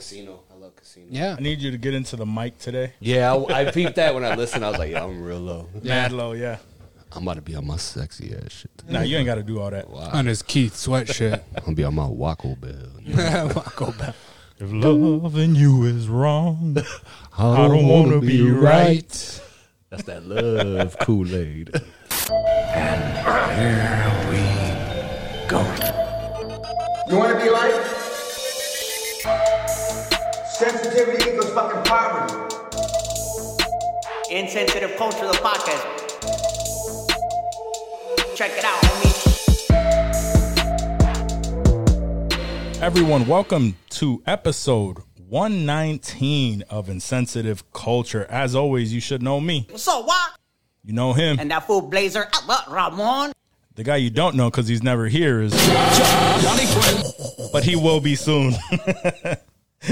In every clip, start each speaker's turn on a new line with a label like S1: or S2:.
S1: Casino. I love Casino.
S2: Yeah.
S3: I need you to get into the mic today.
S1: Yeah, I, I peeped that when I listened. I was like, yo, I'm real low.
S3: Mad low, yeah.
S1: I'm about to be on my sexy ass shit.
S3: Nah, you ain't got to do all that.
S2: On his Keith sweat shit.
S1: I'm gonna be on my Waco bell.
S2: Go back.
S3: If loving you is wrong, I don't want to be right.
S1: That's that love Kool Aid.
S4: You wanna be like? Sensitivity equals fucking poverty.
S5: Insensitive Culture, the podcast. Check it out, homie.
S3: Everyone, welcome to episode 119 of Insensitive Culture. As always, you should know me.
S5: What's up, Walk?
S3: You know him.
S5: And that fool Blazer, uh, uh, Ramon.
S3: The guy you don't know because he's never here is. But he will be soon.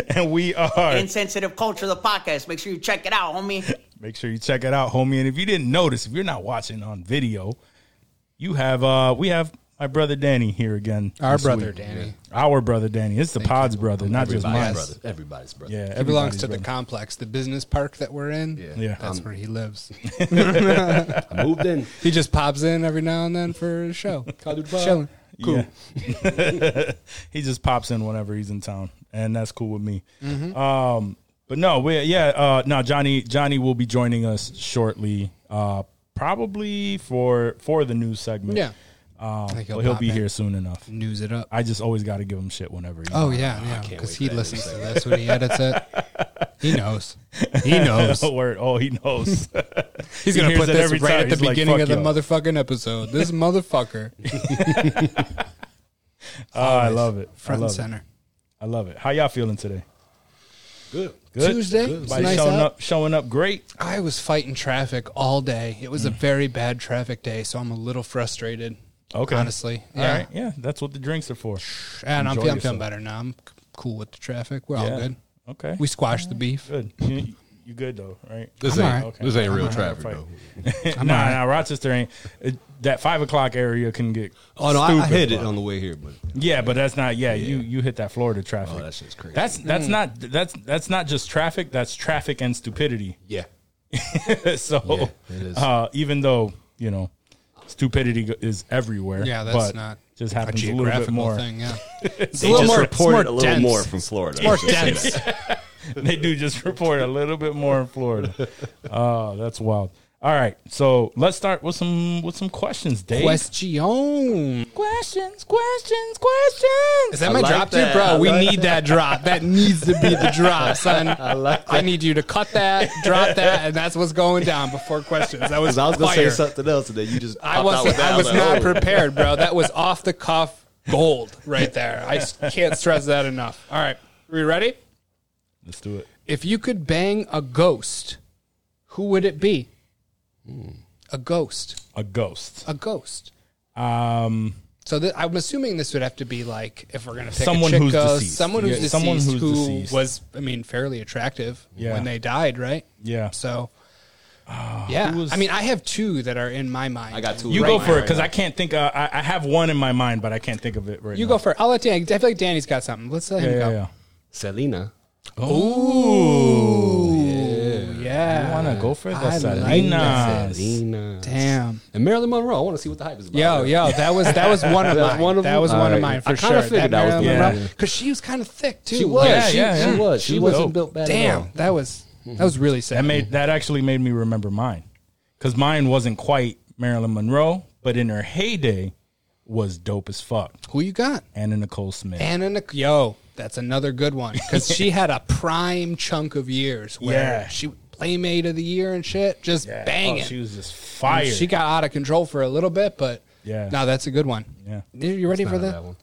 S3: and we are.
S5: Insensitive Culture, the podcast. Make sure you check it out, homie.
S3: Make sure you check it out, homie. And if you didn't notice, if you're not watching on video, you have uh we have my brother Danny here again.
S2: Our
S3: this
S2: brother
S3: week.
S2: Danny.
S3: Our brother Danny. It's the pod's brother, not just mine.
S1: Everybody's brother. Everybody's brother. Um,
S3: Yeah,
S2: He belongs
S3: everybody's
S2: to the
S3: brother.
S2: complex, the business park that we're in. Yeah.
S3: Yeah.
S2: That's where he lives.
S1: I moved in.
S2: he just pops in every now and then for a show. Chilling. Cool.
S3: Yeah. he just pops in whenever he's in town, and that's cool with me.
S2: Mm-hmm.
S3: Um, but no, we yeah, uh, no Johnny Johnny will be joining us shortly, uh, probably for for the news segment.
S2: Yeah.
S3: um,
S2: think he'll
S3: but he'll
S2: pop
S3: be
S2: in.
S3: here soon enough.
S2: News it up.
S3: I just always got to give him shit whenever. He
S2: Oh yeah, yeah.
S1: can't
S2: Because
S1: wait
S2: he
S1: for that
S2: listens
S1: news
S2: to this when he edits it. He knows. He knows.
S3: Oh, word. Oh, he knows.
S2: He's
S3: He
S2: gonna
S3: hears
S2: put
S3: it
S2: this
S3: every
S2: right
S3: time.
S2: at the
S3: He's like,
S2: beginning
S3: "Fuck
S2: of the
S3: y'all."
S2: motherfucking episode. This motherfucker.
S3: oh, I love it. I
S2: Front
S3: love
S2: and
S3: it.
S2: center.
S3: I love it. How y'all feeling today?
S1: Good.
S3: Good.
S2: Tuesday. It's
S3: Everybody
S2: nice
S3: showing
S2: out.
S3: up, showing up great.
S2: I was fighting traffic all day. It
S3: Mm.
S2: was a very bad traffic day, so I'm a little frustrated.
S3: Okay.
S2: Honestly.
S3: All right. Yeah, that's what the drinks are for.
S2: And I'm,
S3: Enjoy
S2: feel- I'm
S3: yourself.
S2: feeling better now. I'm c- cool with the traffic. We're
S3: Yeah.
S2: all good.
S3: Okay.
S2: We squashed the beef.
S3: good. You, you good though, right?
S6: This
S2: I'm
S6: ain't
S2: alright.
S6: this ain't real
S3: I'm alright.
S6: traffic though.
S3: nah, nah, Rochester ain't. It, that five o'clock area can get.
S1: Oh no, I, I
S3: stupid.
S1: hit it on the way here, but
S3: Yeah, but that's not. Yeah, you you hit that Florida traffic.
S1: Oh, that shit's crazy.
S3: That's
S2: Mm.
S3: that's not that's that's not just traffic. That's traffic and stupidity.
S1: yeah.
S3: so
S1: Yeah, it is.
S3: Uh, even though you know stupidity go- is everywhere,
S2: Yeah, that's
S3: but
S2: not
S3: just
S2: a
S3: happens a, little bit
S2: geographical
S3: more.
S2: thing. Yeah.
S1: It's
S2: a little more- it's more
S1: reported a little
S2: dense.
S1: more from Florida.
S2: More
S1: I should say
S2: dense.
S1: that.
S3: they do just report a little bit more in Florida. Oh, that's wild. All right, so let's start with some with some questions, Dave.
S2: Question.
S3: questions, questions, questions.
S2: Is that
S1: I
S2: my
S1: like
S2: drop
S1: that.
S2: too, bro?
S1: I
S2: we
S1: like
S2: need that. drop. That needs to be the drop, son. I, need you to cut that, drop that, and that's what's going down before questions. That was
S1: I was gonna
S2: fire.
S1: say something else, and then you just.
S2: I
S1: popped out with
S2: was
S1: that.
S2: I was
S1: like,
S2: not
S1: oh.
S2: prepared, bro. That was off the cuff gold right there. I s- can't stress that enough. All right, we ready?
S3: Let's do it.
S2: If you could bang a ghost, who would it be? A ghost.
S3: A ghost.
S2: A ghost.
S3: Um,
S2: So th- I'm assuming this would have to be like if we're gonna pick
S3: Someone
S2: a chick
S3: who's
S2: ghost,
S3: deceased.
S2: someone who's
S3: Yeah,
S2: deceased,
S3: someone who's
S2: who
S3: deceased.
S2: was, I mean, fairly attractive
S3: Yeah.
S2: when they died, right?
S3: yeah.
S2: So, yeah,
S3: who was-
S2: I mean, I have two that are in my mind.
S1: I got two.
S3: You
S1: right
S3: go for
S1: now.
S3: it because I can't think. Uh, I, I have one in my mind, but I can't think of it right
S2: You
S3: now.
S2: go first. I'll let Danny. I feel like Danny's got something. Let's let
S3: Yeah,
S2: him
S3: yeah,
S2: go.
S3: yeah.
S1: Selena.
S2: Ooh, yeah.
S3: You wanna go for
S2: I
S3: the
S2: like
S3: Selena?
S1: Selena.
S2: Damn.
S1: And Marilyn Monroe. I want to see what the hype is about.
S2: Yo, yo, that was that was one of
S1: That was
S2: mine.
S1: one of
S2: that
S1: them?
S2: was one of
S1: Alright.
S2: mine for
S1: I
S2: sure.
S1: kinda figured that was the
S3: one.
S2: because she was kind of thick too.
S1: She was.
S3: Yeah,
S1: she,
S3: yeah, yeah.
S1: she was. She,
S3: She was
S1: wasn't
S3: dope.
S1: built bad. at all.
S2: Damn, that was that was really sad.
S3: That made that actually made me remember mine because mine wasn't quite Marilyn Monroe, but in her heyday was dope as fuck.
S2: Who you got?
S3: Anna Nicole Smith.
S2: Anna Nic- yo, that's another good one because she had a prime chunk of years where
S3: Yeah.
S2: she playmate of the year and shit, just
S3: Yeah.
S2: banging.
S3: Oh, she
S2: she,
S3: was just fire.
S2: got out of control for a little bit, but
S3: Yeah.
S2: no, that's a good one.
S3: Yeah.
S2: you you ready for
S1: Not
S2: the
S1: that one.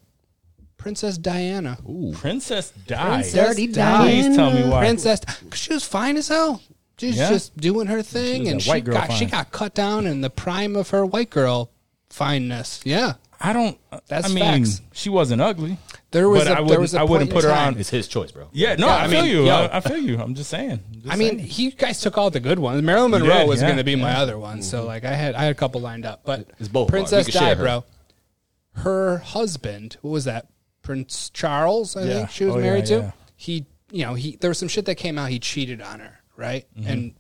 S2: Princess Diana?
S3: Princess died.
S2: Princess
S3: Please
S2: Diana.
S3: tell me why.
S2: Princess, 'cause she was fine as hell. She was
S3: Yeah.
S2: just doing her thing,
S3: was
S2: and
S3: that
S2: she
S3: white girl
S2: got she
S3: fine.
S2: got cut down in the prime of her white girl fineness. Yeah,
S3: I don't. That's
S2: That's
S3: I mean,
S2: facts.
S3: she wasn't ugly.
S2: there was
S3: But
S2: a,
S3: I
S2: there
S3: wouldn't-
S2: was a
S3: I wouldn't
S2: point
S3: put
S2: in
S3: her on
S2: time-
S1: It's his choice, bro.
S3: Yeah, no,
S2: Yeah,
S3: I,
S2: I
S3: feel
S2: mean,
S3: you.
S2: yo.
S3: I, I feel you. I'm just saying. Just
S2: I mean,
S3: saying.
S2: you guys took all the good ones. Marilyn Monroe
S3: did,
S2: was
S3: yeah,
S2: going to be my other one, so like I had I had a couple lined up, but
S1: It's both of ours.
S2: Princess
S1: We could share
S2: Di,
S1: her.
S2: bro. Her husband, what was that? Prince Charles, I
S3: Yeah.
S2: think she was
S3: Oh, yeah,
S2: married to.
S3: yeah.
S2: He you know, he there was some shit that came out. He cheated on her, right?
S3: Mm-hmm.
S2: And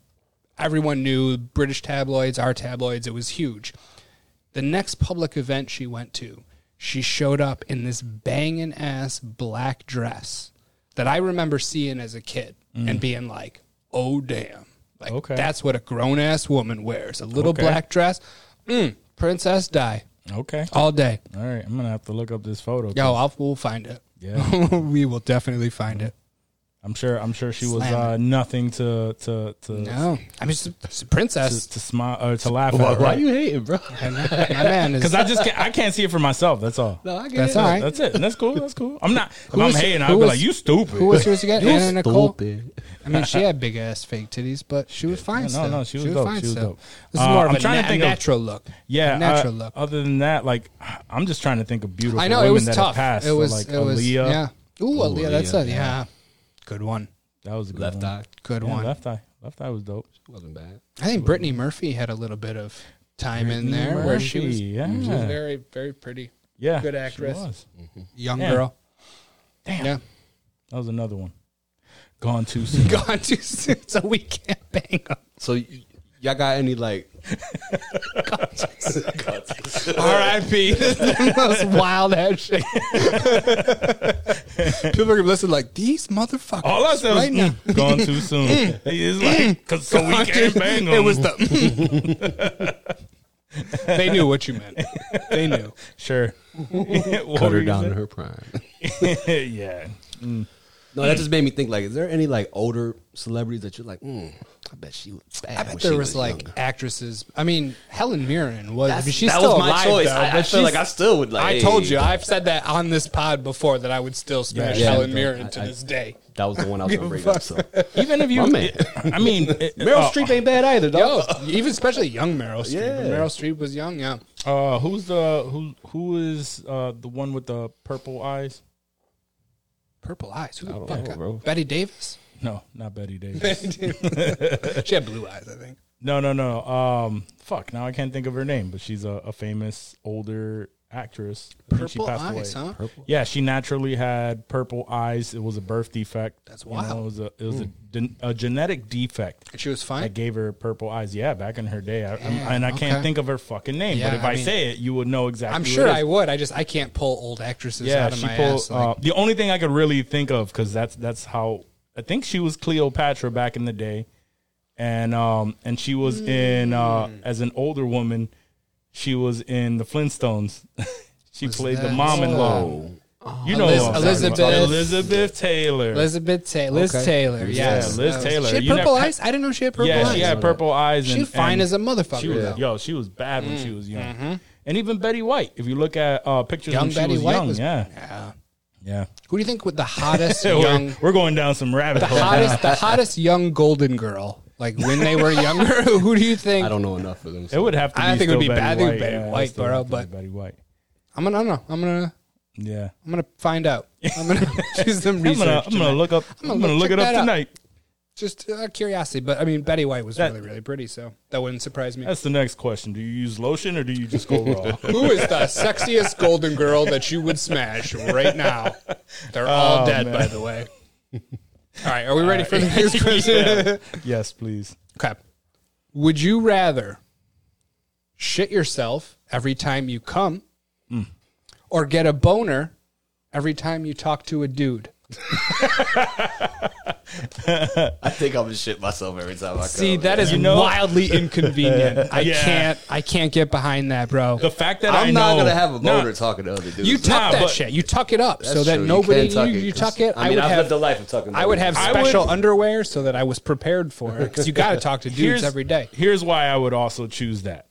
S2: everyone knew British tabloids, our tabloids. It was huge. The next public event she went to, she showed up in this banging ass black dress that I remember seeing as a kid and being like, "Oh damn!" Like
S3: Mm. Okay.
S2: that's what a grown ass woman wears—a little
S3: Okay.
S2: black dress. Mm, princess die
S3: Okay. All
S2: all day.
S3: right. I'm gonna have to look up this photo.
S2: Yo, I'll, we'll find it.
S3: Yeah.
S2: we will definitely find it.
S3: I'm sure. I'm sure she was
S2: Slam
S3: uh, nothing to to to
S2: No, I mean, she's a- she's a
S3: to,
S2: princess.
S3: to smile or to laugh
S1: Why,
S3: at.
S1: why you hating, bro?
S2: My man is.
S3: Because I just can't, I can't see it for myself. That's all.
S1: No, I get
S2: That's
S1: it.
S2: all right.
S3: That's it. That's cool. That's cool. I'm not. If I'm
S2: was-
S3: hating,
S2: who
S3: I'll be
S2: was-
S3: like, you stupid.
S2: Who was yours again?
S1: You
S2: Anna Nicole.
S1: stupid.
S2: I mean, she had big ass fake titties, but she was fine.
S3: No,
S2: still.
S3: no, she was dope. She was
S2: still.
S3: dope.
S2: This is
S3: Uh,
S2: more of
S3: I'm
S2: a
S3: trying to
S2: na-
S3: think of-
S2: natural look.
S3: Yeah,
S2: A natural
S3: uh,
S2: look.
S3: Other than that, like I'm just trying to think of beautiful.
S2: I know it was
S3: that
S2: tough.
S3: Passed,
S2: it was.
S3: like
S2: it was.
S3: Aaliyah.
S2: Yeah. Ooh, Aaliyah. That's
S1: Aaliyah,
S2: it. Yeah. Good one.
S3: that was a good
S1: Left
S3: one.
S1: eye.
S2: Good
S3: Yeah,
S2: one.
S3: Left eye, left eye was dope.
S1: Wasn't bad.
S2: I think Brittany Murphy had a little bit of time in
S3: Brittany
S2: there where she was.
S3: Murphy, yeah.
S2: She was very, very pretty.
S3: Yeah,
S2: Good
S3: she
S2: actress.
S3: was.
S2: Young
S3: Yeah.
S2: girl. Damn. Yeah.
S3: That was another one. Gone too soon.
S2: Gone too soon, so we can't bang up.
S1: So y- y'all got any like?
S2: R.I.P. This is the most wild ass shit. People are gonna listen like these motherfuckers.
S3: All I said was
S2: right now.
S3: "Mm, gone too soon. It's like, 'cause so we can't bang on.
S2: Mm. It was the. they knew what you meant. They knew.
S3: sure. What
S1: Cut
S3: were
S1: her
S3: you
S1: down
S3: saying?
S1: to her prime.
S3: yeah.
S1: No, that just made me think. Like, is there any like older celebrities that you're like? Mm, I bet she was bad.
S2: I
S1: when
S2: bet
S1: she
S2: there was like
S1: younger."
S2: actresses. I mean, Helen Mirren was. I
S1: That's-
S2: mean, she's
S1: that
S2: still
S1: was my
S2: alive,
S1: choice.
S2: though,
S1: I- I
S2: but
S1: feel
S2: she's-
S1: like I still would, like,
S2: I told
S1: hey.
S2: you, I've said that on this pod before that I would still smash
S1: Yeah.
S2: Helen
S1: Yeah.
S2: Mirren to
S1: I- I-
S2: this day.
S1: that was the one I was gonna bring up. So.
S3: Even if you,
S1: My man.
S3: I mean, it-
S1: Meryl
S3: uh,
S1: Streep ain't bad either,
S2: Yo,
S1: dog.
S2: even especially young Meryl Streep.
S1: Yeah.
S2: Meryl Streep was young. Yeah,
S3: Uh, who's the who? Who is uh the one with the purple eyes?
S2: purple eyes. Who the
S1: don't
S2: fuck?
S1: know,
S2: got-
S1: bro.
S2: Betty Davis.
S3: No, not Betty Davis.
S2: She had blue eyes, I think.
S3: no, no, no. Um, fuck. Now I can't think of her name, but she's a, a famous older actress. I think she
S2: Purple eyes,
S3: passed away.
S2: huh?
S3: Yeah, she naturally had purple eyes. It was a birth defect.
S2: That's
S3: You know,
S2: wild.
S3: it was a it was
S1: Hmm.
S3: a, gen- a genetic defect.
S2: And she was fine.
S3: that gave her purple eyes. Yeah, back in her day, I, I'm-
S2: Yeah,
S3: and I can't
S2: okay.
S3: think of her fucking name.
S2: Yeah,
S3: but if
S2: I
S3: I,
S2: mean-
S3: say it, you would know exactly.
S2: I'm
S3: who
S2: sure
S3: it is.
S2: I would. I just I can't pull old actresses
S3: Yeah,
S2: out of
S3: she
S2: my
S3: pulled.
S2: ass. Like,
S3: uh, the only thing I could really think of because that's that's how I think she was Cleopatra back in the day, and um and she was in uh
S2: Mm.
S3: as an older woman, she was in the Flintstones. she played the
S2: that- Oh.
S3: mom-in-law. You know,
S2: Eliz-
S3: who I'm talking about.
S2: Elizabeth-
S3: Elizabeth Taylor.
S2: Elizabeth Taylor. Liz
S1: Okay.
S2: Taylor.
S3: Yeah,
S2: Yes.
S3: Liz
S2: Uh,
S3: Taylor.
S2: She had
S3: You
S2: purple
S3: never-
S2: eyes. I didn't know she had purple
S3: yeah,
S2: eyes.
S3: she had purple eyes.
S2: She's
S3: and-
S2: fine
S3: and-
S2: as a motherfucker.
S3: She was
S2: though. Mm. Mm-hmm.
S3: yo, she was bad when she was young, and even Betty White. If you look at uh, pictures
S2: Young
S3: when she
S2: Betty
S3: was
S2: White
S3: young,
S2: was-
S3: yeah,
S2: Yeah.
S3: yeah.
S2: Who do you think with the hottest
S3: We're-
S2: young,
S3: we're going down some rabbit holes.
S2: hottest, the hottest young golden girl? Like when they were younger, who do you think?
S1: I don't know enough of them.
S3: It
S1: so-
S3: would have to.
S2: I
S3: be
S2: think it would
S3: still
S2: be bad. I
S3: Betty
S2: think it
S3: White,
S2: would be Betty
S3: yeah,
S2: White,
S3: still
S2: bro,
S3: have to be
S2: but-
S3: Betty White.
S2: I'm gonna. I don't know. I'm gonna.
S3: Yeah,
S2: I'm gonna find out. I'm gonna do some
S3: I'm
S2: research.
S3: gonna, I'm gonna look up. I'm
S2: gonna
S3: gonna,
S2: look- check
S3: look it up
S2: that out.
S3: tonight.
S2: Just uh, curiosity, but I mean, Betty White was
S3: That-
S2: really, really pretty, so that wouldn't surprise me.
S3: That's the next question. Do you use lotion or do you just go raw?
S2: Who is the sexiest golden girl that you would smash right now? They're all
S3: Oh,
S2: dead,
S3: man.
S2: by the way. All right, are we ready for the next question?
S3: Yeah. yes, please.
S2: Okay. Would you rather shit yourself every time you come
S3: Hmm.
S2: or get a boner every time you talk to a dude?
S1: I think I'm gonna shit myself every time I
S2: See, that is
S3: You know-
S2: wildly inconvenient. I
S3: Yeah.
S2: can't I can't get behind that, bro.
S3: The fact that
S1: I'm
S3: I
S1: not
S3: know-
S1: gonna have a
S3: Nah,
S1: boner talking to other dudes.
S2: You tuck
S3: Nah,
S2: that
S3: but-
S2: shit. You tuck it up so
S1: That's
S2: that
S1: true. You
S2: nobody you,
S1: can tuck it,
S2: you,
S1: 'cause-
S2: tuck it.
S1: I mean,
S2: would
S1: I've
S2: have,
S1: lived a life of tucking
S2: I would have
S3: I would-
S2: special underwear so that I was prepared for it because you got to talk to dudes every day.
S3: Here's why I would also choose that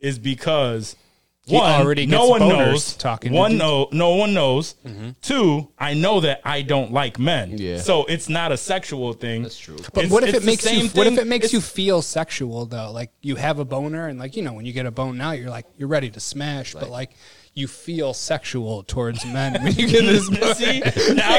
S3: is because
S2: He
S3: one,
S2: already
S3: no
S2: gets
S3: one
S2: boners
S3: knows.
S2: talking to Mm-hmm.
S3: one
S2: dudes.
S3: no, no one knows. Two, I know that I don't like men.
S1: Yeah.
S3: So it's not a sexual thing. That's
S1: true.
S2: But what if it makes you? What if it makes
S3: it's,
S2: you feel sexual though? Like you have a boner, and like you know, when you get a bone now, you're like you're ready to smash, but like you feel sexual towards men when you get this. boner.
S3: See, now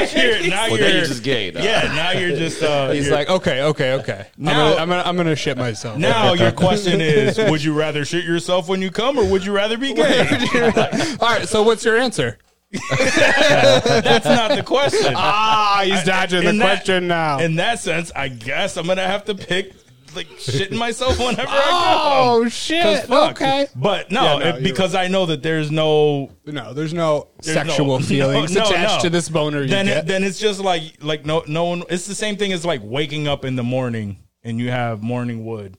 S3: you're now
S1: Well,
S3: you're,
S1: then you're just gay, though.
S3: Yeah, now you're just. Uh,
S2: He's
S3: you're-
S2: like, "Oh, okay, okay, okay.
S3: Now-
S2: I'm, gonna, I'm gonna, I'm gonna shit myself.
S3: Now your question is: Would you rather shit yourself when you come, or would you rather be gay?
S2: All right, so what's your answer?
S3: That's not the question.
S2: Ah, he's dodging the
S3: In that-
S2: question now.
S3: In that sense, I guess I'm gonna have to pick like shitting myself whenever I go.
S2: oh
S3: 'Cause
S2: shit!
S3: fuck.
S2: Okay.
S3: But no,
S2: Yeah, no,
S3: it-
S2: you're
S3: because I know that there's no
S2: No, there's no
S3: there's no-
S2: sexual
S3: no,
S2: feelings
S3: no,
S2: attached
S3: no.
S2: to this boner. You
S3: Then
S2: get.
S3: it, then it's just like like no no one. It's the same thing as like waking up in the morning and you have morning wood.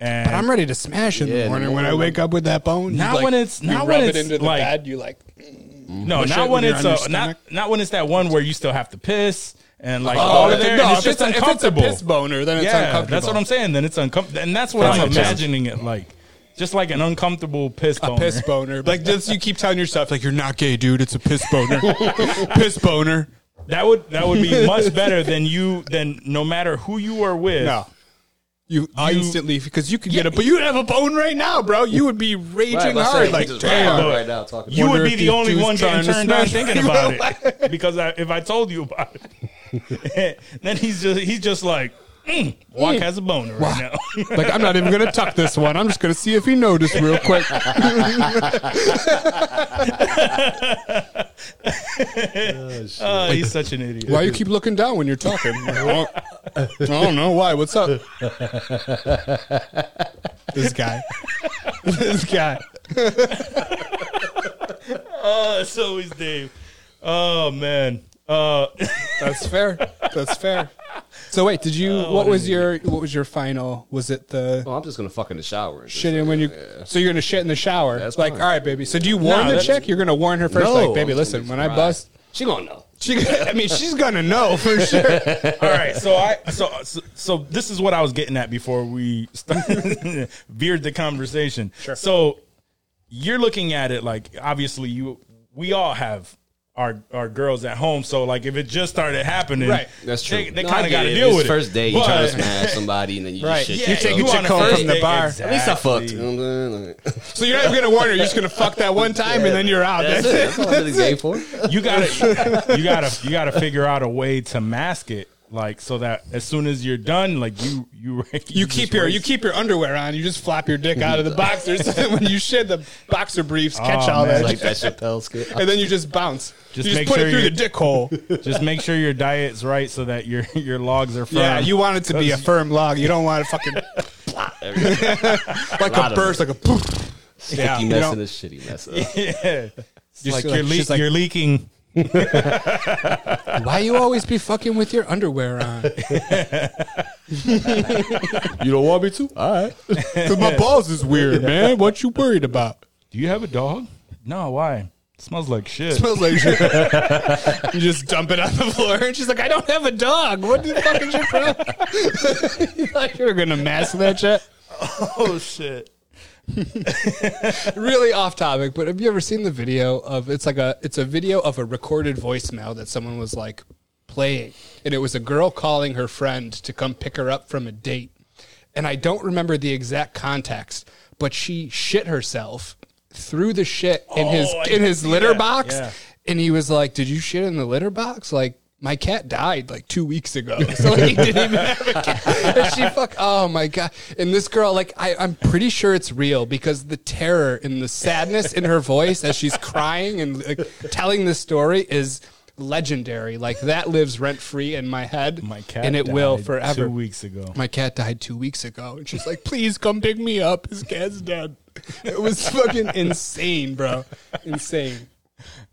S3: And
S2: but I'm ready to smash in
S1: Yeah, in
S2: the
S1: the
S2: morning when I
S1: morning.
S2: wake up with that bone. You
S3: Not
S2: like-
S3: when it's-
S2: you
S3: not
S2: rub
S3: when
S2: it
S3: it's,
S2: into the
S3: like-
S2: bed. You like
S3: No,
S2: push
S3: not
S2: it
S3: when
S2: when you're
S3: it's
S2: on
S3: a,
S2: your
S3: not
S2: stomach? Oh,
S3: not when it's that one where you still have to piss and like all
S2: if
S3: of
S2: it-
S3: Oh, there.
S2: no,
S3: and
S2: if
S3: it's just
S2: a- if a
S3: uncomfortable.
S2: piss boner, then it's
S3: yeah,
S2: uncomfortable.
S3: that's what I'm saying. Then it's uncomfortable, and that's what
S1: That's
S3: I'm
S1: what it is.
S3: imagining it like, just like an uncomfortable piss boner.
S2: A piss boner. Like just you keep telling yourself, like you're not gay, dude. It's a piss boner. piss boner.
S3: That would that would be much better than you than no matter who you are with.
S2: No. You, instantly because you could get a but you have a bone right now, bro. You would be raging
S1: Right,
S2: hard,
S1: I'm
S2: like
S1: just
S2: damn.
S1: right now talking
S3: You
S1: about
S2: Wonder
S3: would be
S2: if
S3: the
S2: you
S3: only
S2: dude's
S3: one
S2: trying
S3: getting
S2: to
S3: turned on
S2: smash
S3: thinking
S2: you
S3: about it because I, if I told you about it, then he's just he's just like, mm, Walk has a boner right now.
S2: Like I'm not even gonna tuck this one. I'm just gonna see if he noticed real quick.
S3: Uh, he's such an idiot.
S2: Why you keep looking down when you're talking? I don't know why. What's up? this guy. this guy.
S3: Uh, so is Dave. Oh man. Uh,
S2: That's fair. That's fair. So wait, did you? what was your? What was your final? Was it the
S1: Oh, I'm just gonna fuck in the shower. and just-
S2: shit in when you? So you're gonna shit in the shower?
S1: That's
S2: like,
S1: fine.
S2: all right, baby. So do you warn the
S3: that's-
S2: chick? You're gonna warn her first,
S1: No,
S2: like, baby,
S1: I'm
S2: listen.
S1: just
S2: When I
S1: surprised.
S2: bust,
S1: she gonna know.
S2: she. I mean, she's gonna know for sure.
S3: all right. So I so, so so this is what I was getting at before we started, veered the conversation. Sure. So you're looking at it like obviously you we all have. Our, our girls at home, so like if it just started happening,
S2: Right.
S1: That's true.
S3: They, they
S1: No, I
S3: kind of
S1: get
S3: got to
S1: it.
S3: deal
S1: It's
S3: with it.
S1: First day, you trying to
S3: But-
S1: smash somebody, and then you
S2: Right.
S1: just shit.
S2: You
S1: yourself.
S2: take your
S3: on
S2: chick
S3: a
S2: home
S3: first
S2: from the
S3: date,
S2: bar.
S1: At least I fucked.
S3: exactly.
S2: So you're not even gonna warn her. You're just gonna fuck that one time, and then you're out.
S1: That's it. That's all I'm really gay for.
S3: You gotta, you gotta, you gotta figure out a way to mask it, like so that as soon as you're done, like you, you, you,
S2: You
S3: just
S2: keep your
S3: raise-
S2: you keep your underwear on. You just flap your dick out of the boxers when you shed the boxer briefs. Catch
S3: Oh,
S2: all
S3: man.
S2: that,
S1: Like that Chappelle skit.
S2: and then you just bounce.
S3: Just
S2: you just
S3: make
S2: put
S3: sure
S2: it through
S3: you-
S2: the dick hole.
S3: Just make sure your diet's right so that your your logs are firm.
S2: yeah, you want it to be a firm log. You don't want it fucking like
S1: lot
S2: a
S1: of
S2: burst, like a poof. Yeah,
S1: Sticky
S2: you
S1: mess
S2: don't-
S1: and a shitty mess. up.
S3: Yeah. It's
S2: Just
S3: like,
S2: like-
S3: you're, le-
S2: she's like-
S3: you're leaking.
S2: Why you always be fucking with your underwear on?
S1: You don't want me to? All right.
S2: Cause my balls is weird, man. What you worried about?
S3: Do you have a dog? No, why? It smells like shit.
S2: Smells like shit. you just dump it on the floor, and she's like, "I don't have a dog. What the fuck is your problem?" you thought you were gonna mask that shit?
S3: oh shit.
S2: really off topic, but have you ever seen the video of it's like a it's a video of a recorded voicemail that someone was like playing, and it was a girl calling her friend to come pick her up from a date, and I don't remember the exact context, but she shit herself, threw the shit in his
S3: Oh, I
S2: in his
S3: see
S2: litter
S3: that,
S2: box,
S3: yeah.
S2: and he was like, "Did you shit in the litter box?" Like. My cat died like two weeks ago, so like, he didn't even have a cat. And she fuck. Oh my god! And this girl, like, I, I'm pretty sure it's real because the terror and the sadness in her voice as she's crying and like, telling this story is legendary. Like that lives rent free in my head,
S3: My cat
S2: and it will
S3: died
S2: forever.
S3: Two weeks ago.
S2: My cat died two weeks ago, and she's like, "Please come pick me up. His cat's dead." It was fucking insane, bro. Insane.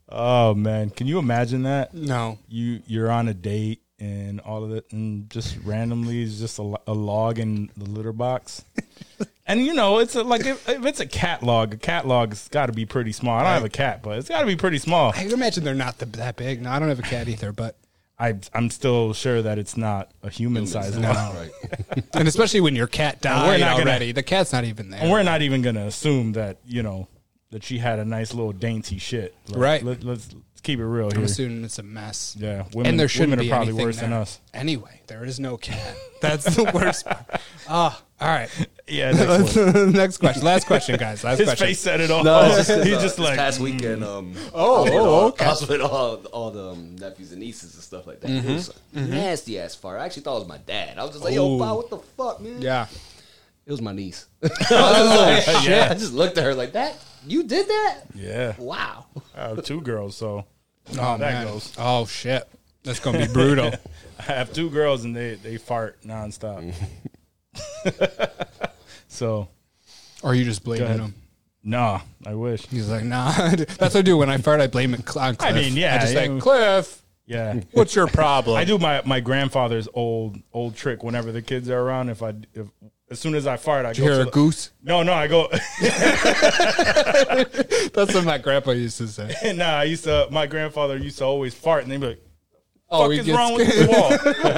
S3: Oh man, can you imagine that?
S2: No,
S3: You you're on a date and all of it, and just randomly is just a, lo- a log in the litter box. And you know, it's a, like if, if it's a cat log, a cat log's got to be pretty small. I don't have a cat, but it's got to be pretty small.
S2: I imagine they're not the, that big. No, I don't have a cat either, but
S3: I, I'm still sure that it's not a human size
S2: No.
S3: log.
S1: Right.
S2: and especially when your cat died
S3: we're not gonna-
S2: already, the cat's not even there.
S3: And we're not even gonna assume that you know that she had a nice little dainty shit. Like,
S2: Right.
S3: Let, let's, let's keep it real here.
S2: I'm assuming it's a mess.
S3: Yeah, women-
S2: and there shouldn't
S3: women are
S2: be
S3: probably
S2: anything
S3: worse than
S2: there.
S3: us.
S2: Anyway, there is no cat. That's the worst. part. Ah, all right.
S3: yeah. Next one.
S2: Next question. Last question, guys. Last
S3: His
S2: question.
S3: face said it all.
S1: No, it's just 'cause,
S3: he's
S1: uh,
S3: Oh, just
S1: this
S3: like
S1: past weekend. Um,
S2: Oh,
S1: I was with
S2: oh,
S1: all-
S2: okay.
S1: I was with all all the um, nephews and nieces and stuff like that. It was a nasty ass fire. I actually thought it was my dad. I was just like,
S2: Ooh.
S1: "Yo, pa, what the fuck, man?"
S2: Yeah.
S1: it was my niece. I, was just like,
S3: shit.
S1: I just looked at her like that. You did that?
S3: yeah.
S1: Wow.
S3: I have two girls, so
S2: Oh,
S3: that
S2: man.
S3: goes.
S2: Oh, shit. That's going to be brutal.
S3: I have two girls and they they fart nonstop.
S2: Mm.
S3: so
S2: or you just blaming
S3: ahead.
S2: him.
S3: nah, I wish.
S2: He's like, nah. That's what I do when I fart. I blame it cl- on Cliff.
S3: mean, yeah,
S2: I just
S3: yeah.
S2: say, Cliff,
S3: Yeah.
S2: what's your problem?
S3: I do my, my grandfather's old old trick whenever the kids are around. If I if as soon as I fart, I
S2: Did
S3: go
S2: you
S3: to
S2: hear a
S3: the-
S2: goose?
S3: No, no, I go.
S2: That's what my grandpa used to say.
S3: nah, I used to. My grandfather used to always fart, and they'd be like,
S2: Oh,
S3: "Fuck
S2: he
S3: is
S2: gets
S3: wrong with
S2: scared.
S3: this wall?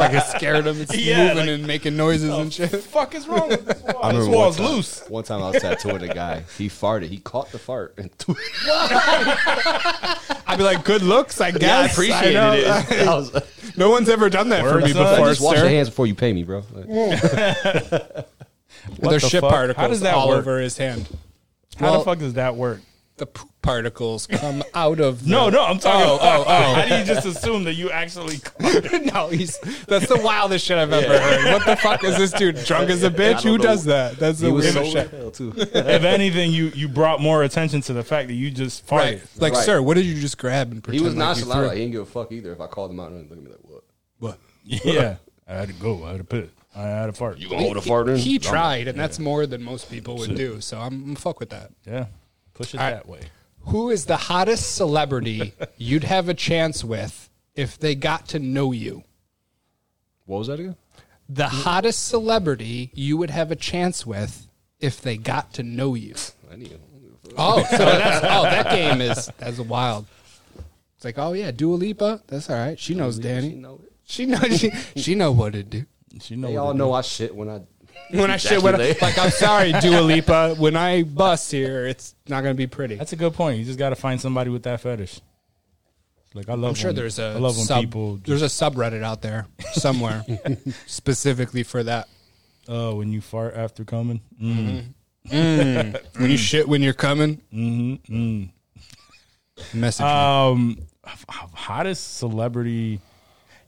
S2: like it scared him. It's
S3: Yeah,
S2: moving
S3: like-
S2: and making noises and shit.
S3: Fuck is wrong with this wall? This
S1: remember one
S3: wall's
S1: time-
S3: loose."
S1: One time I was tattooing a guy. He farted. He caught the fart and threw it.
S2: I'd be like, good looks, I guess. know.
S1: it. I was like,
S2: No one's ever done that for
S3: Word,
S2: me
S3: son.
S2: before,
S1: just wash your
S2: sir.
S1: hands before you pay me, bro. Like,
S2: There's
S3: the
S2: shit
S3: fuck? How
S2: particles
S3: does that
S2: all
S3: work?
S2: over his hand.
S3: How
S2: Well-
S3: the fuck does that work?
S2: The poop particles come out of. The,
S3: No, no, I'm talking.
S2: Oh,
S3: about,
S2: oh, oh.
S3: How do you just assume that you actually?
S2: no, he's that's the wildest shit I've ever heard. What the fuck is this dude drunk as a bitch? Who
S1: know.
S2: does that? That's
S1: he
S2: the
S1: was
S2: weirdest
S1: so
S2: shit.
S1: hell too.
S3: if anything, you you brought more attention to the fact that you just farted.
S2: Right, like,
S1: Right.
S2: sir, what did you just grab and
S1: He
S2: pretend?
S1: was
S2: like you
S1: nonchalant.
S2: threw?
S1: Like, he didn't give a fuck either. If I called him out and look at me like, what?
S2: What?
S3: Yeah, I had to go. I had to pit. I had to fart.
S1: You gonna hold a fart in?
S2: He tried, and that's more than most people would do. So I'm, I'm fuck with that.
S3: yeah, push it
S2: All right.
S3: that way.
S2: Who is the hottest celebrity you'd have a chance with if they got to know you?
S1: What was that again?
S2: The hottest celebrity you would have a chance with if they got to know you.
S1: I knew.
S2: Oh, so that's oh that game is that's wild. It's like oh yeah, Dua Lipa. That's all right. She knows
S1: She
S2: Danny.
S1: know it.
S2: She knows she, she know what to do.
S3: You know
S1: They
S3: what
S1: all
S3: it
S1: know I shit when I.
S2: When I shit, when I,
S1: Ejaculate.
S2: like I'm sorry, Dua Lipa. When I bust here, it's not gonna be pretty.
S3: That's a good point. You just got to find somebody with that fetish. Like I love.
S2: I'm sure
S3: when-
S2: there's a
S3: I love when
S2: sub,
S3: people.
S2: there's a subreddit out there somewhere specifically for that.
S3: oh, when you fart after coming. Mm.
S2: When you shit when you're coming. Mm-hmm. Uh, Message.
S1: Mm-hmm.
S2: me.
S3: Um, h- h- hottest celebrity.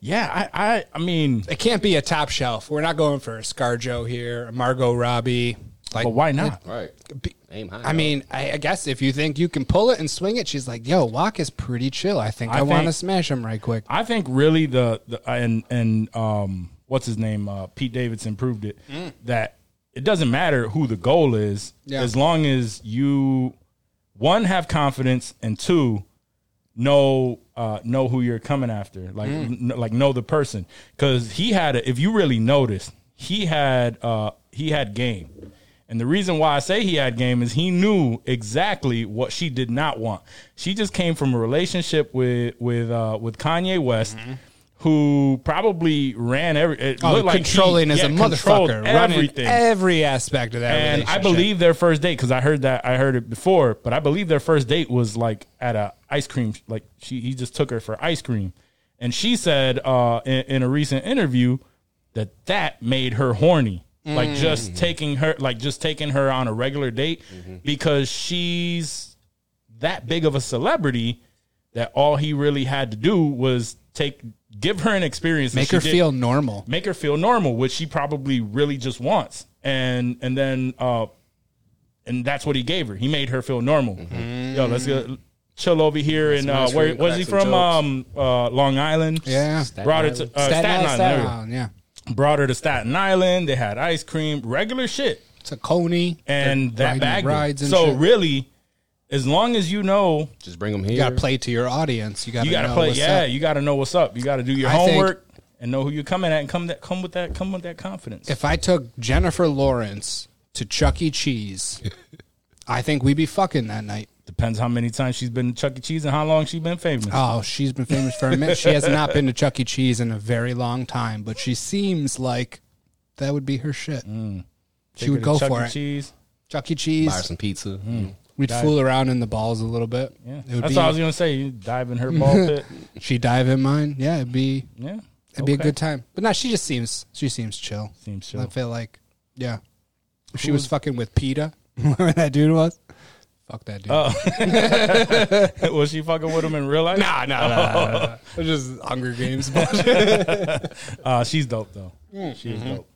S3: Yeah, I, I, I mean,
S2: it can't be a top shelf. We're not going for a ScarJo here, a Margot Robbie. Like,
S3: but why not?
S1: All right.
S2: Be-
S1: Aim high.
S2: I mean, I, I guess if you think you can pull it and swing it, she's like, "Yo, Walk is pretty chill. I think
S3: I
S2: I, want to
S3: think-
S2: smash him right quick."
S3: I think really the, the and and um what's his name uh, Pete Davidson proved it that it doesn't matter who the goal is
S2: Yeah.
S3: as long as you one have confidence and two know uh, know who you're coming after like kn- like know the person because he had a, if you really noticed he had uh, he had game and the reason why I say he had game is he knew exactly what she did not want she just came from a relationship with with uh, with Kanye West. Who probably ran every? It
S2: Oh,
S3: looked like he-
S2: controlling as
S3: yeah,
S2: a
S3: controlled
S2: motherfucker,
S3: everything
S2: running every aspect of that.
S3: and I
S2: relationship.
S3: believe their first date because I heard that I heard it before, but I believe their first date was like at a ice cream. Like she, he just took her for ice cream, and she said uh, in, in a recent interview that that made her horny.
S2: Mm.
S3: Like
S2: Mm-hmm.
S3: just taking her, like just taking her on a regular date because she's that big of a celebrity that all he really had to do was take give her an experience, that
S2: make
S3: she
S2: her
S3: did-
S2: feel normal.
S3: make her feel normal, which she probably really just wants. And and then uh and that's what he gave her. He made her feel normal. Yo, let's go chill over here and uh
S1: Mm-hmm. nice
S3: where
S1: food,
S3: was
S1: crack
S3: he
S1: some
S3: from?
S1: jokes.
S3: Um uh Long Island.
S2: Yeah.
S3: Brought her to uh, Staten,
S2: Staten Island,
S3: Island.
S2: Staten
S3: there
S2: Island, yeah.
S3: we go. Brought her to Staten Island. They had ice cream, regular shit
S2: It's a Coney
S3: and
S2: They're
S3: that
S2: riding
S3: bag.
S2: rides and
S3: so
S2: shit.
S3: really as long as you know
S1: just bring him here.
S2: You got to play to your audience. You got
S3: you got to
S2: know
S3: play
S2: what's
S3: yeah,
S2: up.
S3: you got to know what's up. You got to do your
S2: I think-
S3: homework and know who you're coming at and come that come with that come with that confidence.
S2: If I took Jennifer Lawrence to Chuck E. Cheese, I think we'd be fucking that night.
S3: Depends how many times she's been to Chuck E. Cheese and how long she's been famous.
S2: Oh, she's been famous for a minute. She has not been to Chuck E. Cheese in a very long time, but she seems like that would be her shit.
S3: Mm. Take
S2: She
S3: her
S2: would
S3: to
S2: go
S3: Chuck
S2: for
S3: e.
S2: it.
S3: Cheese.
S2: Chuck E.
S1: Buy her
S2: Cheese.
S1: some pizza.
S2: We'd fool around in the balls a little bit. It
S3: Yeah.
S2: would
S3: That's
S2: be,
S3: what I was gonna say. You dive in her ball pit.
S2: she dive in mine. Yeah, it'd be
S3: Yeah,
S2: it'd be a good time. But no, she just seems she seems chill.
S3: Seems chill.
S2: I feel like yeah. If she was fucking with PETA, whoever that dude was. Fuck that dude.
S3: time. was she fucking with him in real life?
S2: Nah, nah, nah, nah, nah, nah. It's just Hunger Games. bullshit.
S1: Mm-hmm.
S3: Uh, she's dope though. She's dope.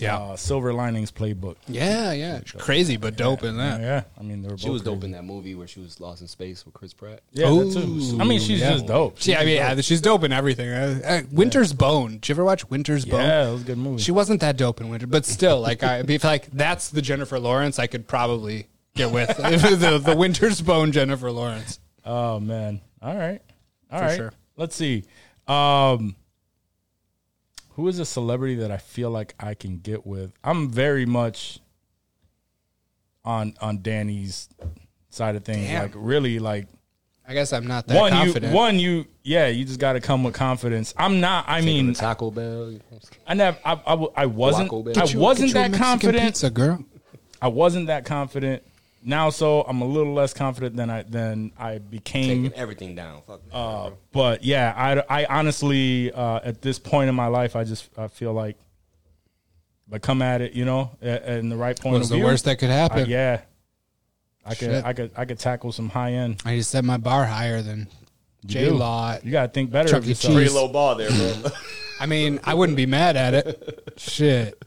S2: Yeah.
S3: uh, Silver Linings Playbook.
S2: yeah, yeah. It's crazy, but dope in that.
S3: Yeah, I mean they were
S1: She
S3: both
S1: was dope
S3: crazy.
S1: in that movie where she was lost in space with Chris Pratt.
S3: Yeah, that too.
S2: Ooh,
S3: I mean she's
S2: yeah.
S3: just dope.
S2: She, I mean, yeah, she's dope in everything. Uh, uh, Winter's Bone. Did you ever watch Winter's Bone?
S3: Yeah, it was a good movie.
S2: She wasn't that dope in Winter, but still, like, I if like that's the Jennifer Lawrence I could probably get with the, the Winter's Bone Jennifer Lawrence.
S3: Oh man. All right. all right.
S2: sure.
S3: Let's see. Um who is a celebrity that I feel like I can get with? I'm very much on on Danny's side of things.
S2: Damn.
S3: Like really like
S2: I guess I'm not that
S3: one
S2: confident.
S3: you one you yeah, you just gotta come with confidence. I'm not I
S1: Taking
S3: mean
S1: the Taco Bell. you know,
S3: I never I, I, w- I wasn't
S1: Guaco Bell.
S3: I
S1: Get
S2: You-
S3: wasn't
S2: get you a
S3: that
S2: Mexican
S3: confident.
S2: pizza, girl.
S3: I wasn't that confident. Now so I'm a little less confident than I than I became.
S2: Mm-hmm.
S1: Taking everything down. Fuck. that,
S2: Uh,
S1: bro.
S3: but yeah, I, I honestly uh, at this point in my life, I just I feel like, but come at it, you know, a- a- in the right point.
S2: What's
S3: of
S2: the
S3: view,
S2: worst that could
S3: I-
S2: happen?
S3: yeah, I could
S2: Shit.
S3: I could I could tackle some high end.
S2: I just set my bar higher than J Law.
S3: You gotta think better
S2: Chuck
S3: of
S2: E.
S3: yourself.
S2: Cheese.
S6: Pretty low ball there, bro.
S2: I mean, I wouldn't be mad at it. Shit.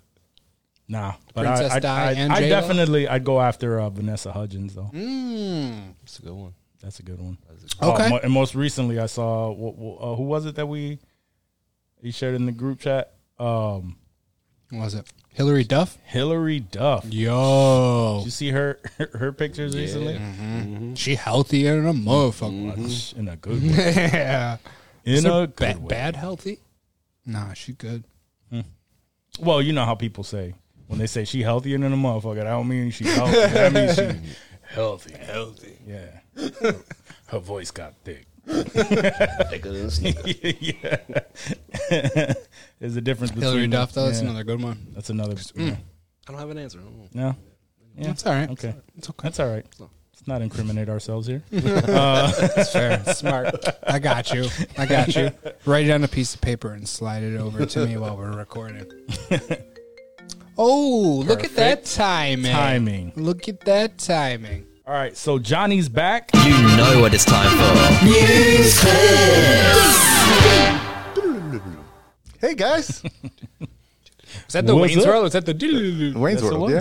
S3: Nah, but
S2: Princess
S3: I,
S2: Di
S3: I, I,
S2: and
S3: I
S2: J-Lo?
S3: definitely I'd go after uh, Vanessa Hudgens though.
S2: Hmm? Mm.
S1: That's a good one.
S3: That's a good one. Oh,
S2: Okay.
S3: mo- and most recently, I saw wh- wh- uh, who was it that we he shared in the group chat? Um,
S2: What was it Hillary Duff?
S3: Hillary Duff. Did
S2: Yo,
S3: you see her her, pictures recently?
S2: she healthier than a motherfucker.
S3: In a good way.
S2: Yeah.
S3: In
S2: So
S3: a good
S2: Mm-hmm. ba-
S3: way.
S2: bad healthy? Nah, she good.
S3: Well, you know how people say when they say she healthier than a motherfucker. I don't mean she healthy. I mean she healthy, healthy. Yeah, her, her voice got thick.
S1: Thicker than a sneaker.
S3: yeah, there's a difference between
S2: Hillary Duff, though, that's
S3: yeah,
S2: another Mm. good one.
S3: That's another. yeah.
S1: I don't have an answer. I don't know.
S3: No, yeah.
S2: That's all right.
S3: Okay,
S2: It's okay.
S3: that's all right. Let's not incriminate ourselves here.
S2: That's fair. Smart. I got you. I got you. Write it on a piece of paper and slide it over to me while we're recording. Oh, look at that timing.
S3: Timing.
S2: Look at that timing.
S3: All right, so Johnny's back.
S7: You know what it's time for.
S6: hey
S2: Is
S6: guys,
S2: that the
S3: What's
S2: Wayne's
S3: up?
S2: World? Or is that the doo-doo-doo-doo?
S6: Wayne's
S3: Yes, it
S6: World. Yeah,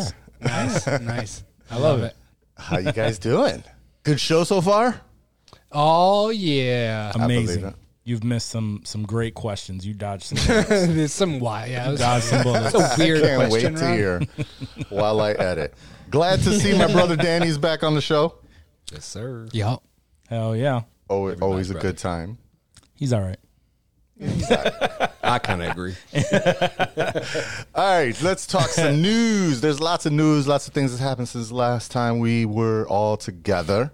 S3: was.
S2: Nice, nice. I love it.
S6: how you guys doing? Good show so far.
S2: Oh yeah.
S3: Amazing.
S6: it.
S3: You've missed some some great questions. You dodged some.
S2: There's some why. Yeah, it was-
S3: dodged some bullets.
S2: that's a weird
S6: Can't
S2: question.
S6: wait to
S2: Ron.
S6: hear while I edit. Glad to see my brother Danny's back on the show.
S1: Yes, sir.
S2: Yup.
S3: Hell yeah,
S6: Always, always a
S1: brother.
S6: good time.
S3: he's all right.
S1: I kind of agree.
S6: All right, let's talk some news. There's lots of news, lots of things that's happened since last time we were all together.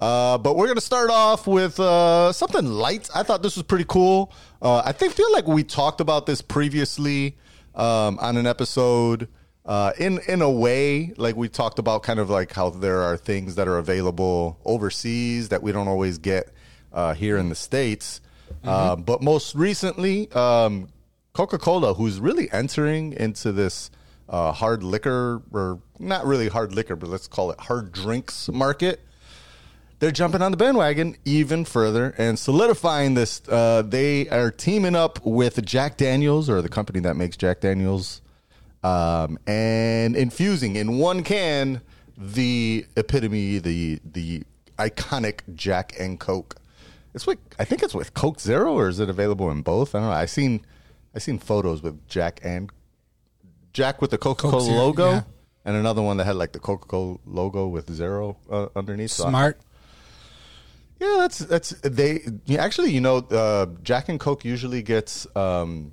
S6: Uh, but we're going to start off with uh, something light. I thought this was pretty cool. Uh, I think feel like we talked about this previously um, on an episode. Uh, in in a way, like we talked about, kind of like how there are things that are available overseas that we don't always get uh, here in the states. Uh, but most recently, um, Coca Cola, who's really entering into this uh, hard liquor, or not really hard liquor, but let's call it hard drinks market, they're jumping on the bandwagon even further and solidifying this. Uh, they are teaming up with Jack Daniels, or the company that makes Jack Daniels, um, and infusing in one can the epitome, the the iconic Jack and Coke. It's with I think it's with Coke Zero, or is it available in both? I don't know. I seen I seen photos with Jack and Jack with the Coca
S2: Coke
S6: Cola
S2: Zero,
S6: logo.
S2: yeah.
S6: And another one that had like the Coca Cola logo with zero uh, underneath. So I-
S2: Smart.
S6: yeah, that's that's they yeah, actually, you know, uh, Jack and Coke usually gets um,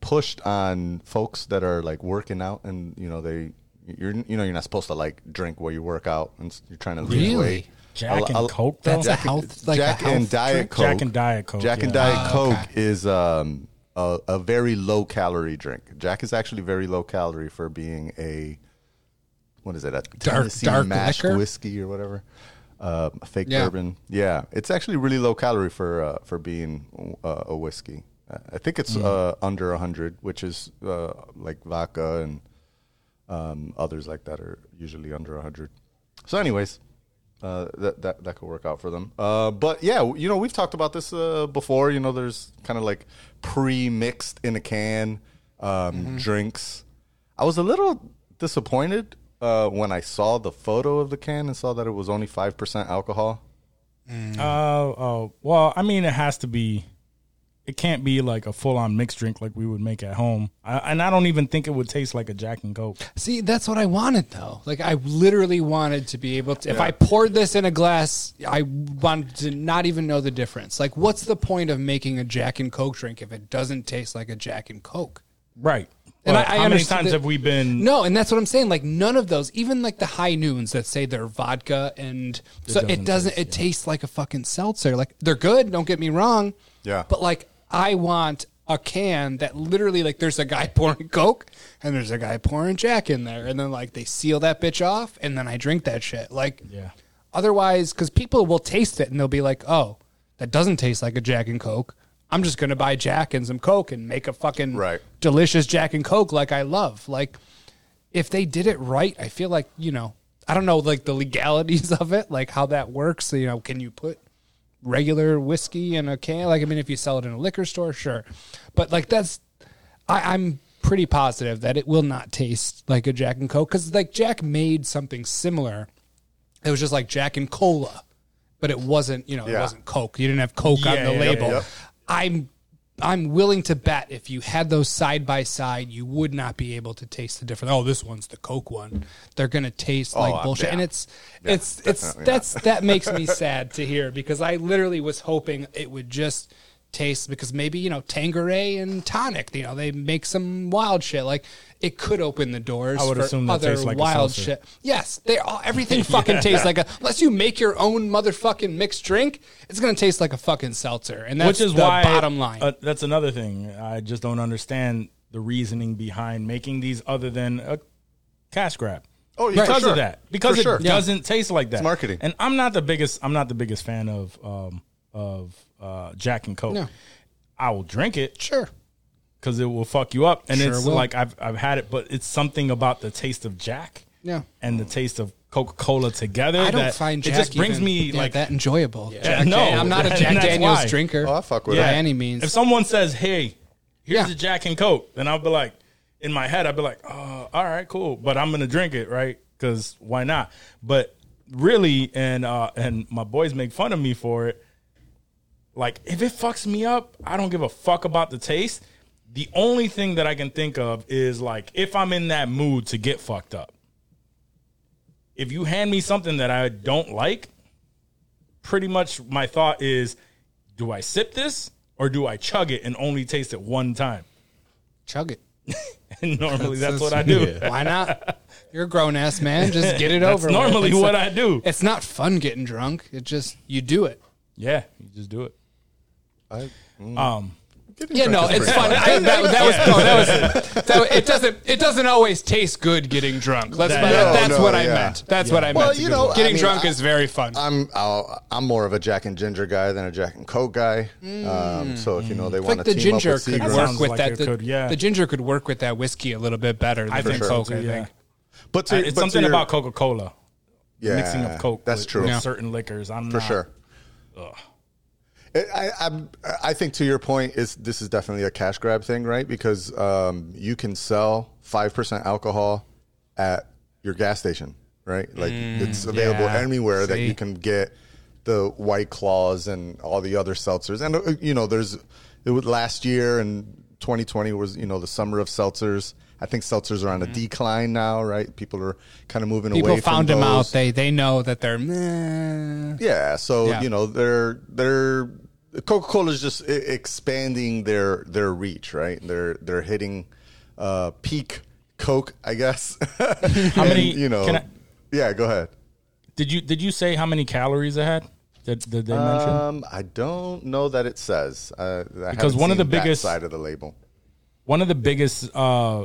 S6: pushed on folks that are like working out, and you know they you're you know you're not supposed to like drink while you work out, and s- you're trying to lose
S2: Really?
S6: weight.
S3: Jack
S6: I'll-
S3: and
S6: I'll-
S3: Coke. Though?
S2: That's a health. Like
S6: Jack
S2: a health
S6: and Diet
S2: drink?
S6: Coke.
S3: Jack and Diet Coke.
S6: Jack and
S3: yeah.
S6: Diet
S2: Oh,
S6: Coke is um, a, a very low calorie drink. Jack is actually very low calorie for being a what is it a Tennessee
S2: dark
S6: mashed
S2: liquor?
S6: whiskey or whatever, um, a fake
S2: Yeah.
S6: bourbon. Yeah, it's actually really low calorie for uh, for being uh, a whiskey. Uh, I think it's uh, under hundred, which is uh, like vodka and um, others like that are usually under 100. So, anyways, uh, that, that that could work out for them. Uh, but yeah, you know, we've talked about this uh, before. You know,
S2: Mm-hmm.
S6: there's kind of like pre-mixed in a can um, drinks. I was a little disappointed uh, when I saw the photo of the can and saw that it was only five percent alcohol.
S3: Uh, oh, well, I mean, it has to be. It can't be like a full-on mixed drink like we would make at home, I, and I don't even think it would taste like a Jack and Coke.
S2: See, that's what I wanted though. Like I literally wanted to be able to if I poured this in a glass, I wanted to not even know the difference. Like what's the point of making a Jack and Coke drink if it doesn't taste like a Jack and Coke?
S3: Right.
S2: And
S3: But
S2: I- I
S3: how many
S2: understand
S3: times
S2: that-
S3: have we been?
S2: No, and that's what I'm saying. Like none of those, even like the high noons that say they're vodka and so
S3: doesn't
S2: it doesn't.
S3: taste,
S2: it tastes like a fucking seltzer. Like they're good. Don't get me wrong.
S6: Yeah.
S2: But like I want a can that literally like there's a guy pouring Coke and there's a guy pouring Jack in there, and then like they seal that bitch off, and then I drink that shit. Like
S3: Yeah.
S2: Otherwise, because people will taste it and they'll be like, "Oh, that doesn't taste like a Jack and Coke." I'm just gonna buy Jack and some Coke and make a fucking
S6: Right.
S2: delicious Jack and Coke like I love. Like if they did it right, I feel like, you know, I don't know like the legalities of it, like how that works. You know, can you put regular whiskey in a can? Like, I mean, if you sell it in a liquor store, sure. But like that's I, I'm pretty positive that it will not taste like a Jack and Coke because like Jack made something similar. It was just like Jack and Cola, but it wasn't, you know, it
S6: Yeah.
S2: wasn't Coke. You didn't have Coke on
S3: Yeah,
S2: the
S3: yeah,
S2: label.
S6: yep.
S2: I'm I'm willing to bet if you had those side by side, you would not be able to taste the difference. Oh, this one's the Coke one. They're gonna taste
S3: Oh,
S2: like
S6: uh,
S2: bullshit,
S6: yeah.
S2: and it's it's it's that's that makes me sad to hear because I literally was hoping it would just taste because maybe you know Tangeray and tonic, you know they make some wild shit like it could open the doors
S3: I would
S2: for
S3: assume that
S2: other
S3: tastes like a
S2: wild
S3: seltzer.
S2: shit. Yes, they all everything fucking tastes like a unless you make your own motherfucking mixed drink, it's gonna taste like a fucking seltzer, and that's
S3: Which is
S2: the
S3: why
S2: bottom line.
S3: uh, that's another thing. I just don't understand the reasoning behind making these other than a cash grab.
S6: Oh, yeah,
S3: because
S6: for sure.
S3: of that, because
S6: For
S3: it
S6: sure. Yeah.
S3: doesn't taste like that.
S6: marketing.
S3: And I'm not the biggest. I'm not the biggest fan of um, of uh, Jack and Coke.
S2: No.
S3: I will drink it
S2: sure.
S3: because it will fuck you up, and
S2: Sure
S3: it's
S2: will.
S3: like I've I've had it, but it's something about the taste of Jack.
S2: Yeah.
S3: And the taste of Coca Cola together.
S2: I don't
S3: that
S2: find Jack
S3: it just brings
S2: even-
S3: me
S2: yeah,
S3: like
S2: that enjoyable. Jack
S3: no,
S2: Dan- I'm not a
S3: and
S2: Jack
S3: that's
S2: Daniels
S3: why.
S2: drinker.
S6: Oh, I fuck with
S2: by
S6: that.
S2: any means.
S3: If someone says, "Hey, here's
S2: Yeah.
S3: a Jack and Coke," then I'll be like, in my head, I'll be like, "Oh, all right, cool," but I'm gonna drink it, right? Because why not? But really, and uh, and my boys make fun of me for it. Like, if it fucks me up, I don't give a fuck about the taste. The only thing that I can think of is like if I'm in that mood to get fucked up. If you hand me something that I don't like, pretty much my thought is do I sip this or do I chug it and only taste it one time?
S2: Chug it.
S3: And normally that's, what I do.
S2: Why not? You're a grown ass man. Just get it over. with.
S3: normally
S2: It's
S3: what
S2: not-
S3: I do.
S2: It's not fun getting drunk. It just you do it.
S3: Yeah, you just do it.
S6: I-
S3: Um,
S2: Yeah, no, it's fun. I, that, that was, no, that was that, was- it. Doesn't it doesn't always taste good getting drunk? Let's,
S3: That-
S2: that-
S6: No,
S2: that's
S6: no,
S2: what I
S6: yeah.
S2: meant. That's what I meant.
S6: Well,
S2: to
S6: you
S2: Google.
S6: know, I
S2: getting
S6: mean,
S2: drunk
S6: I-
S2: is very fun.
S6: I'm I'll, I'm more of a Jack and Ginger guy than a Jack and Coke guy. Um, so if you know they want
S2: Mm. like
S6: to
S2: the
S6: team
S2: ginger
S6: up with
S2: could
S6: Seagram's-
S2: work
S3: Sounds
S2: with
S3: like
S2: that.
S3: it
S2: The,
S3: could, yeah.
S2: the ginger could work with that whiskey a little bit better than
S3: I think
S2: Coke.
S3: so
S2: I
S3: too. Yeah.
S2: think.
S6: but
S3: Uh,
S6: to,
S3: It's
S6: but to
S3: something
S6: your-
S3: about Coca Cola.
S6: yeah,
S3: mixing of Coke.
S6: That's
S3: with,
S6: true
S3: with certain liquors. I'm
S6: for
S3: not-
S6: sure. It- I, I'm, I think to your point is this is definitely a cash grab thing, right? Because um, you can sell five percent alcohol at your gas station, right? Like it's available
S2: Mm, yeah.
S6: anywhere that you
S2: See?
S6: can get the white claws and all the other seltzers. And uh, you know, there's it was last year and 2020 was you know the summer of seltzers. I think seltzers are on a decline now, right? People are kind of moving
S2: Mm-hmm. People
S6: away.
S2: found
S6: from
S2: them out.
S6: those.
S2: They they know that they're. Meh.
S6: Yeah, so
S2: Yeah.
S6: you know they're they're Coca Cola is just i- expanding their their reach, right? They're they're hitting uh, peak Coke, I guess.
S3: How many?
S6: you know,
S3: Can I,
S6: yeah. Go ahead.
S3: did you did you say how many calories it had? Did, did they mention?
S6: Um, I don't know that it says uh, I
S3: Because
S6: haven't
S3: one of
S6: seen
S3: the
S6: that
S3: biggest-
S6: side of the label.
S3: one of the biggest uh,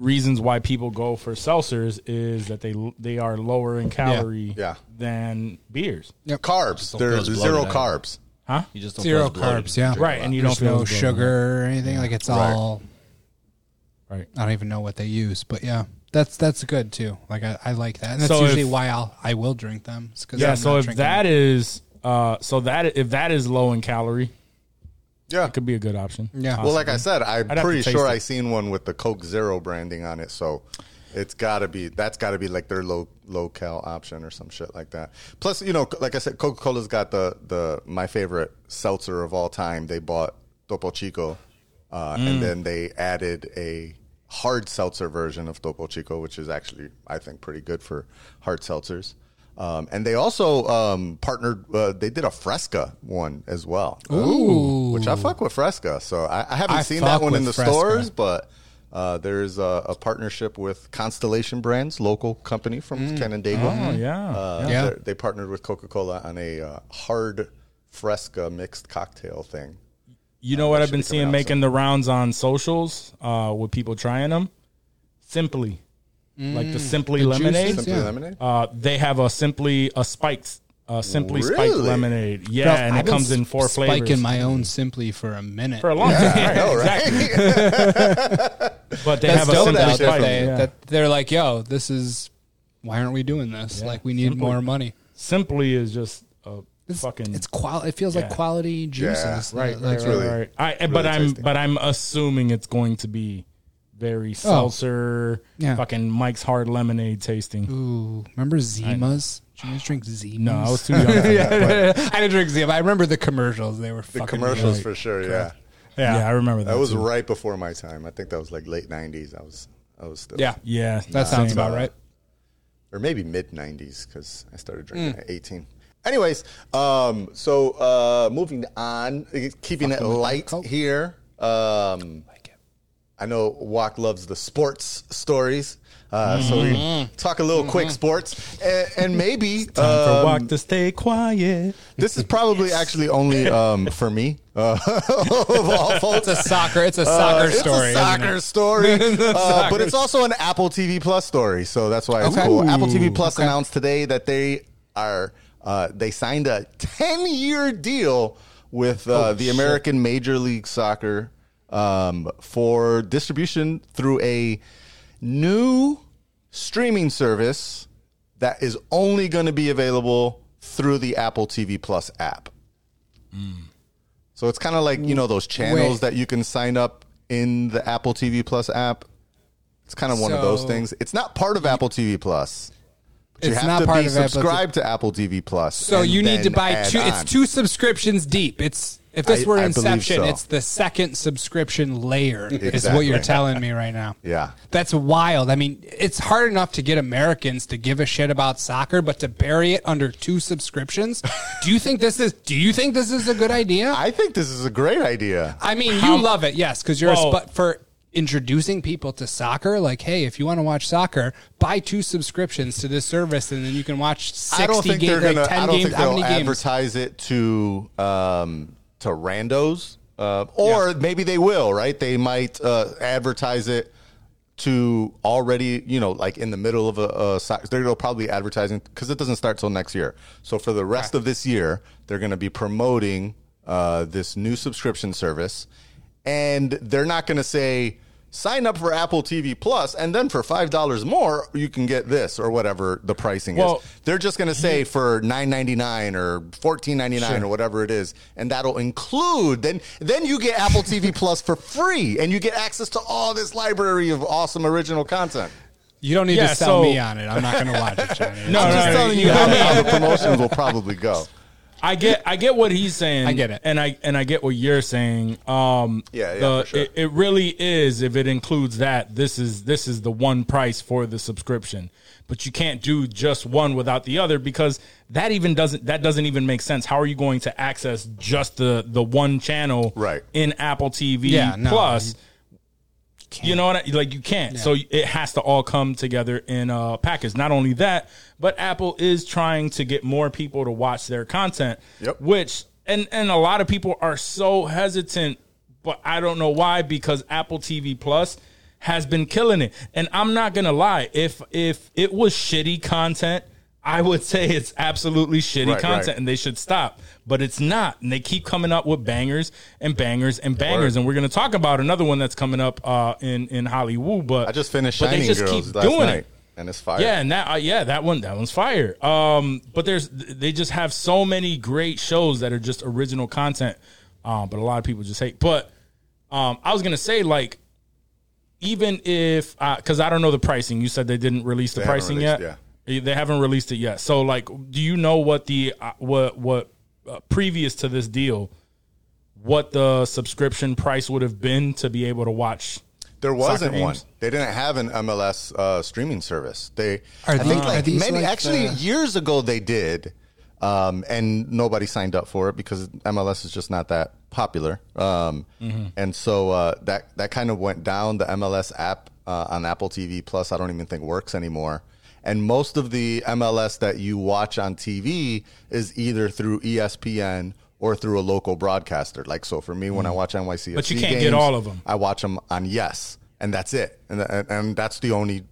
S3: reasons why people go for seltzers is that they they are lower in calorie
S6: Yeah.
S3: than beers.
S6: Carbs. There's
S1: bloated
S6: zero
S1: out.
S6: carbs.
S1: You just don't
S2: Zero
S1: feel bloated.
S2: carbs, yeah.
S3: Right, and you
S2: There's
S3: don't feel
S2: no
S3: as bloated.
S2: sugar or anything. Like it's all
S3: Right.
S2: I don't even know what they use, but yeah, that's that's good too. Like I, I like that, and that's
S3: So
S2: usually
S3: if-
S2: why I'll I will drink them. It's 'cause
S3: Yeah.
S2: I'm
S3: So
S2: not
S3: if
S2: drinking-
S3: that is uh, so that if that is low in calorie,
S6: Yeah.
S3: It could be a good option.
S2: Yeah.
S6: Well, like I said,
S3: I'd
S6: I'm
S3: have to
S6: pretty
S3: taste
S6: sure
S3: it.
S6: I seen one with the Coke Zero branding on it, so it's got to be that's got to be like their low low cal option or some shit like that. Plus, you know, like I said, Coca Cola's got the the my favorite seltzer of all time. They bought Topo Chico, uh,
S3: Mm.
S6: and then they added a hard seltzer version of Topo Chico, which is actually I think pretty good for hard seltzers. Um, and they also um, partnered. Uh, they did a Fresca one as well, Ooh. which I fuck with Fresca. So I, I have haven't
S3: I
S6: seen
S3: fuck
S6: that one in
S3: with
S6: the
S3: Fresca.
S6: stores, but uh, there's a, a partnership with Constellation Brands, local company from Canandaigua.
S3: Oh, yeah.
S6: Uh,
S2: Mm-hmm. Yeah.
S6: they're- They partnered with Coca Cola on a uh, hard Fresca mixed cocktail thing.
S3: You know what I've
S6: should
S3: been
S6: be coming
S3: seeing
S6: out
S3: making the rounds on socials uh, with people trying them? Simply. Like the Simply
S2: the
S3: lemonade.
S2: juices,
S6: Mm. Simply
S2: Yeah.
S6: lemonade.
S3: Uh, they have a Simply a spiked uh, Simply spiked
S6: Really?
S3: lemonade. Yeah, and it comes in four flavors.
S2: Spiking my own simply for a minute.
S3: for a long time, right,
S6: know, right?
S3: Exactly. but they
S2: That's
S3: have a
S2: dope
S3: simply
S2: out that,
S3: spiked.
S2: they,
S3: yeah.
S2: that they're like, yo, this is why aren't we doing this? like we need more money.
S3: Simply is just a
S2: It's,
S3: fucking
S2: it's qual. It feels like
S3: Yeah.
S2: quality juices.
S6: right,
S2: Like,
S6: right, really-
S3: I, eh, but I'm
S6: tasty.
S3: but I'm assuming it's going to be very seltzer,
S2: Oh. Yeah.
S3: fucking Mike's Hard Lemonade tasting.
S2: Ooh, remember Zimas? Did you guys drink Zimas?
S3: No, I was too young. For that, but-
S2: I didn't drink Zima. I remember the commercials. They were
S6: The
S2: fucking
S6: commercials
S2: great.
S6: for sure. Yeah,
S3: yeah. I remember that.
S6: that was
S3: too.
S6: right before my time. I think that was like late '90s. I was, I was still,
S2: Yeah,
S3: Yeah,
S2: that sounds
S3: same.
S2: about right.
S6: or maybe mid 90s because I started
S3: Hmm.
S6: drinking at 18. Anyways, um, so uh, moving on, eh, keeping it light here. Um, I know Walk loves the sports stories. Uh, So we talk a little quick sports and, and maybe
S3: Mm-hmm. Time
S6: um,
S3: for walk to stay quiet.
S6: this is probably actually only um, for me uh, of all folks.
S2: It's a soccer. It's a
S6: Uh,
S2: soccer
S6: it's
S2: story.
S6: a
S2: isn't
S6: soccer
S2: it?
S6: story, uh, but it's also an Apple TV Plus story, so that's why it's
S2: Okay.
S6: cool. Apple TV Plus announced today that they are uh, they signed a ten year deal with uh,
S2: Oh,
S6: the American Major League Soccer um, for distribution through a new streaming service that is only going to be available through the Apple TV Plus app. So it's kind of like you know those channels
S2: Wait.
S6: that you can sign up in the Apple TV Plus app. It's kind of one of those
S2: So-
S6: things. It's not part of Apple TV Plus. But you
S2: It's
S6: have
S2: not
S6: to
S2: part
S6: be
S2: of Apple
S6: subscribed to Apple TV Plus.
S2: So
S6: and
S2: you need to
S6: then
S2: buy
S6: add
S2: two. It's
S6: on.
S2: two subscriptions deep. It's if this
S6: I-
S2: were
S6: I believe
S2: Inception,
S6: so.
S2: it's the second subscription layer. Is what
S6: Exactly.
S2: you're telling me right now.
S6: Yeah.
S2: that's wild. I mean, it's hard enough to get Americans to give a shit about soccer, but to bury it under two subscriptions. do you think this is? Do you think this is a good idea? I,
S6: I think this is a great idea.
S2: mean, you love it, yes, because you're
S3: Well-
S2: a spot for. Introducing people to soccer, like, hey, if you want to watch soccer, buy two subscriptions to this service, and then you can watch sixty
S6: I don't think
S2: games,
S6: they're gonna.
S2: like ten
S6: I don't
S2: games.
S6: think
S2: how
S6: they'll
S2: many games?
S6: advertise it to um, to randos, uh, or maybe they will. Right? They might uh, advertise it to already, you know, like in the middle of a, a soccer. They're probably advertising because it doesn't start till next year. So for the rest of this year, they're going to be promoting uh, this new subscription service, and they're not going to say. Sign up for Apple TV Plus, and then for five dollars more, you can get this or whatever the pricing
S3: Well,
S6: is. They're just going to say for nine ninety nine or fourteen ninety nine or whatever it is, and that'll include then then you get Apple TV Plus for free, and you get access to all this library of awesome original content.
S2: You don't need
S3: Yeah,
S2: to sell
S3: so-
S2: me on it. I'm not going to watch it, Johnny.
S3: No,
S6: I'm
S3: no,
S6: just
S3: no,
S6: telling you
S3: you
S6: how,
S3: have-
S6: how the promotions will probably go.
S3: I get I get what he's saying.
S2: I get it.
S3: And I and I get what you're saying. Um
S6: Yeah, yeah,
S3: the-
S6: for sure.
S3: it, it really is if it includes that, this is this is the one price for the subscription. But you can't do just one without the other because that even doesn't that doesn't even make sense. How are you going to access just the the one channel
S6: Right.
S3: in Apple TV
S2: Yeah, no,
S3: plus? You know what? I, like you can't. So it has to all come together in a package. Not only that, but Apple is trying to get more people to watch their content.
S6: Yep.
S3: Which and and a lot of people are so hesitant, but I don't know why because Apple TV Plus has been killing it. And I'm not gonna lie, if if it was shitty content, I would say it's absolutely shitty
S6: Right,
S3: content
S6: right.
S3: and they should stop. But it's not. And they keep coming up with bangers and bangers and bangers.
S6: Word.
S3: And we're gonna talk about another one that's coming up uh, in in Hollywood. But
S6: I just finished
S3: but
S6: Shining Girls last night, and it's fire.
S3: Yeah, and that uh, yeah that one that one's fire. Um, but there's they just have so many great shows that are just original content. Um, but a lot of people just hate. But um, I was gonna say like, even if because I don't know the pricing. You said they didn't release the
S6: They haven't
S3: pricing
S6: released-
S3: yet. Yeah. They haven't released it yet. So like, do you know what the uh, what what uh, previous to this deal? What the subscription price would have been to be able to watch?
S6: There wasn't
S3: Soccer
S6: one.
S3: games.
S6: They didn't have an MLS uh, streaming service. They,
S2: Are
S6: I
S2: the-
S6: think,
S2: are
S6: like
S2: these
S6: many
S2: like
S6: actually
S2: the-
S6: years ago they did, um, and nobody signed up for it because MLS is just not that popular. Um,
S3: Mm-hmm.
S6: And so uh, that that kind of went down. The MLS app uh, on Apple TV Plus, I don't even think works anymore. And most of the MLS that you watch on TV is either through E ESPN or through a local broadcaster. Like so, for me, when I watch NYCFC,
S3: Mm-hmm. But you can't get
S6: games,
S3: all of 'em.
S6: I watch them on Yes, and that's it, and and, and that's the only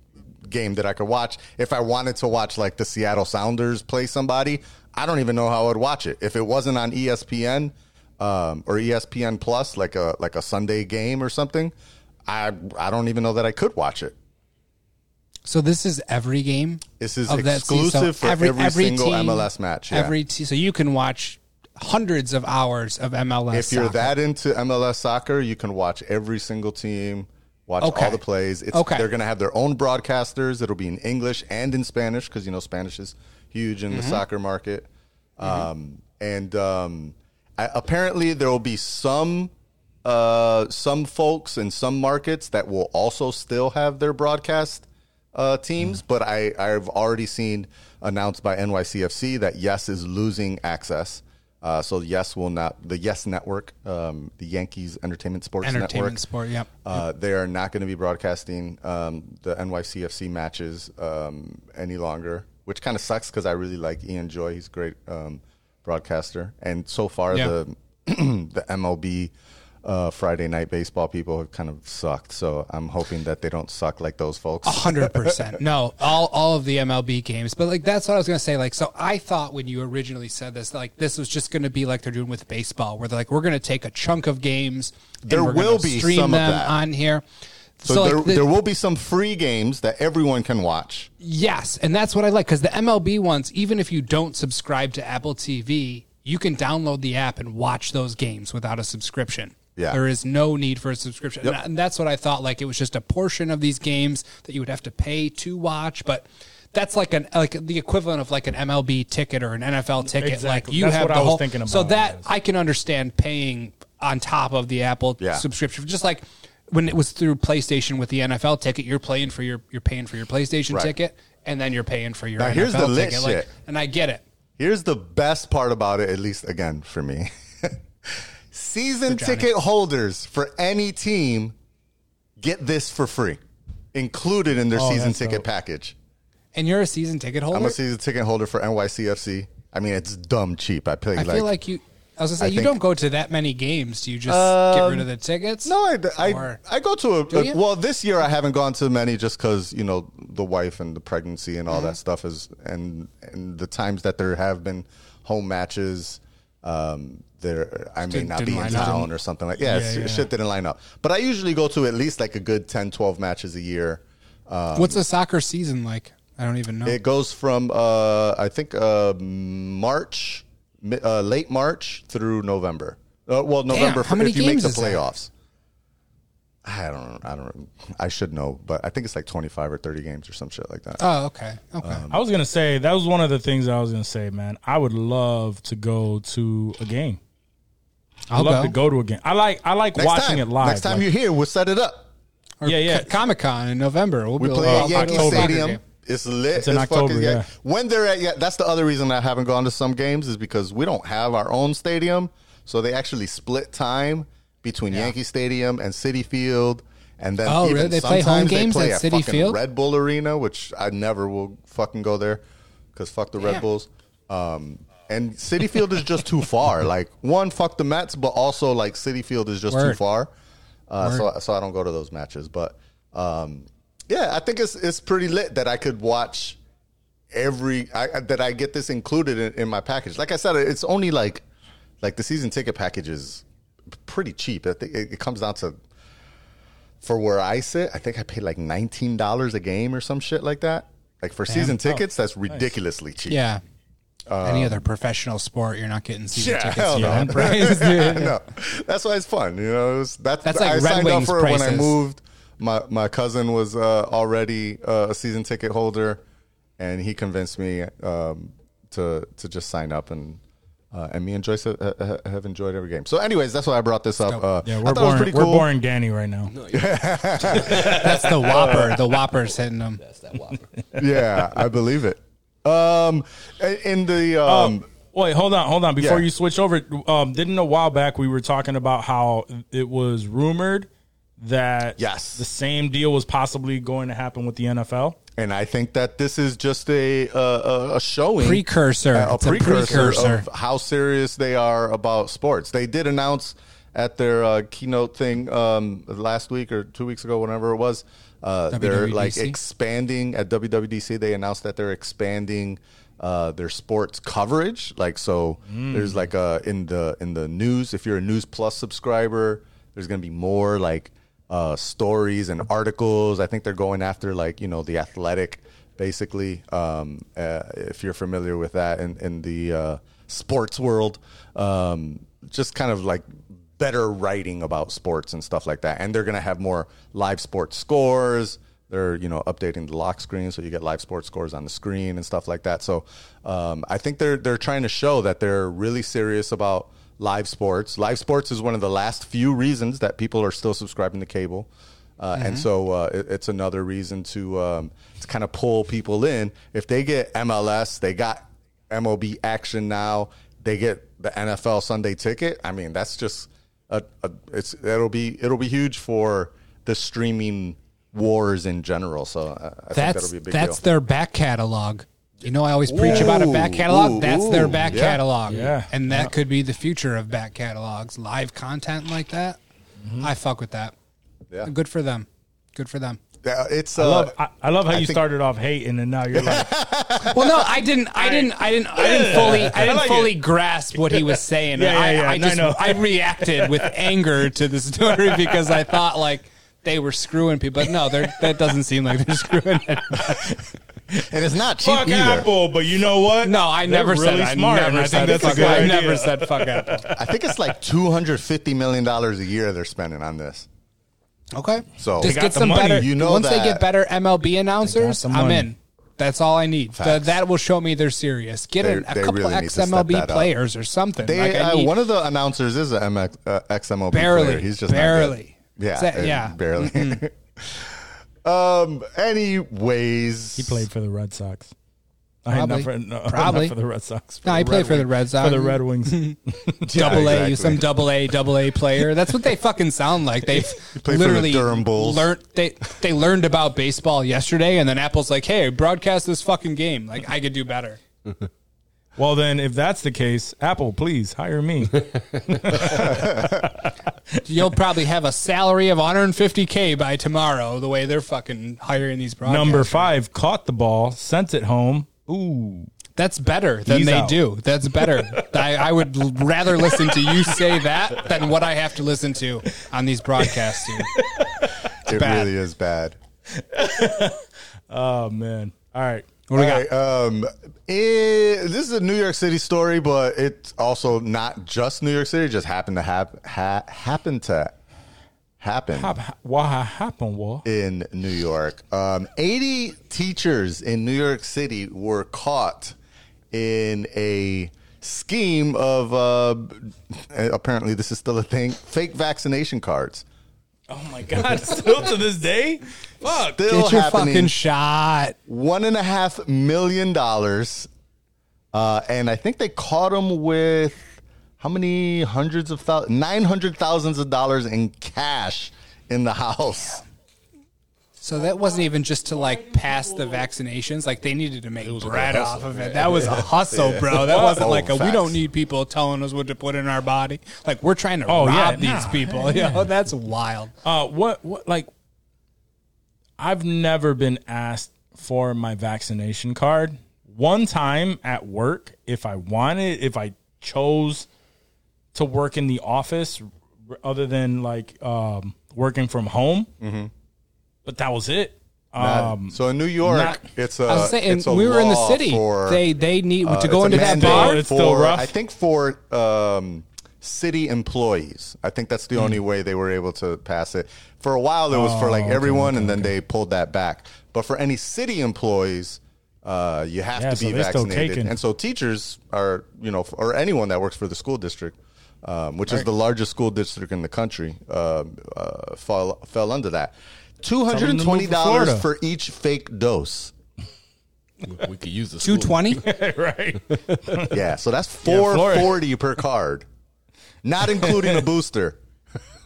S6: game that I could watch. If I wanted to watch like the Seattle Sounders play somebody, I don't even know how I would watch it. If it wasn't on E ESPN um, or ESPN Plus, like a like a Sunday game or something, I I don't even know that I could watch it.
S2: So this is every game.
S6: This is
S2: of that season?
S6: exclusive for every single MLS match, yeah.
S2: Every te- so you can watch hundreds of hours of MLS.
S6: If you're
S2: soccer.
S6: that into MLS soccer, you can watch every single team, watch
S2: Okay.
S6: all the plays. It's,
S2: Okay.
S6: They're going to have their own broadcasters. It'll be in English and in Spanish because, you know, Spanish is huge in
S2: Mm-hmm.
S6: the soccer market. Um, and um, I, apparently, there will be some. Uh, some folks in some markets that will also still have their broadcast uh, teams,
S2: Mm-hmm.
S6: but I, I've already seen announced by NYCFC that Yes is losing access. Uh, so Yes will not the Yes Network, um, the Yankees Entertainment Sports
S2: entertainment
S6: Network.
S2: sport, yep.
S6: Uh, they are not going to be broadcasting um, the NYCFC matches um, any longer, which kind of sucks because I really like Ian Joy. He's a great um, broadcaster, and so far
S2: Yeah.
S6: the the MLB uh, Friday Night Baseball people have kind of sucked. So I'm hoping that they don't suck like those folks.
S2: hundred percent. No, all all of the MLB games, but like that's what I was gonna say. Like, so I thought when you originally said this, like this was just gonna be like they're doing with baseball, where they're like, we're gonna take a chunk of games. and
S6: There
S2: we're gonna
S6: will be
S2: stream
S6: some of
S2: them
S6: that.
S2: on here.
S6: So,
S2: like,
S6: there,
S2: the-
S6: there will be some free games that everyone can watch.
S2: Yes, and that's what I like because the MLB ones, even if you don't subscribe to Apple TV, you can download the app and watch those games without a subscription.
S6: Yeah.
S2: There is no need for a subscription. And, I- and that's what I thought. Like, it was just a portion of these games that you would have to pay to watch. But that's like an like the equivalent of like an MLB ticket or an NFL ticket.
S3: Exactly.
S2: Like, you
S3: That's
S2: have
S3: what
S2: the
S3: I was
S2: whole,
S3: thinking
S2: So
S3: about,
S2: that
S3: yes.
S2: I can understand paying on top of the Apple
S6: Yeah.
S2: subscription. Just like when it was through PlayStation with the NFL ticket, you're playing for your you're paying for your PlayStation
S6: Right.
S2: ticket, and then you're paying for your
S6: Now,
S2: NFL
S6: here's the lit
S2: ticket. Like,
S6: shit.
S2: and I get it.
S6: Here's the best part about it, at least again for me. Season ticket holders for any team get this for free, included in their season
S3: that's
S6: ticket
S3: dope.
S6: package.
S2: And you're a season ticket holder.
S6: I'm a season ticket holder for NYCFC. I mean, it's dumb cheap. I pay
S2: I
S6: like,
S2: feel like you. I was gonna say
S6: I
S2: you
S6: think- Um,
S2: don't go to that many games. Do you just get rid of the tickets?
S6: no, I, I,
S2: Or-
S6: I go to a,
S2: you?
S6: well this year I haven't gone to many just because you know the wife and the pregnancy and all
S2: Mm-hmm.
S6: that stuff is and and the times that there have been home matches um there I may
S2: Didn't-
S6: not
S2: didn't
S6: be in
S2: line up.
S6: town or something like yeah, it's-
S3: yeah.
S6: shit didn't line up but I usually go to at least like a good 10 12 matches a year
S3: Um,
S2: What's a soccer season like? I don't even know.
S6: It goes from uh, I think uh, March, mi- uh, late March through November. Uh, well, November
S2: how many
S6: if you make
S2: games
S6: the
S2: is that?
S6: playoffs. I don't. I don't. I should know, but I think it's like twenty-five or thirty games or some shit like that.
S2: oh, okay, okay.
S6: Uh,
S3: I was gonna say that was one of the things I was gonna say, man. I would love to go to a game. I
S2: I'll
S3: would love
S2: go.
S3: to go to a game. I like I like
S6: next
S3: watching it
S6: time,
S3: live.
S6: Next time
S3: Like,
S6: you're here, we'll set it up.
S3: yeah, yeah.
S2: Comic Con in November. We'll
S6: We
S2: be
S6: play
S2: like,
S6: at Yankee
S3: October.
S6: Stadium. It's lit.
S3: It's in
S6: as fuck
S3: October,
S6: as
S3: yeah.
S6: When they're at, yeah, that's the other reason I haven't gone to some games is because we don't have our own stadium, so they actually split time between Yankee Stadium and City Field, and then
S2: Oh,
S6: even
S2: really? They play home
S6: sometimes
S2: games
S6: they play
S2: at City
S6: fucking
S2: Field?
S6: Red Bull Arena, which I never will fucking go there because fuck the Red Bulls. Um, and City Field is just too far. Like one, fuck the Mets, but also like City Field is just too
S2: Word.
S6: far. Uh, so so I don't go to those matches, but um, yeah, I think it's it's pretty lit that I could watch every I, I- that I get this included in, in my package. Like I said, it's only like like the season ticket package is pretty cheap. I think it, it comes down to for where I sit. I think I paid like nineteen dollars a game or some shit like that. Like for season tickets, that's ridiculously cheap.
S2: Yeah. Any other professional sport, you're not getting season
S6: Yeah,
S2: tickets
S6: Uh, hell
S2: for
S6: no.
S2: that price, dude.
S6: no, that's why it's fun. You know, it was- that's,
S2: That's like
S6: I
S2: Red
S6: signed
S2: Wings
S6: up for it when I
S2: prices.
S6: moved. My my cousin was uh, already uh, a season ticket holder, and he convinced me um, to to just sign up and. Uh, and me and Joyce ha- ha- have enjoyed every game. So, anyways, that's why I brought this up. Uh,
S3: Yeah,
S6: I
S3: we're
S6: thought it was
S3: boring.
S6: pretty
S3: We're
S6: cool.
S3: boring Danny right now.
S2: That's the whopper. The whopper's hitting them.
S1: That's that whopper.
S6: Yeah, I believe it. Um, a- in the um,
S3: Wait, hold on, hold on. Before
S6: Yeah.
S3: you switch over, um, didn't a while back we were talking about how it was rumored that
S6: Yes.
S3: the same deal was possibly going to happen with the NFL.
S6: and I think that this is just a uh, a, a showing
S2: Precursor.
S6: a, a
S2: It's a
S6: precursor,
S2: precursor.
S6: of how serious they are about sports. They did announce at their uh, keynote thing um, last week or two weeks ago, whenever it was, uh, they're like
S2: WWDC?
S6: expanding at WWDC. They announced that they're expanding. Uh, their sports coverage, like so, there's like uh in the in the news. If you're a News Plus subscriber, there's gonna be more like uh, stories and articles. I think they're going after like you know the athletic, basically. Um, uh, if you're familiar with that in in the uh, sports world, um, just kind of like better writing about sports and stuff like that. And they're gonna have more live sports scores. They're you know updating the lock screen so you get live sports scores on the screen and stuff like that. So um, I think they're they're trying to show that they're really serious about live sports. Live sports is one of the last few reasons that people are still subscribing to cable. Uh, And so uh, it- it's another reason to um, to kind of pull people in. If they get MLS, they got MLB action now. They get the NFL Sunday ticket. I mean, that's just a, a it's it'll be it'll be huge for the streaming wars in general. So I, I think
S2: that's
S6: that'll be a big
S2: that's
S6: deal.
S2: their back catalog. You know, I always preach about a back
S6: Ooh,
S2: catalog.
S6: ooh,
S2: that's their
S6: ooh,
S2: back
S6: yeah.
S2: catalog,
S3: Yeah.
S2: and that could be the future of back catalogs. Live content like that, I fuck with that.
S6: Yeah.
S2: Good for them. Good for them.
S6: Yeah, it's
S3: I
S6: uh,
S3: love, I, I love how
S6: I
S3: you
S6: think-
S3: started off hating and now you're like,
S2: Well, no, I didn't. I didn't. I didn't. I didn't fully. I didn't
S3: like
S2: fully
S3: it.
S2: grasp what he was saying.
S3: Yeah, yeah,
S2: I,
S3: yeah.
S2: I
S3: No,
S2: just
S3: no.
S2: I reacted with anger to the story because I thought like they were screwing people. But no, they're, that doesn't seem like they're screwing. It.
S6: and it's not cheap
S3: fuck
S6: either.
S3: Apple, but you know what?
S2: No, I
S3: They're
S2: never said.
S3: really
S2: I
S3: smart, and
S2: never
S3: I
S2: said.
S3: think that's a
S2: fuck
S3: good
S2: Apple. I
S3: idea.
S2: never said fuck Apple.
S6: I think it's like two hundred fifty million dollars a year they're spending on this.
S2: Okay,
S6: So- They
S2: just
S6: got
S2: get
S3: the
S2: some
S3: money.
S2: better.
S6: You know
S2: once they
S6: that.
S2: get better MLB announcers,
S3: the
S2: I'm
S3: money.
S2: in. That's all I need. Th-
S6: Facts.
S2: that will show me they're serious. Get
S6: They-
S2: an- a
S6: they
S2: couple
S6: really need to
S2: ex
S6: step that
S2: MLB
S6: up.
S2: players or something.
S6: They,
S2: Like, I
S6: uh,
S2: need-
S6: one of the announcers is a MX, uh, XMLB
S2: Barely.
S6: player. He's just not
S2: Barely.
S6: good. Yeah,
S2: Is that-
S6: uh,
S2: yeah. Mm-hmm.
S6: barely. um. Anyways,
S3: He played for the Red Sox. I ain't
S2: Probably.
S3: not for, no, not
S2: Probably.
S3: for the Red Sox. For
S2: No,
S3: the
S2: he played
S3: Red
S2: for the
S3: Wing-
S2: Red Sox.
S3: For the Red Wings.
S2: double A,
S6: exactly.
S2: you some double A, double A player. That's what they fucking sound like. They've
S6: played for the
S2: literally
S6: Durham Bulls.
S2: learned they they learned about baseball yesterday, and then Apple's like, "Hey, broadcast this fucking game. Like, I could do better."
S3: well, then, if that's the case, Apple, please hire me.
S2: You'll probably have a salary of 150k by tomorrow. The way they're fucking hiring these broadcasters.
S3: Number five caught the ball, sent it home. Ooh.
S2: That's better than
S3: He's
S2: they
S3: out.
S2: do. That's better. I, I would l- rather listen to you say that than what I have to listen to on these broadcasts. Dude.
S6: it
S2: bad.
S6: really is bad.
S3: Oh, man. All right.
S2: What do we got?
S6: All right, um, eh, this is a New York City story, but it's also not just New York City. It just happened to hap- ha- happen to happen
S3: Hop- hop- What happened, Wall?
S6: in New York. Um, 80 teachers in New York City were caught in a scheme of uh, apparently this is still a thing fake vaccination cards.
S3: Oh, my God. Still to this day? Fuck.
S6: Still
S2: Get your
S6: happening.
S2: fucking shot.
S6: one and a half million dollars, uh, and I think they caught him with how many hundreds of thousands, nine hundred thousands of dollars in cash in the house.
S2: So that wasn't even just to like pass the vaccinations. Like they needed to make bread off of it. That was a hustle, bro. That wasn't
S6: Oh,
S2: like a, we
S6: facts.
S2: don't need people telling us what to put in our body. Like we're trying to
S3: Oh, yeah,
S2: rob
S3: nah,
S2: these people. You know, that's wild.
S3: Uh, what, what, like, I've never been asked for my vaccination card. One time at work, if I wanted, if I chose to work in the office r- other than like um, working from home, but that was it.
S6: Um, so in New York,
S3: not-
S6: it's a.
S2: I was saying,
S6: it's a
S2: we were in the
S6: law
S2: city.
S6: for,
S2: They they need
S6: uh,
S2: to
S6: it's
S2: go
S6: a
S2: into that
S6: mandate
S2: bar.
S3: It's still
S6: for-
S3: rough.
S6: I think for um, city employees, I think that's the
S3: Hmm.
S6: only way they were able to pass it. For a while, it was for
S3: Oh,
S6: like everyone, and then they pulled that back. But for any city employees, uh, you have
S3: Yeah,
S6: to
S3: so
S6: be
S3: they're still
S6: vaccinated,
S3: taking-
S6: and so teachers are, you know, or anyone that works for the school district. Um, which is the largest school district in the country, um uh, fall, fell under that. Two hundred
S3: them
S6: and
S3: to move
S6: twenty
S3: to
S6: dollars
S3: Florida.
S6: for each fake dose.
S1: We- We could use the
S2: Two twenty.
S3: right?
S6: Yeah, so that's
S3: Yeah,
S6: four
S3: Florida.
S6: forty per card, not including a booster.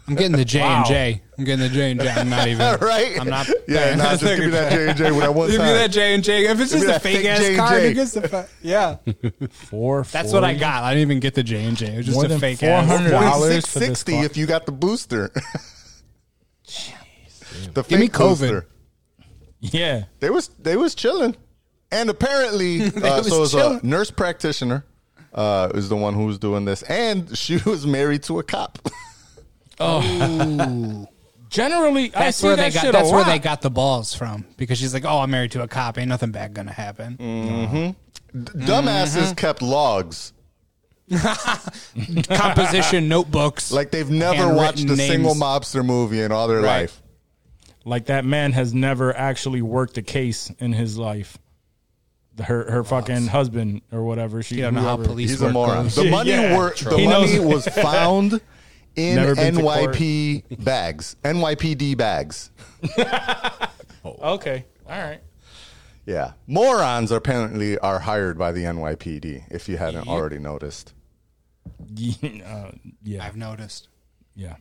S2: I'm getting the J and J. I'm getting the J and J. I'm not even.
S6: right?
S2: I'm not.
S6: Yeah, nah, just give me that J and J with that one
S2: Give me
S6: time.
S2: that J and J. If it's
S6: Give
S2: just
S6: me
S2: a
S6: that
S2: fake
S6: fake
S2: ass
S6: J&J.
S2: card, it gets the fu- yeah.
S3: Four.
S2: That's what I got. I didn't even get the J and J. It was just
S3: More
S2: a
S3: than
S2: fake ass.
S3: 400.
S6: Forty
S3: dollars
S6: six
S3: for this
S6: sixty
S3: car.
S6: if you got the booster. the fake
S2: Give me COVID.
S6: booster.
S3: Yeah.
S6: They was they was chilling, and apparently, uh,
S2: was
S6: so it was
S2: chilling.
S6: a nurse practitioner uh, is the one who was doing this, and she was married to a cop.
S3: Generally, I
S2: That's
S3: see
S2: where
S3: that
S2: they got.
S3: shit
S2: That's
S3: a
S2: where
S3: lot.
S2: they got the balls from because she's like, "Oh, I'm married to a cop. Ain't nothing bad gonna happen."
S6: Mm. Dumbasses
S2: Mm-hmm.
S6: kept logs.
S2: Composition notebooks.
S6: Like they've never
S2: Handwritten
S6: watched a single
S2: names.
S6: mobster movie in all their
S3: Right.
S6: life.
S3: Like that man has never actually worked a case in his life. The- Her her fucking husband or whatever she
S2: you don't know how police
S6: He's a
S2: work.
S6: moron.
S2: goes.
S6: The money
S3: Yeah.
S6: were the
S3: He knows-
S6: money was found in
S3: Never been to
S6: NYP bags, NYPD bags.
S3: Okay, all right.
S6: Yeah, morons apparently are hired by the NYPD. If you hadn't already noticed,
S3: Yeah, uh, yeah,
S2: I've noticed.
S3: yeah.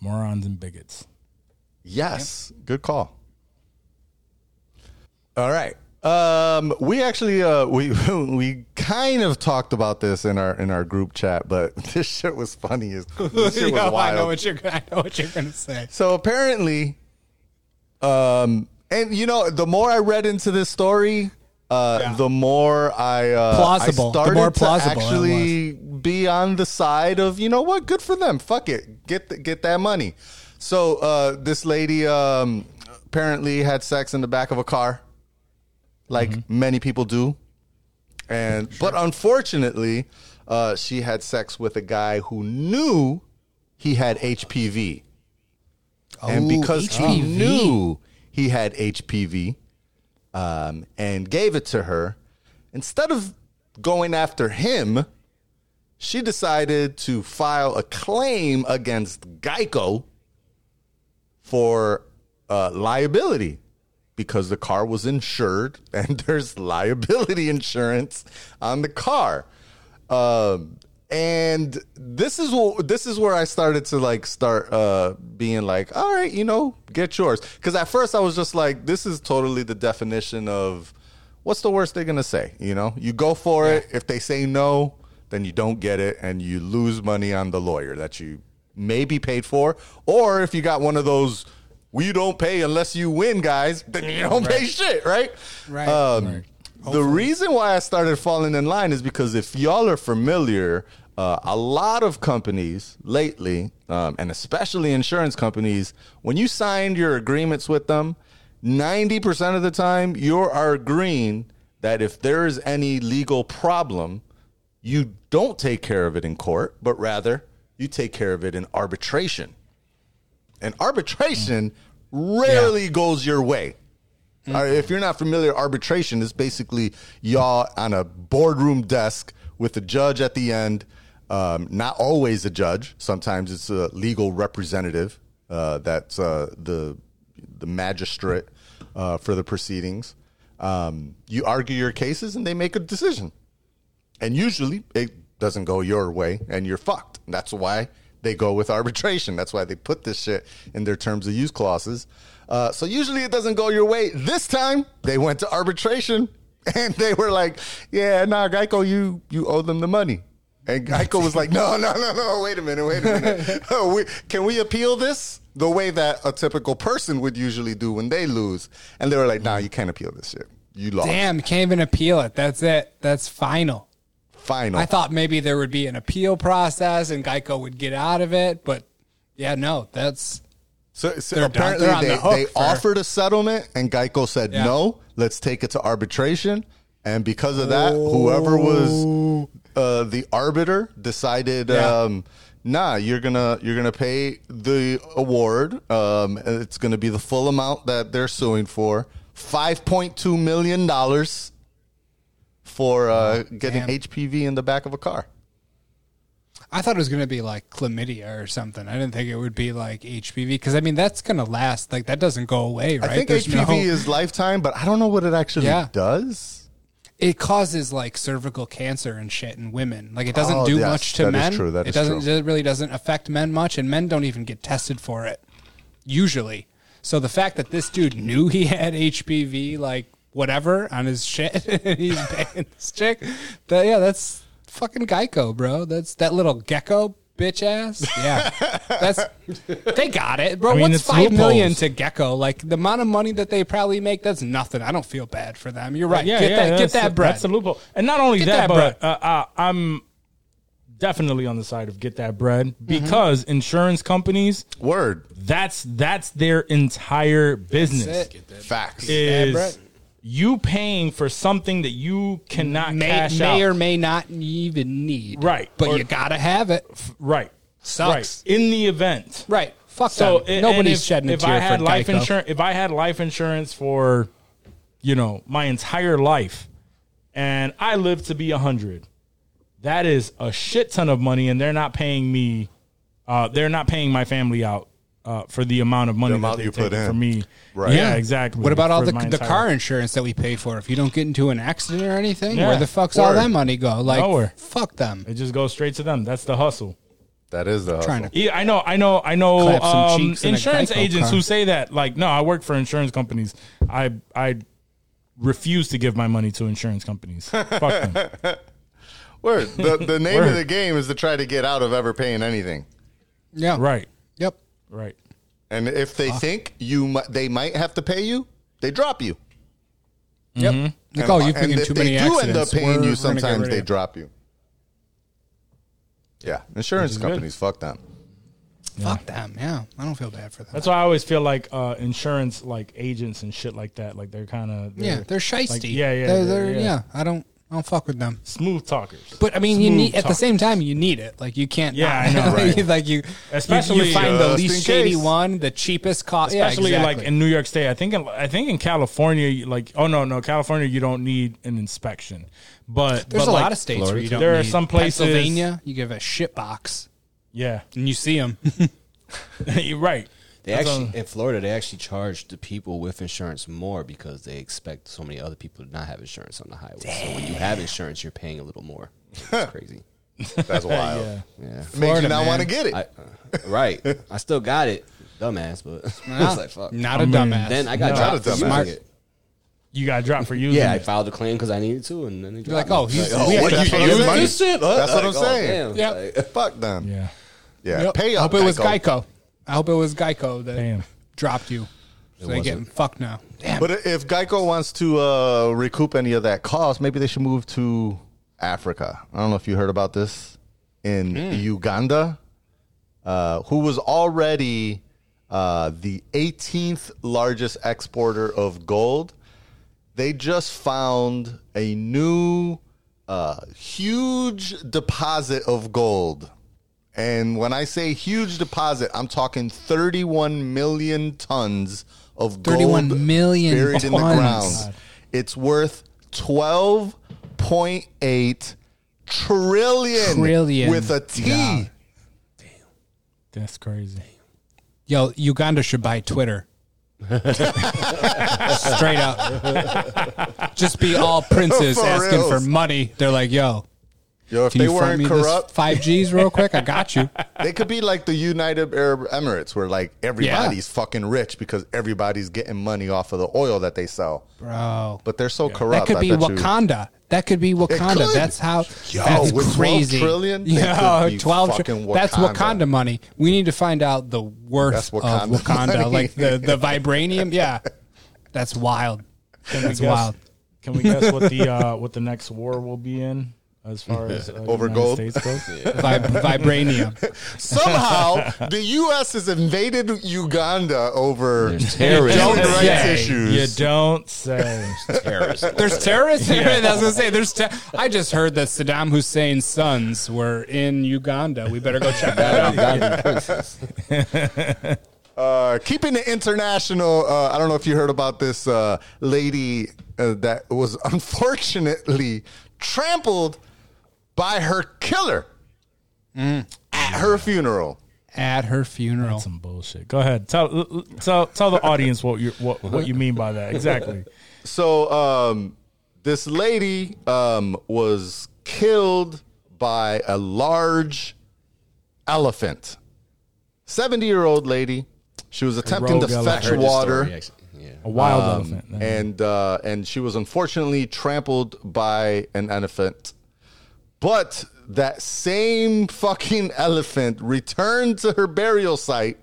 S3: Morons and bigots.
S6: yes, good call. All right, um, we actually uh, we we kind of talked about this in our in our group chat, but this shit was funny. As, this shit was
S2: Yo, Oh, I know
S6: wild.
S2: what you're. I know what you're gonna say.
S6: So apparently, um, and you know, the more I read into this story, uh,
S2: Yeah.
S6: the more I uh,
S2: Plausible. The
S6: I started
S2: more
S6: to
S2: plausible it
S6: actually be on the side of you know what, good for them. Fuck it, get the, get that money. So uh, this lady um, apparently had sex in the back of a car, like
S2: Mm-hmm.
S6: many people do, and but unfortunately, uh, she had sex with a guy who knew he had HPV and
S2: Ooh,
S6: because he
S2: HPV.
S6: knew he had HPV um, and gave it to her, instead of going after him, she decided to file a claim against Geico for uh, liability because the car was insured and there's liability insurance on the car. Um, and this is wh- this is where I started to like start uh, being like, all right, you know, get yours. Because at first I was just like, this is totally the definition of what's the worst they're gonna say. You know, you go for it. If they say no, then you don't get it, and you lose money on the lawyer that you may be paid for, or if you got one of those. We don't pay unless you win, guys. Then you don't pay shit, right?
S2: Right.
S6: Um, The reason why I started falling in line is because if y'all are familiar, uh, a lot of companies lately, um, and especially insurance companies, when you signed your agreements with them, 90% of the time you are agreeing that if there is any legal problem, you don't take care of it in court, but rather you take care of it in arbitration. And arbitration rarely goes your way. All right, Uh, if you're not familiar, arbitration is basically y'all on a boardroom desk with a judge at the end. Um, not always a judge. Sometimes it's a legal representative uh, that's uh, the the magistrate uh, for the proceedings. Um, you argue your cases, and they make a decision. And usually it doesn't go your way and you're fucked. That's why they go with arbitration. That's why they put this shit in their terms of use clauses. Uh, so usually it doesn't go your way. This time they went to arbitration and they were like, yeah, nah, Geico, you, you owe them the money. And Geico was like, no, no, no, no, wait a minute, wait a minute. Oh, we, can we appeal this the way that a typical person would usually do when they lose? And they were like, nah, you can't appeal this shit. You lost.
S2: Damn, you can't even appeal it. That's it. That's final.
S6: Final.
S2: I thought maybe there would be an appeal process and Geico would get out of it, but yeah, no, that's
S6: So, so
S2: They're down-
S6: apparently,
S2: they're on
S6: they,
S2: the hook
S6: they
S2: for-
S6: offered a settlement, and Geico said
S2: Yeah.
S6: no. Let's take it to arbitration, and because of that, whoever was uh, the arbiter decided,
S2: Oh. Yeah.
S6: um, nah, you're gonna you're gonna pay the award. Um, and it's gonna be the full amount that they're suing for, five point two million dollars for uh, getting
S2: Oh, damn.
S6: HPV in the back of a car.
S2: I thought it was going to be like chlamydia or something. I didn't think it would be like HPV because I mean that's going to last. Like that doesn't go away, right?
S6: I think
S2: There's
S6: HPV
S2: no-
S6: is lifetime, but I don't know what it actually
S2: Yeah.
S6: does.
S2: it causes like cervical cancer and shit in women. Like it doesn't
S6: Oh,
S2: do
S6: yes,
S2: much to
S6: that is
S2: men.
S6: true, that
S2: it
S6: is
S2: doesn't
S6: true.
S2: it really doesn't affect men much, and men don't even get tested for it usually. So the fact that this dude knew he had HPV, like whatever, on his shit, and he's banging this chick. That yeah, that's fucking Geico, bro. That's that little gecko. Bitch ass, yeah. That's they got it, bro.
S3: I mean,
S2: What's
S3: it's
S2: five million
S3: loopholes.
S2: to Gecko? Like the amount of money that they probably make, that's nothing. I don't feel bad for them. You're right.
S3: Yeah,
S2: get
S3: yeah,
S2: that,
S3: that's-
S2: get that bread.
S3: That's the loophole. And not only
S2: Get
S3: that,
S2: that
S3: but uh, uh, I'm definitely on the side of get that bread
S2: Mm-hmm.
S3: because insurance companies
S6: Word.
S3: that's that's their entire business
S2: it.
S6: Facts.
S2: bread.
S3: is you paying for something that you cannot
S2: may,
S3: cash out.
S2: may or may not even need.
S3: Right.
S2: But
S3: Or-
S2: you gotta have it.
S3: right.
S2: Sucks.
S3: Right. In the event.
S2: Right. Fuck
S3: So
S2: them.
S3: and
S2: Nobody's
S3: if,
S2: shedding a
S3: if
S2: tear
S3: I had
S2: for
S3: life
S2: Geico.
S3: insurance, if I had life insurance for, you know, my entire life, and I lived to be hundred, that is a shit ton of money, and they're not paying me, uh, they're not paying my family out uh, for the amount of money
S6: amount
S3: that they
S6: you
S3: take
S6: put in.
S3: for me.
S6: Right.
S3: Yeah, exactly.
S2: What about all
S3: For
S2: the,
S3: my
S2: the
S3: entire-
S2: car insurance that we pay for? If you don't get into an accident or anything,
S3: Yeah.
S2: where the fuck's all
S6: Word.
S2: that money go? Like,
S3: Nowhere.
S2: fuck them.
S3: It just goes straight to them. That's the hustle.
S6: That is the
S2: Trying
S6: hustle.
S2: to
S3: Yeah, I know, I know, I know.
S2: Clap some
S3: Um,
S2: cheeks in a
S3: insurance
S2: Geico
S3: agents
S2: car.
S3: who say that, like, no, I work for insurance companies. I I refuse to give my money to insurance companies. Fuck them.
S6: Word. The, the name of
S3: Word.
S6: the game is to try to get out of ever paying anything.
S2: Yeah.
S3: Right,
S2: Yep.
S3: right.
S6: And if they think you mi- they might have to pay you, they drop you.
S2: Yep.
S1: Mm-hmm.
S2: Like, oh,
S6: and,
S2: you've been
S6: and
S2: in
S6: if
S2: too
S6: they
S2: many
S6: do
S2: accidents.
S6: end up paying
S2: we're- we're
S6: you,
S2: gonna get rid
S6: sometimes
S2: of
S6: they
S2: you.
S6: drop you. Yeah, insurance companies, fuck them.
S2: Fuck them. Yeah. I don't feel bad for them.
S3: That's why I always feel like uh, insurance, like agents and shit like that, like they're kind of
S2: yeah. They're shisty.
S3: Like, yeah,
S2: They're,
S3: yeah, they're-
S2: they're,
S3: yeah.
S2: yeah. I don't. I don't fuck with them.
S3: smooth talkers.
S2: But I mean, you
S3: Smooth
S2: need at the
S3: talk.
S2: same time you need it. Like you can't.
S3: Yeah,
S2: not.
S3: I know,
S6: right.
S2: like you, especially you,
S3: Especially- uh,
S2: find the
S6: Just
S2: least
S6: in
S2: shady
S6: case.
S2: one, the cheapest cost.
S3: Especially
S2: yeah,
S3: like
S2: exactly.
S3: in New York State, I think in, I think in California, you, like oh no no California, you don't need an inspection, but
S2: there's
S3: but
S2: a
S3: like,
S2: lot of states where you don't.
S3: There are
S2: need-
S3: some places,
S2: Pennsylvania, you give a shit box
S3: yeah,
S2: and you see them.
S3: you're right.
S1: They
S3: That's
S1: actually
S3: on-
S1: in Florida they actually charge the people with insurance more because they expect so many other people to not have insurance on the highway. So when you have insurance, you're paying a little more. It's crazy.
S6: That's wild. yeah.
S1: Yeah.
S6: It makes you
S2: Florida,
S6: not want to
S2: man.
S6: get it.
S1: I, right. I still got it, dumbass, but it's like fuck.
S2: Not a
S3: mean,
S2: dumbass.
S1: Then I got
S3: No.
S1: dropped
S6: Not a
S1: for
S6: dumbass.
S1: using it.
S3: You got dropped for using
S1: Yeah, I
S3: it.
S1: filed a claim because I needed to, and then they
S2: You're like,
S1: dropped
S2: oh,
S1: me.
S2: he's
S6: oh,
S2: we
S6: what
S2: have
S6: you
S2: to pay
S6: pay
S2: you
S6: your money?
S2: this shit.
S1: Huh?
S6: That's what
S1: Like,
S6: I'm
S1: oh,
S6: saying.
S1: damn.
S2: Yep.
S1: Like,
S6: Fuck them. Yeah,
S3: Yeah,
S2: Yep.
S6: pay
S2: I
S6: up.
S2: hope it was
S6: Geico.
S2: Geico. I hope it was Geico that
S3: Damn.
S2: dropped you. So they getting fucked now. Damn.
S6: But if Geico wants to uh, recoup any of that cost, maybe they should move to Africa. I don't know if you heard about this in Uganda, uh, who was already uh, the 18th largest exporter of gold. They just found a new uh, huge deposit of gold. And when I say huge deposit, I'm talking 31 million tons of gold
S2: 31 million
S6: buried in the
S2: tons.
S6: ground. It's worth 12.8 trillion,
S2: Trillion
S6: with a T.
S2: dollars.
S3: that's crazy.
S2: Yo, Uganda should buy Twitter. Straight up. Just be all princes
S6: For
S2: asking
S6: reals.
S2: for money. They're like, yo,
S6: Yo, if
S2: can
S6: they
S2: you fund
S6: weren't
S2: me
S6: corrupt,
S2: this 5Gs real quick? I got you.
S6: they could be like the United Arab Emirates, where like everybody's fucking rich because everybody's getting money off of the oil that they sell.
S2: Bro.
S6: But they're so
S2: That
S6: corrupt.
S2: could
S6: I
S2: be
S6: bet you-
S2: Wakanda. That could be Wakanda.
S6: could.
S2: That's how.
S6: Yo,
S2: that's
S6: with 12
S2: crazy.
S6: trillion, they
S2: Yeah,
S6: could be
S2: twelve.
S6: fucking
S2: Tri- that's
S6: Wakanda.
S2: Wakanda money. We need to find out the
S6: That's
S2: worth
S6: Wakanda
S2: of Wakanda,
S6: money.
S2: like the the vibranium. Yeah, that's wild.
S3: Can we
S2: That's
S3: guess,
S2: wild.
S3: Can we guess what the uh, what the next war will be in? Uh, as far as uh,
S6: Over
S3: United
S6: gold?
S3: States goes.
S2: Vib- vibranium.
S6: Somehow, the U.S. has invaded Uganda over
S1: There's terrorism.
S6: don't rights
S2: Yeah.
S3: You
S6: issues.
S3: don't say.
S1: Terrorism.
S2: There's terrorists. in I was gonna say there's. Te- I just heard that Saddam Hussein's sons were in Uganda. We better go check that out.
S1: Ugandan princess.
S6: Uh, keeping the international. Uh, I don't know if you heard about this uh, lady uh, that was unfortunately trampled by her killer
S2: Mm.
S6: at her funeral.
S2: At her funeral,
S3: Some bullshit. Go ahead. Tell l- l- tell tell the audience what you what what you mean by that exactly.
S6: So um, this lady um, was killed by a large elephant. Seventy-year-old lady. She was attempting to
S3: rogue
S6: fetch
S3: elephant.
S6: water,
S1: Story, actually. Yeah.
S3: A wild elephant. No.
S6: and uh, and she was unfortunately trampled by an elephant. But that same fucking elephant returned to her burial site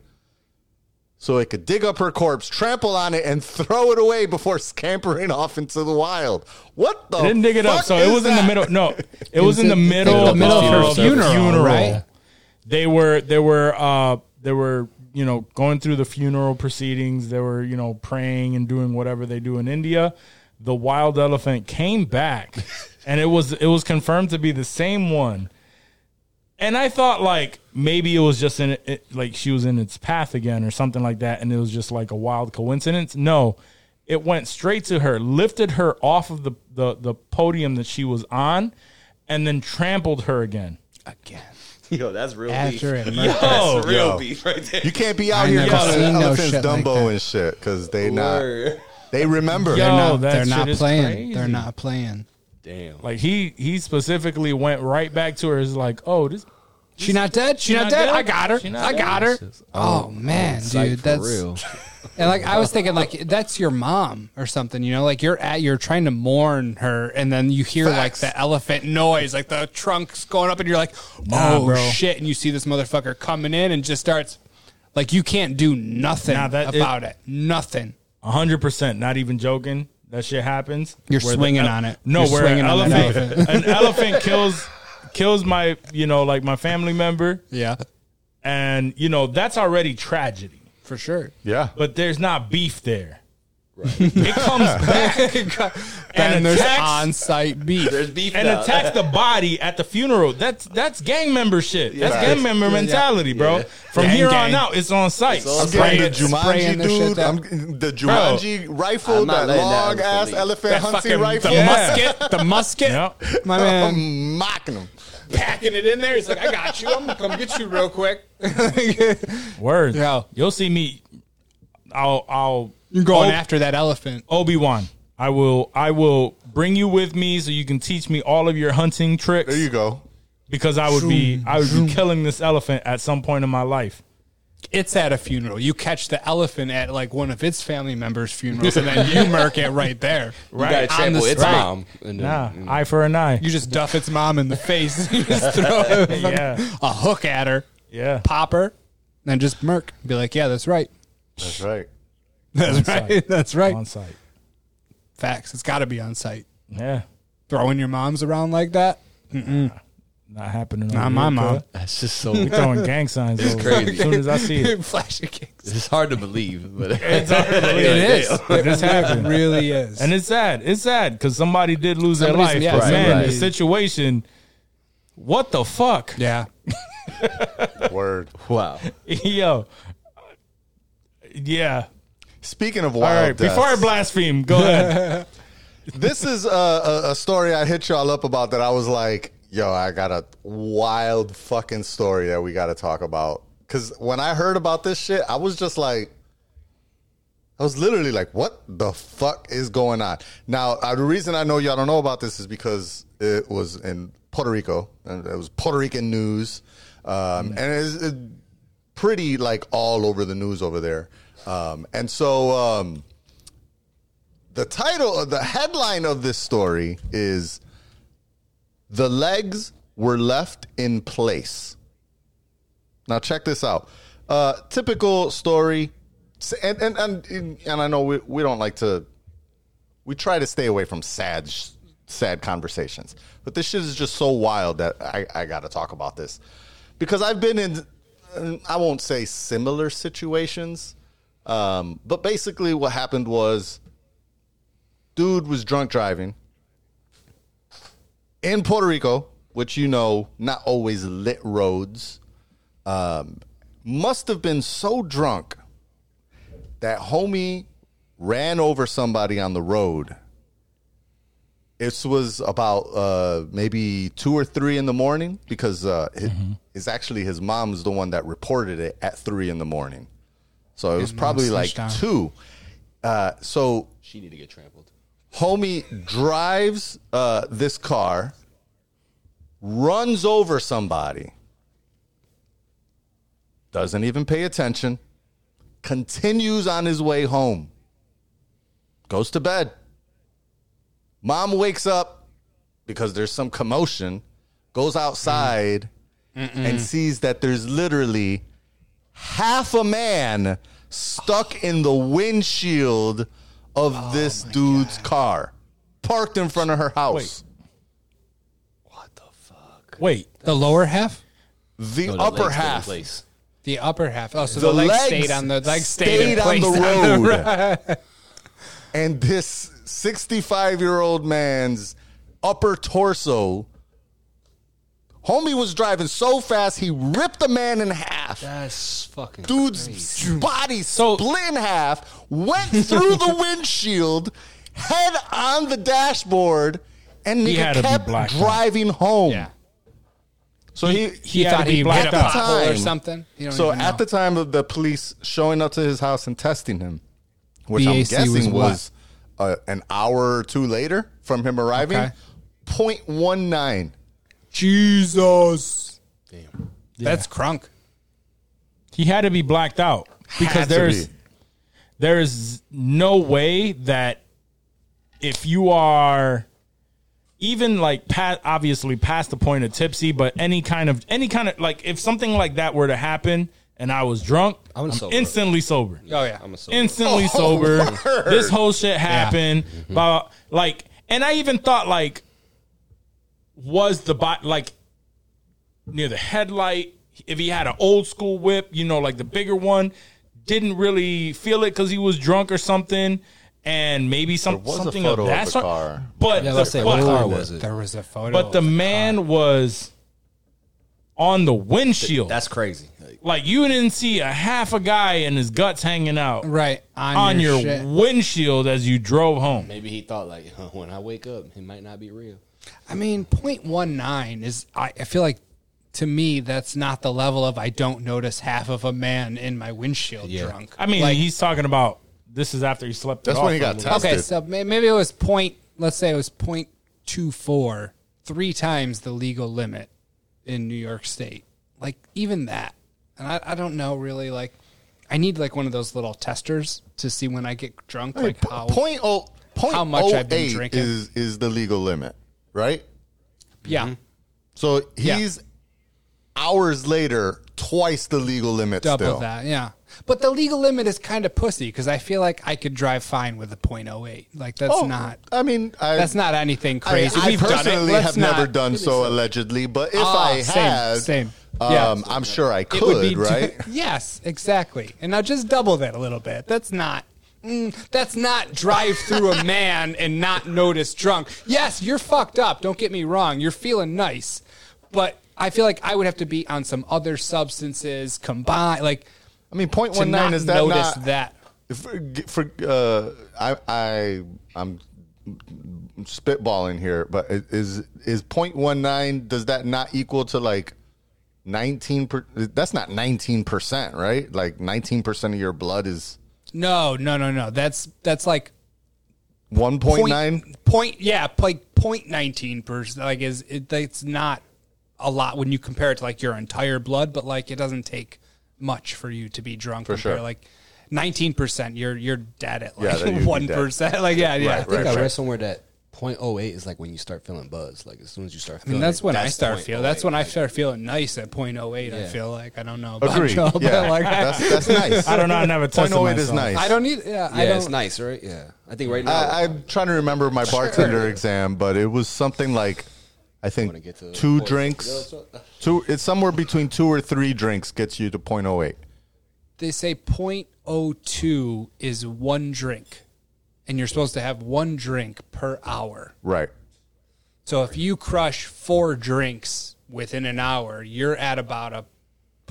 S6: so it could dig up her corpse, trample on it, and throw it away before scampering off into the wild. What the?
S3: They didn't dig it up,
S6: fuck
S3: so it
S6: is
S3: was in the
S6: that?
S3: middle. No, it was in the
S1: in
S3: middle,
S1: the middle
S3: of,
S1: of
S3: her funeral.
S2: funeral, right?
S3: They were they were uh they were you know going through the funeral proceedings. They were you know praying and doing whatever they do in India. The wild elephant came back, and it was it was confirmed to be the same one. And I thought like maybe it was just in it, like she was in its path again or something like that, and it was just like a wild coincidence. No, it went straight to her, lifted her off of the the, the podium that she was on, and then trampled her again.
S2: again.
S8: Yo, that's real beef.
S2: After it,
S3: Oh,
S8: That's real
S6: yo.
S8: beef right there.
S6: You can't be out here
S2: never
S6: calling
S2: seen no
S6: elephants
S2: shit like
S6: Dumbo
S2: that.
S6: and shit because they not
S8: Word.
S6: they remember.
S3: Yeah.
S2: they're
S3: Oh,
S2: not,
S3: that
S2: they're
S3: shit
S2: not
S3: is
S2: playing.
S3: crazy.
S2: They're not playing.
S1: Damn.
S3: Like he he specifically went right back to her. Is like, oh, this
S2: She not dead. She, not, dead? I got her.
S3: She not
S2: I got her. Oh, man,
S1: Like,
S2: dude,
S1: for
S2: that's
S1: real.
S2: and like I was thinking, like that's your mom or something. You know, like you're at you're trying to mourn her, and then you hear
S6: Facts.
S2: like the elephant noise, like the trunks going up, and you're like, oh
S3: Nah, bro.
S2: shit, and you see this motherfucker coming in and just starts. Like you can't do nothing
S3: Nah, that- it-
S2: about it. Nothing.
S3: hundred percent. Not even joking. That shit happens.
S2: You're
S3: the
S2: swinging
S3: ele-
S2: on it.
S3: No,
S2: You're
S3: where
S2: swinging
S3: an
S2: on that
S3: elephant, an elephant kills kills my you know like my family member,
S2: Yeah,
S3: and you know that's already tragedy.
S2: for sure.
S6: Yeah.
S3: But there's not beef there. It comes back
S2: And, there's
S3: attacks-
S2: on-site beef.
S8: There's beef
S3: and
S8: now.
S3: attack the body at the funeral. That's that's gang member shit. That's gang member mentality, bro. From
S2: Gang,
S3: here on
S2: gang.
S3: out, it's on site.
S6: I'm
S2: Spraying
S6: getting the
S2: it- spraying
S6: Jumanji
S2: the shit
S6: dude.
S2: down.
S6: I'm, the Jumanji rifle,
S8: I'm not
S6: that
S8: letting that
S6: long
S8: elephant
S6: ass
S8: leave.
S6: elephant
S2: That
S6: hunting rifle.
S2: the
S3: Yeah.
S2: musket, the musket.
S3: Yep.
S2: My man
S6: I'm mocking him.
S2: packing it in there. He's like, I got you. I'm gonna come get you real quick.
S3: Words.
S2: Yeah.
S3: You'll see me. I'll I'll
S2: You're going after that elephant.
S3: Obi Wan. I will I will bring you with me so you can teach me all of your hunting tricks.
S6: There you go.
S3: Because I would be I would be killing this elephant at some point in my life.
S2: It's at a funeral. You catch the elephant at like one of its family members' funerals, and then you murk it right there.
S1: You gotta
S2: Right on
S1: trample
S2: the
S1: its
S2: spot.
S1: mom. And then,
S3: Nah,
S2: Mm.
S3: eye for an eye.
S2: You just duff its mom in the face. you just throw a,
S3: Yeah.
S2: a hook at her,
S3: Yeah.
S2: pop her, and just murk. Be like, yeah, that's right.
S6: That's right.
S2: That's
S3: On site.
S2: right. That's right.
S3: On site.
S2: Facts. It's got to be on site.
S3: Yeah.
S2: Throwing your moms around like that.
S3: Not happening.
S2: Not
S3: over
S2: my
S3: here,
S2: mom.
S3: cuz.
S1: That's just so.
S3: We throwing gang signs over.
S1: crazy.
S3: As soon as I see it.
S2: Flashing kicks.
S1: It's hard to believe, but
S2: It is.
S3: This happened.
S2: It really is.
S3: And it's sad. It's sad because somebody did lose
S2: Somebody's-
S3: their life.
S2: yeah,
S3: but man,
S1: somebody-
S3: the situation. What the fuck?
S2: yeah.
S6: Word.
S1: wow.
S3: Yo. Yeah.
S6: Speaking of
S3: All
S6: wild
S3: right.
S6: deaths,
S3: Before I blaspheme, go ahead.
S6: this is a, a, a story I hit y'all up about that I was like, yo, I got a wild fucking story that we got to talk about. Because when I heard about this shit, I was just like, I was literally like, what the fuck is going on? Now, uh, the reason I know y'all don't know about this is because it was in Puerto Rico, and it was Puerto Rican news. Um, And it's it, pretty like all over the news over there. Um, and so. Um, the title, the headline of this story is The Legs Were Left in Place. Now, check this out. Uh, typical story. S- And, and, and, and I know we, we don't like to, we try to stay away from sad sh- sad conversations. But this shit is just so wild that I, I got to talk about this because I've been in, uh, I won't say similar situations, um, but basically what happened was, dude was drunk driving in Puerto Rico, which you know, not always lit roads. Um, must have been so drunk that homie ran over somebody on the road this was about uh, maybe two or three in the morning because uh, it- it's actually his mom's the one that reported it at three in the morning. So it was probably like
S2: snitched out.
S6: two. Uh, so
S1: She need to get trampled.
S6: homie drives uh, this car, runs over somebody, doesn't even pay attention, continues on his way home, goes to bed. Mom wakes up because there's some commotion, goes outside and sees that there's literally half a man stuck in the windshield of this dude's car parked in front of her house.
S3: Wait,
S2: The lower half,
S6: The
S1: No, the
S6: upper
S1: legs stay in
S6: half.
S1: place.
S2: the upper half. Oh, so the, legs, stayed on the legs stayed,
S6: stayed
S2: in
S6: on
S2: place
S6: the
S2: on the
S6: road.
S2: road.
S6: and this 65 year old man's upper torso. Homie was driving so fast, he ripped the man in half.
S1: That's fucking
S6: dude's body split in half, went through the windshield, head on the dashboard, and
S3: He had to
S6: nigga
S3: be
S6: kept
S3: blacked out.
S6: driving home.
S2: Yeah.
S6: So he,
S3: he,
S2: You
S3: had
S2: thought
S3: to be
S2: he hit a
S3: blacked
S6: out.
S3: out.
S2: pothole or
S6: Time.
S2: something. You don't
S6: so
S2: even
S6: at
S2: know.
S6: the time of the police showing up to his house and testing him, which I'm
S2: BAC was
S6: guessing
S2: what?
S6: was, uh, an hour or two later from him arriving,
S2: Okay.
S6: 0.19.
S2: Jesus, that's crunk.
S3: He had to be blacked out because
S6: Had to
S3: there's
S6: be.
S3: there is no way that if you are even like past, obviously past the point of tipsy, but any kind of any kind of like if something like that were to happen and I was drunk,
S1: I'm
S3: I'm,
S1: sober.
S3: instantly sober.
S2: Oh yeah,
S1: I'm a soul.
S3: instantly
S6: Oh,
S3: sober.
S6: word.
S3: This whole shit happened. But like, and I even thought like, was the bot like near the headlight? If he had an old school whip, you know, like the bigger one, didn't really feel it because he was drunk or something, and maybe some
S6: There was a
S3: something
S6: photo
S3: of
S6: of
S3: that
S6: the
S3: sort.
S6: car.
S3: But
S1: Yeah,
S3: the-
S1: let's say what
S3: but-
S1: car was it?
S2: there was a photo.
S3: but the
S2: of it.
S3: man was on the windshield.
S1: That's crazy. Like,
S3: like you didn't see a half a guy and his guts hanging out
S2: right on,
S3: on your,
S2: shit.
S3: windshield as you drove home.
S1: maybe he thought like, huh, when I wake up, it might not be real.
S2: I mean, 0.19 is, I, I feel like to me, that's not the level of I don't notice half of a man in my windshield
S1: Yeah.
S2: drunk.
S3: I mean,
S2: Like,
S3: he's talking about this is after he slept. it
S6: That's
S3: off
S6: when he
S3: a
S6: got
S3: little.
S6: tested.
S2: okay, so may- maybe it was point, let's say it was 0.24, three times the legal limit in New York State. Like, even that. And I, I don't know really, like, I need like one of those little testers to see when I get drunk, like how
S6: Point oh, point
S2: how much I've been
S6: 08
S2: drinking.
S6: Is, is the legal limit, right?
S2: yeah,
S6: Mm-hmm. So
S2: Yeah.
S6: he's hours later, twice the legal limit
S2: double
S6: still.
S2: that. Yeah, but the legal limit is kind of pussy because I feel like I could drive fine with a .08. Like that's
S6: Oh,
S2: not
S6: I mean, I,
S2: that's not anything
S6: I-
S2: crazy.
S6: I,
S2: We've done it.
S6: personally
S2: Let's
S6: have
S2: not-
S6: never done so allegedly, but if
S2: Ah,
S6: I
S2: same,
S6: had,
S2: same.
S6: Um,
S2: Yeah.
S6: I'm sure I
S2: It would be
S6: could,
S2: too-
S6: right?
S2: yes, exactly. And now just double that a little bit. That's not. mm, that's not drive through a man and not notice drunk. Yes, you're fucked up. Don't get me wrong. You're feeling nice, but I feel like I would have to be on some other substances combined. Like
S6: I mean, point
S2: to
S6: one nine
S2: not
S6: is that
S2: notice
S6: not
S2: that.
S6: for, for uh, I I I'm spitballing here, but i- is is point one nine? Does that not equal to like nineteen? per That's not nineteen percent, right? Like nineteen percent of your blood is
S2: No, no, no, no. That's that's like
S6: one point nine.
S2: point yeah like point 19 percent like is it it's not a lot when you compare it to like your entire blood but like it doesn't take much for you to be drunk for
S6: sure.
S2: like 19 percent you're you're dead at
S6: Yeah,
S2: like
S6: then you'd be dead.
S2: one percent like yeah yeah
S6: Right,
S2: I think
S1: I think
S6: right.
S1: I read somewhere that 0.08 is like when you start feeling buzzed. Like as soon as you start
S2: I
S1: feeling
S2: mean, that's
S1: it,
S2: when I start
S1: 0.08.
S2: feeling. That's when I
S6: oh
S2: start feeling nice at 0.08. I
S1: Yeah.
S2: feel like I don't know about
S6: Agreed.
S2: y'all, but
S6: Yeah,
S2: like I,
S6: that's that's nice.
S3: I don't know. I never
S6: Point
S3: tested
S6: oh eight is
S3: myself.
S6: nice.
S2: I don't need. Yeah,
S1: Yeah,
S2: I don't.
S1: it's nice, right? Yeah. I think right now.
S6: I, I'm trying to remember my bartender exam, but it was something like I
S1: Wanna get
S6: think
S1: to
S6: two
S1: point-
S6: drinks. Two. It's somewhere between two or three drinks gets you to 0.08.
S2: They say 0.02 is one drink, and you're supposed to have one drink per hour.
S6: Right.
S2: So if you crush four drinks within an hour, you're at about a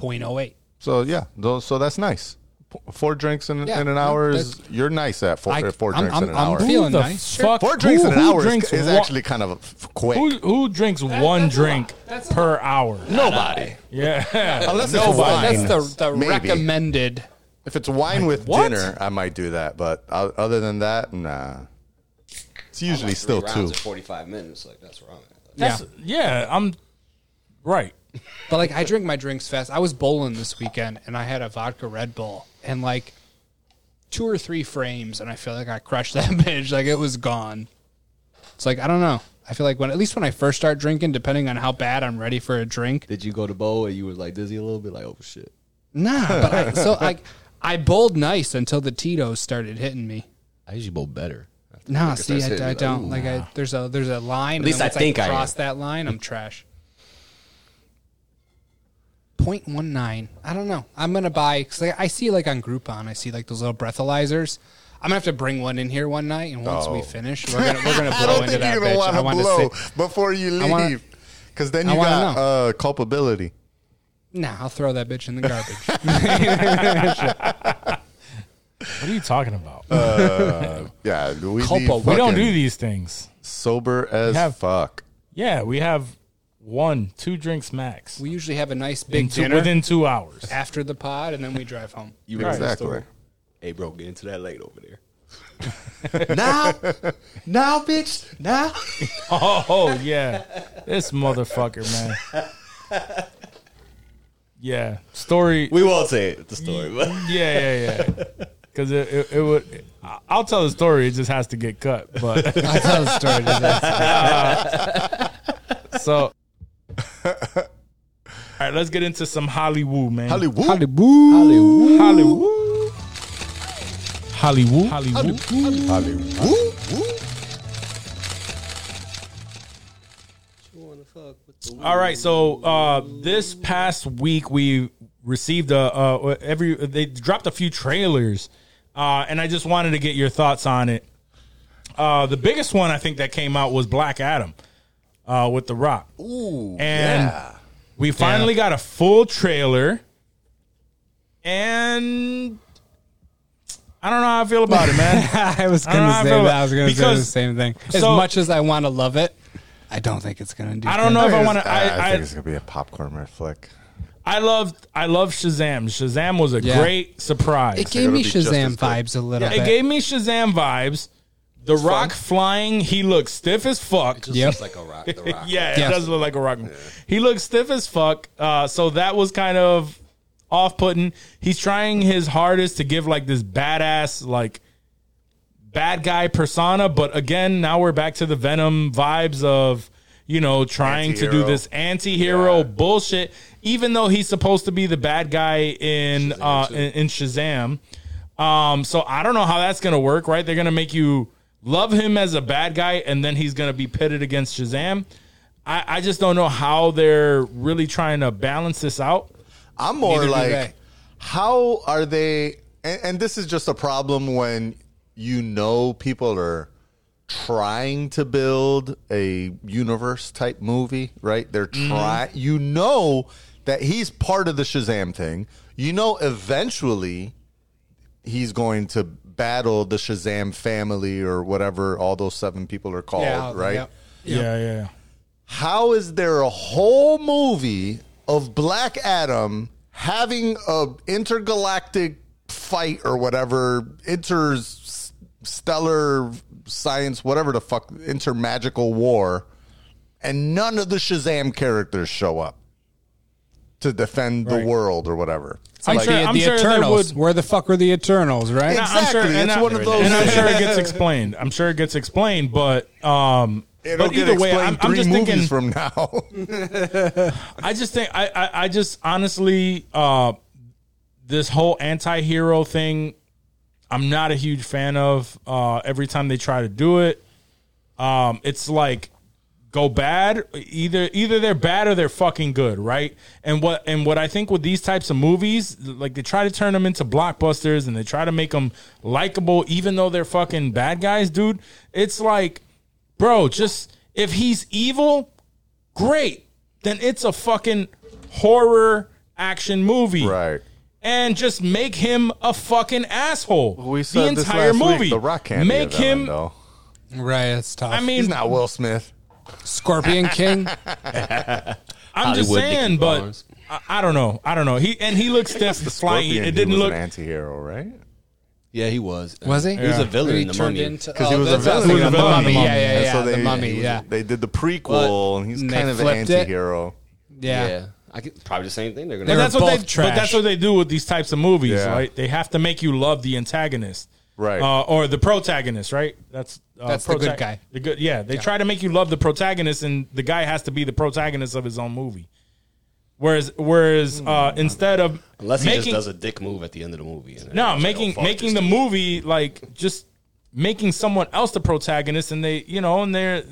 S2: 0.08.
S6: So yeah. tho- So that's nice. P- Four drinks in,
S2: Yeah,
S6: in an
S2: no,
S6: hour is
S2: that's-
S6: you're nice at 4
S2: I-
S6: uh, four
S2: I'm-
S6: drinks
S2: I'm-
S6: in an
S2: I'm
S6: hour.
S2: feeling-
S3: Who the
S2: nice.
S3: fuck?
S6: Four drinks
S3: who-
S6: in an
S3: who
S6: hour is-
S3: drinks
S6: is,
S3: one-
S6: actually kind of f- quick.
S3: Who, who drinks one
S2: that's a lot.
S3: drink
S2: That's a
S3: per hour?
S6: Nobody,
S3: Yeah.
S6: unless it's
S2: That's
S6: wine.
S2: the, the
S6: Maybe.
S2: recommended.
S6: If it's wine with
S3: what?
S6: dinner, I might do that. But o- other than that, nah. It's usually
S1: Like
S6: still
S1: three
S6: two.
S1: rounds of 45 minutes. Like that's wrong.
S3: That's, yeah. I'm right.
S2: But like I drink my drinks fast. I was bowling this weekend and I had a vodka Red Bull and like two or three frames and I feel like I crushed that bitch. Like it was gone. It's like I don't know. I feel like when at least when I first start drinking, depending on how bad I'm ready for a drink.
S1: Did you go to bowl and you were like dizzy a little bit? Like oh shit.
S2: Nah, but I, so like I bowled nice until the Tito's started hitting me.
S1: I usually bowl better.
S2: Nah,
S1: Like, it
S2: see,
S1: starts hitting
S2: I, I
S1: me,
S2: don't
S1: ooh.
S2: like. I, there's a there's a line. At
S1: least I think I am.
S2: cross that line. I'm trash. 0.19. I don't know. I'm gonna buy because I see like on Groupon, I see like those little breathalyzers. I'm gonna have to bring one in here one night, and once we finish, we're gonna we're gonna blow
S6: I don't
S2: into
S6: think
S2: that
S6: you're gonna
S2: bitch.
S6: want
S2: I
S6: to
S2: want to
S6: blow
S2: see.
S6: before you
S2: I wanna-
S6: leave, because then
S2: I
S6: you
S2: wanna
S6: got
S2: know.
S6: uh, culpability.
S2: Nah, I'll throw that bitch in the garbage.
S3: What are you talking about?
S6: Yeah, we, leave
S2: Culpa-
S3: we don't
S6: Uh, fucking
S3: do these things.
S6: sober as
S3: have-
S6: fuck.
S3: Yeah, we have one, two drinks max
S2: we usually have a nice big
S3: in two,
S2: dinner
S3: within two hours.
S2: after the pod, and then we drive home.
S1: You
S3: Right.
S1: remember the
S6: Exactly.
S1: story? Hey, bro, get into that late over there. now, now, bitch, now.
S3: Oh yeah, this motherfucker, man. Yeah, story.
S1: We won't say it, the story, but
S3: Yeah, yeah, yeah. Because it, it, it would. I- I'll tell the story. It just has to get cut. But
S2: I tell the story. doesn't it?
S3: so, all right, let's get into some Hollywood, man.
S6: Hollywood.
S3: Hollywood. Hollywood. Hollywood. Hollywood.
S6: Hollywood.
S3: All right, so uh, this past week we received a uh, every they dropped a few trailers, uh, and I just wanted to get your thoughts on it. Uh, the biggest one I think that came out was Black Adam uh, with The Rock,
S6: Ooh,
S3: and we finally got a full trailer. And I don't know how I feel about it, man.
S2: I was
S3: don't
S2: going
S3: know
S2: to
S3: how I
S2: say
S3: feel
S2: that.
S3: about-
S2: I was going to say the
S3: because-
S2: same thing. As
S3: so-
S2: much as I want to love it, I don't think it's going to do.
S3: I don't
S2: good.
S3: know if I
S6: It's-
S3: want to.
S6: uh,
S3: I,
S6: think
S3: I,
S6: it's gonna be a popcorn red flick.
S3: I love I love Shazam. Shazam was a
S2: Yeah.
S3: great surprise.
S2: It gave me
S6: be just
S2: Shazam
S6: as good.
S2: vibes a little
S3: It
S2: bit.
S3: gave me Shazam vibes. The Rock flying, he looks stiff as fuck.
S1: just
S2: Yep.
S1: looks like a rock. The rock.
S3: Yeah, it
S2: Yeah.
S3: does look like a rock. He looks stiff as fuck. Uh, so that was kind of off putting. He's trying his hardest to give like this badass, like bad guy persona. But again, now we're back to the Venom vibes of, you know, trying to do
S6: Anti-hero.
S3: this anti hero bullshit, even though he's supposed to be the bad guy in, uh, in, in Shazam. Um, so I don't know how that's gonna work, right? They're gonna make you love him as a bad guy, and then he's gonna be pitted against Shazam. I, I just don't know how they're really trying to balance this out.
S6: I'm more
S2: Neither do
S6: like,
S2: they.
S6: how are they? And, and this is just a problem when you know people are trying to build a universe type movie, right? They're
S2: Mm-hmm.
S6: try. You know that he's part of the Shazam thing. You know, eventually he's going to battle the Shazam family or whatever all those seven people are called,
S2: Yeah,
S6: right?
S2: yep.
S3: Yeah, yeah.
S6: how is there a whole movie of Black Adam having a intergalactic fight or whatever interstellar science whatever the fuck intermagical war and none of the Shazam characters show up to defend the world or whatever. It's
S3: I'm
S6: like,
S3: sure-
S2: the, the
S3: there
S2: Eternals.
S3: would-
S2: Where the fuck were the Eternals, right?
S3: Nah, I'm sure-
S6: Exactly.
S3: and
S6: It's
S3: I-
S6: one of those
S3: and I'm
S6: things.
S3: sure it gets explained. I'm sure it gets explained, but um,
S6: It'll
S3: but
S6: get
S3: either way,
S6: explained
S3: I'm,
S6: 3
S3: I'm just
S6: movies
S3: thinking.
S6: from now.
S3: I just think I, I, I just honestly uh, this whole anti-hero thing. I'm not a huge fan of. Uh, every time they try to do it, um, it's like go bad. Either either they're bad or they're fucking good, right? And what and what I think with these types of movies, like they try to turn them into blockbusters and they try to make them likable, even though they're fucking bad guys, dude. It's like, bro, just if he's evil, great. Then it's a fucking horror action movie,
S6: Right.
S3: And just make him a fucking asshole.
S6: We said
S3: the
S6: this
S3: entire
S6: last
S3: movie.
S6: Week, the Rock can't
S3: make
S6: be a villain,
S3: him.
S6: Though.
S2: Right, that's tough.
S3: I
S6: He's
S3: mean,
S6: not Will Smith.
S2: Scorpion King.
S3: I'm just
S1: Hollywood
S3: saying,
S1: Nicky
S3: but
S1: Barnes.
S3: I, I don't know. I don't know. He and he looked stiff, flying.
S6: Scorpion,
S3: It
S6: dude,
S3: didn't
S6: was
S3: look.
S6: an anti-hero, right?
S1: Yeah, he Uh, was.
S2: Was he?
S1: He was
S2: Yeah.
S1: a villain in the
S2: turned
S1: mummy.
S2: into
S6: Because he
S2: oh,
S6: was a
S2: that's what I
S6: villain.
S3: He was
S2: thinking,
S3: a
S2: the
S3: villain in
S2: mummy.
S3: the
S2: Yeah,
S3: mummy.
S2: yeah,
S6: And
S2: yeah.
S6: so
S2: the
S6: they-
S2: mummy.
S6: he was-
S2: Yeah.
S6: They did the prequel, and he's
S2: and they
S6: kind of an
S2: flipped it.
S6: anti-hero.
S2: yeah,
S1: yeah. I could, probably the same thing. They're
S3: But
S1: gonna.
S2: They
S3: that's
S2: were
S3: what they.
S2: both
S3: But
S2: trash.
S3: that's what they do with these types of movies,
S6: Yeah.
S3: right? They have to make you love the antagonist,
S6: Right.
S3: Uh, or the protagonist, right? That's uh,
S2: That's the good guy.
S3: The good, yeah. They try to make you love the protagonist, and the guy has to be the protagonist of his own movie. Whereas, whereas uh, instead of
S1: Unless he
S3: making-
S1: just does a dick move at the end of the movie. and
S3: No,
S1: it's like, oh,
S3: making
S1: fuck
S3: making
S1: this
S3: the
S1: dude.
S3: movie like just making someone else the protagonist, and they you know, and they're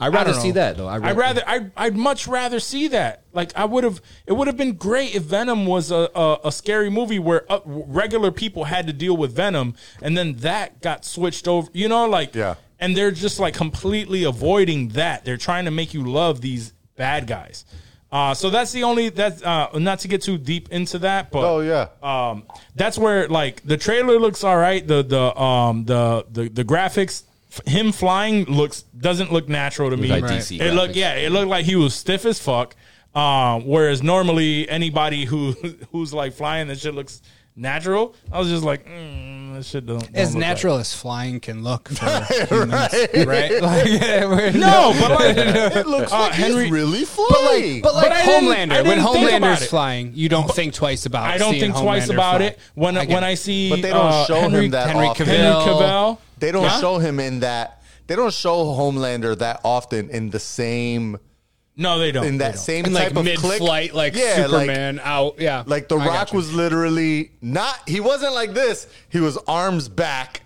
S1: I'd rather
S3: I don't
S1: see
S3: know.
S1: that though.
S3: I'd rather I I'd much rather see that. Like I would have it would have been great if Venom was a a, a scary movie where uh, regular people had to deal with Venom and then that got switched over, you know, like
S6: Yeah.
S3: And they're just like completely avoiding that. They're trying to make you love these bad guys. Uh, so that's the only that's uh, not to get too deep into that, but
S6: Oh yeah,
S3: um, that's where like the trailer looks all right. The the um the the, the graphics, f- him flying looks doesn't look natural to me.
S1: like Right. DC
S3: It looked
S1: graphics.
S3: yeah, it looked like he was stiff as fuck. Um, whereas normally anybody who who's like flying that shit looks natural. I was just like, mm, that shit don't, don't
S2: As
S3: look
S2: natural as flying can look for humans, right? Like, we're-
S3: Right. No, but like
S6: it looks
S3: uh,
S6: like
S3: Henry-
S6: he's really flying.
S2: But like, but like
S3: But I didn't-
S2: Homelander,
S3: I
S2: when
S3: didn't think about
S2: Homelander's
S3: it.
S2: flying, you don't think twice about.
S3: I don't
S2: seeing
S3: think twice
S2: Homelander
S3: about
S2: fly.
S3: it. When
S2: get
S3: when
S2: it.
S3: I see
S6: But they don't
S3: uh,
S6: show
S3: Henry,
S6: him that
S2: Henry
S6: often.
S2: Cavill.
S3: Henry Cavill.
S6: They don't
S3: Yeah.
S6: show him in that. They don't show Homelander that often in the same
S3: No, they don't.
S6: in
S3: They
S6: that
S3: don't.
S6: same
S2: in
S6: type
S2: like
S6: of
S2: mid
S6: click.
S2: flight, like
S6: Yeah, like-
S2: Superman out. Yeah,
S6: Like The
S2: I
S6: Rock
S2: gotcha.
S6: was literally not. He wasn't like this. He was arms back,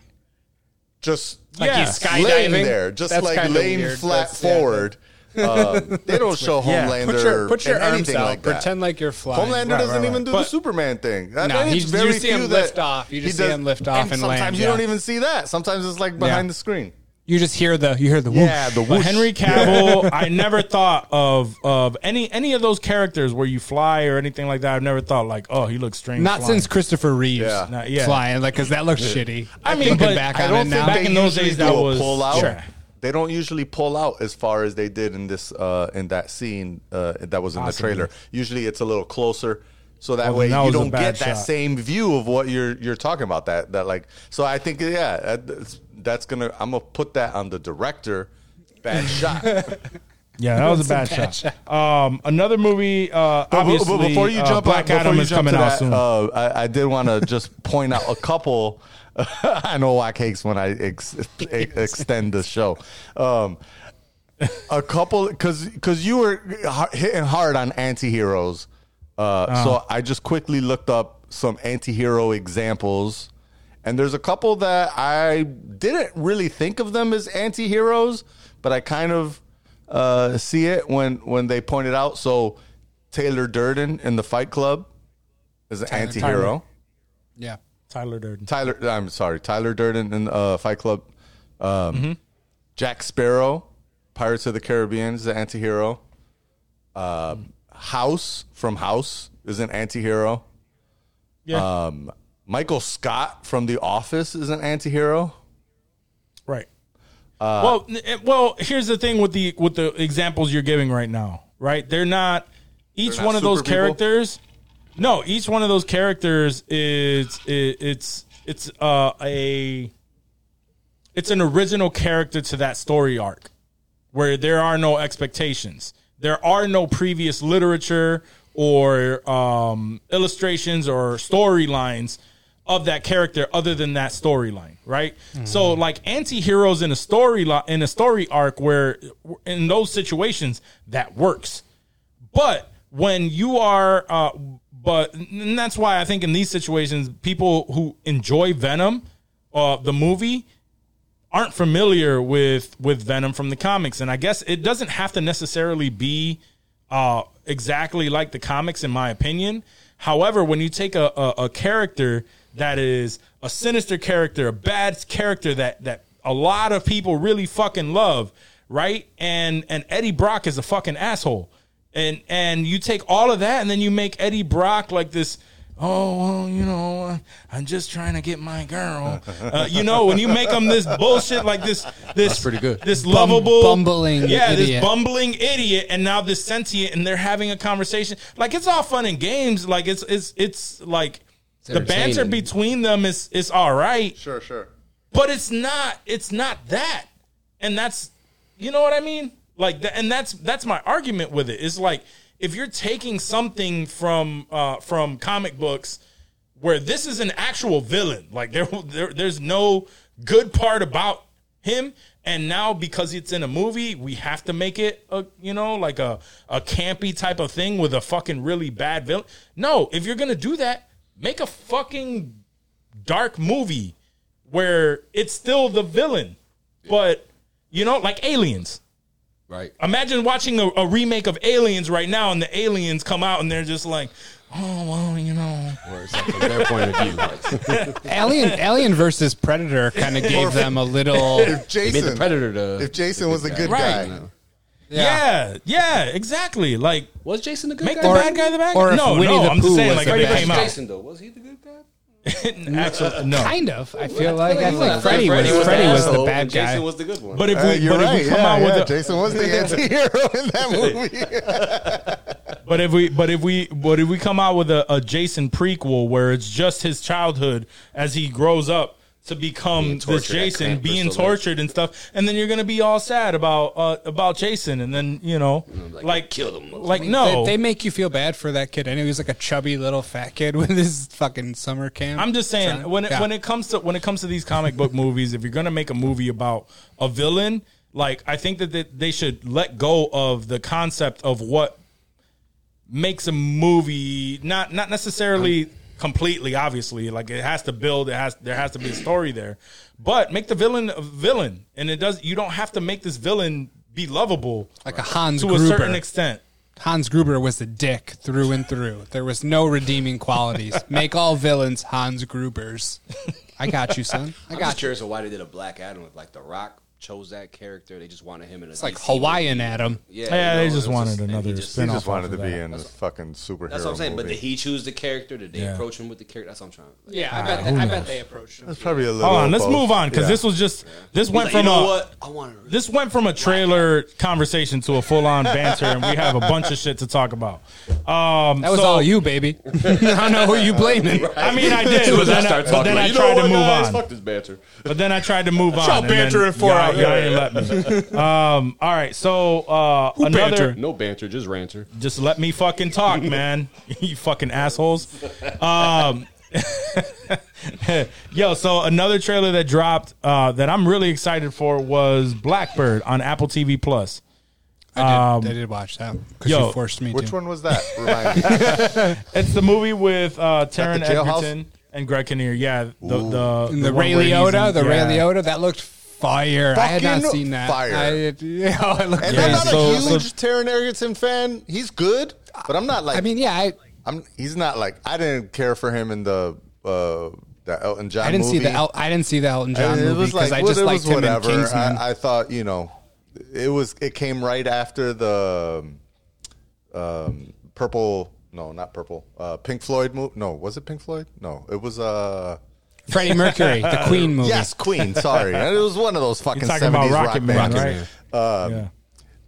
S6: just
S2: Like
S3: Yeah.
S2: he's
S6: laying
S2: skydiving
S6: there, just
S2: That's
S6: like
S2: kinda
S6: laying
S2: weird.
S6: flat
S2: That's- yeah.
S6: forward. Um, they don't show
S3: Yeah.
S6: Homelander.
S2: Put your put your
S6: in
S2: arms
S6: anything
S2: out.
S6: Like that.
S2: pretend like you're flying.
S6: Homelander
S2: Right,
S6: doesn't
S2: right,
S6: even
S2: right.
S6: do the
S3: But-
S6: Superman thing. I
S2: No,
S6: mean,
S2: he's-
S6: it's
S2: you
S6: very
S2: see him
S6: few
S2: lift
S6: that-
S2: off. You
S6: he
S2: just see him lift off and land,
S6: sometimes you
S2: yeah.
S6: don't even see that. Sometimes it's like behind
S2: Yeah.
S6: the screen.
S2: You just hear the you hear the whoosh.
S6: Yeah, the
S3: But
S6: whoosh.
S3: Henry Cavill, I never thought of of any any of those characters where you fly or anything like that. I've never thought like, oh, he looks strange.
S2: Not
S3: flying.
S2: since Christopher Reeves
S6: Yeah.
S3: Not- yeah.
S2: flying, like because that looks shitty.
S3: I mean,
S2: Thinking
S3: but
S2: back
S6: I
S2: on
S6: don't
S2: it
S6: think
S2: now.
S3: Back
S6: they
S3: in those
S6: usually
S3: days,
S6: do
S3: that
S6: a
S3: was-
S6: pull out.
S3: Sure.
S6: They don't usually pull out as far as they did in this uh, in that scene uh, that was in
S3: Possibly.
S6: the trailer. Usually, it's a little closer, so that
S3: Well,
S6: way
S3: then that
S6: you
S3: was a
S6: don't
S3: bad
S6: get that
S3: shot.
S6: same view of what you're you're talking about. That that like so. I think yeah, that- that's, that's gonna. I'm gonna put that on the director. Bad shot. But-
S3: Yeah, that was a bad, shot. Um, another movie. Uh,
S6: but,
S3: obviously,
S6: before you
S3: uh,
S6: jump,
S3: Black
S6: out,
S3: Adam
S6: before you
S3: is
S6: jump
S3: coming
S6: to
S3: out
S6: that,
S3: soon.
S6: Uh, I, I did want to just point out a couple. I know why cakes when I ex, ex, extend the show. Um, a couple because because you were h- hitting hard on anti-heroes uh, so i just quickly looked up some anti-hero examples and there's a couple that i didn't really think of them as anti-heroes but i kind of uh, see it when when they pointed out so taylor durden in the fight club is an anti-hero
S2: Yeah,
S3: Tyler Durden.
S6: Tyler, I'm sorry, Tyler Durden in uh, Fight Club. Um,
S3: Mm-hmm.
S6: Jack Sparrow, Pirates of the Caribbean is an antihero. Uh, House from House is an antihero.
S3: Yeah,
S6: Michael Scott from The Office is an antihero.
S3: right.
S6: Uh,
S3: well, n- eh, well, here's the thing with the with the examples you're giving right now. Right, they're not. Each
S6: They're not
S3: one of those
S6: super people?
S3: characters. No, each one of those characters is i it's it's uh, a it's an original character to that story arc. where there are no expectations. There are no previous literature or um, illustrations or storylines of that character other than that storyline, right? So like anti-heroes in a story li- in a story arc where in those situations that works. But when you are, uh, but and that's why I think in these situations, people who enjoy Venom, uh, the movie, aren't familiar with with Venom from the comics, and I guess it doesn't have to necessarily be uh, exactly like the comics, in my opinion. However, when you take a, a, a character that is a sinister character, a bad character that that a lot of people really fucking love, right? And and Eddie Brock is a fucking asshole and and you take all of that and then you make Eddie Brock like this. Oh, well, you know, I'm just trying to get my girl. Uh, you know, when you make him this bullshit, like this, this
S1: pretty good.
S3: This lovable,
S2: bumbling
S3: yeah, this
S2: idiot.
S3: bumbling idiot, and now this sentient, and they're having a conversation. Like it's all fun and games. Like it's it's it's like the banter
S1: entertaining.
S3: between them is is all right
S6: Sure, sure.
S3: but it's not it's not that and that's you know what i mean like that and that's that's my argument with it is like if you're taking something from uh from comic books where this is an actual villain like there, there there's no good part about him and now because it's in a movie we have to make it a you know like a a campy type of thing with a fucking really bad villain no if you're gonna do that make a fucking dark movie where it's still the villain, but you know, like aliens.
S1: Right.
S3: Imagine watching a, a remake of Aliens right now, and the aliens come out, and they're just like, "Oh, well, you know,
S1: Or it's like from their point of view. Like,
S2: Alien, Alien versus Predator kind of gave them a little.
S6: If
S1: they
S6: Jason,
S1: made the predator the
S6: if Jason was a good
S3: Right.
S6: guy,
S3: yeah, yeah, exactly." Like,
S1: Was Jason the good
S3: make
S1: guy?
S3: the
S2: Or-
S3: bad guy the bad.
S2: or
S3: guy?
S2: if
S3: No,
S2: Winnie
S3: no,
S2: the
S3: I'm just
S2: Pooh
S3: saying,
S2: was
S3: like,
S2: the
S3: if
S1: Freddy
S2: bad
S3: it
S1: versus
S3: came out,
S1: Jason though. Was he the good guy?
S3: actually, no.
S2: Kind of. I feel like I
S1: Well,
S2: think Freddy was Freddy was the
S1: asshole,
S2: bad
S1: and
S2: guy.
S1: Jason was the good one.
S3: But if
S6: Uh,
S3: we,
S6: you're
S3: but if
S6: right.
S3: we come
S6: yeah,
S3: out
S6: yeah.
S3: with a,
S6: Jason was the anti-hero in that movie.
S3: But if we, but if we, but if we come out with a, a Jason prequel where it's just his childhood as he grows up to become
S1: Being
S3: this
S1: tortured at
S3: Jason,
S1: camp for
S3: being
S1: so long.
S3: tortured and stuff, and then you're gonna be all sad about uh, about Jason, and then you know, like,
S1: kill him.
S3: like no,
S2: They, they make you feel bad for that kid. I know he was like a chubby little fat kid with his fucking summer camp.
S3: I'm just saying
S2: So,
S3: when it,
S2: yeah.
S3: when it comes to when it comes to these comic book movies, if you're gonna make a movie about a villain, like I think that they, they should let go of the concept of what makes a movie not not necessarily
S2: Um,
S3: completely obviously like it has to build it has there has to be a story there but make the villain a villain and it does you don't have to make this villain be lovable
S2: like a Hans
S3: to
S2: Gruber.
S3: a certain extent
S2: Hans Gruber was the dick through and through. There was no redeeming qualities. Make all villains Hans Grubers. I got you, son. I
S1: I'm
S2: got
S1: just
S2: you.
S1: curious of why they did a Black Adam with like The Rock chose that character. They just wanted him in a
S2: It's like
S1: DC
S2: Hawaiian Adam.
S1: Yeah,
S3: Yeah,
S1: you
S3: they
S1: know,
S3: just
S1: it was
S3: wanted
S1: and he
S3: another
S1: just-
S6: he
S3: spin-off.
S6: just wanted to
S3: off of
S6: be
S3: that.
S6: in this fucking superhero.
S1: That's what I'm saying. But
S6: movie.
S1: did he choose the character? Did they
S3: Yeah.
S1: approach him with the character? That's what I'm trying. Like,
S2: Yeah, I bet, they, I bet they approached him.
S6: It's probably a little.
S3: Hold on, let's
S6: both.
S3: move on because
S6: Yeah.
S3: this was just this
S1: He's
S3: went
S1: like,
S3: from
S1: you know
S3: a
S1: what? I want to.
S3: this went from a trailer conversation to a full on banter, and we have a bunch of shit to talk about. Um,
S2: That was
S3: so-
S2: all you, baby. I don't know who you blaming.
S3: I mean, I did, but then I, but then I tried to move on.
S1: this banter.
S3: But then I tried to move on.
S6: y'all
S3: and then
S6: bantering for
S3: y'all-
S6: out
S3: y'all
S6: here?
S3: ain't let me. Um, all right, so uh, another.
S1: No banter, just ranter.
S3: Just let me fucking talk, man. you fucking assholes. Um, yo, so another trailer that dropped uh, that I'm really excited for was Blackbird on Apple TV Plus.
S2: I did, I did watch that because
S3: Um, yo,
S2: you forced me
S6: Which
S2: to.
S6: one was that? Remind me.
S3: It's the movie with uh, Taron
S6: the jailhouse?
S3: Egerton and Greg Kinnear. Yeah, the the,
S2: And the
S3: one
S2: Ray
S3: where he's in-
S2: Liotta, the
S3: yeah.
S2: Ray Liotta, that looked fire. I had not
S6: Fucking
S2: seen that.
S6: fire.
S2: I, yeah, it looked
S6: And
S2: great.
S6: I'm not
S3: so-
S6: a huge
S3: so-
S6: Taron Egerton fan. He's good, but I'm not like.
S2: I mean, yeah, I,
S6: I'm. He's not like. I didn't care for him in the uh, the Elton John.
S2: I didn't see
S6: movie.
S2: the El- I didn't see the Elton John
S6: And it
S2: movie
S6: was
S2: because
S6: like
S2: I
S6: well,
S2: just
S6: it
S2: liked
S6: was
S2: him
S6: whatever.
S2: in Kingsman.
S6: I, I thought you know, it was. It came right after the um, um, purple. No, not purple. Uh, Pink Floyd movie. No, was it Pink Floyd? No, it was. Uh,
S2: Freddie Mercury, the Queen movie.
S6: yes, Queen. Sorry, it was one of those fucking
S3: You're talking about
S6: seventies rock
S3: Rocket Man,
S6: bands.
S3: right?
S6: Um,
S3: Yeah.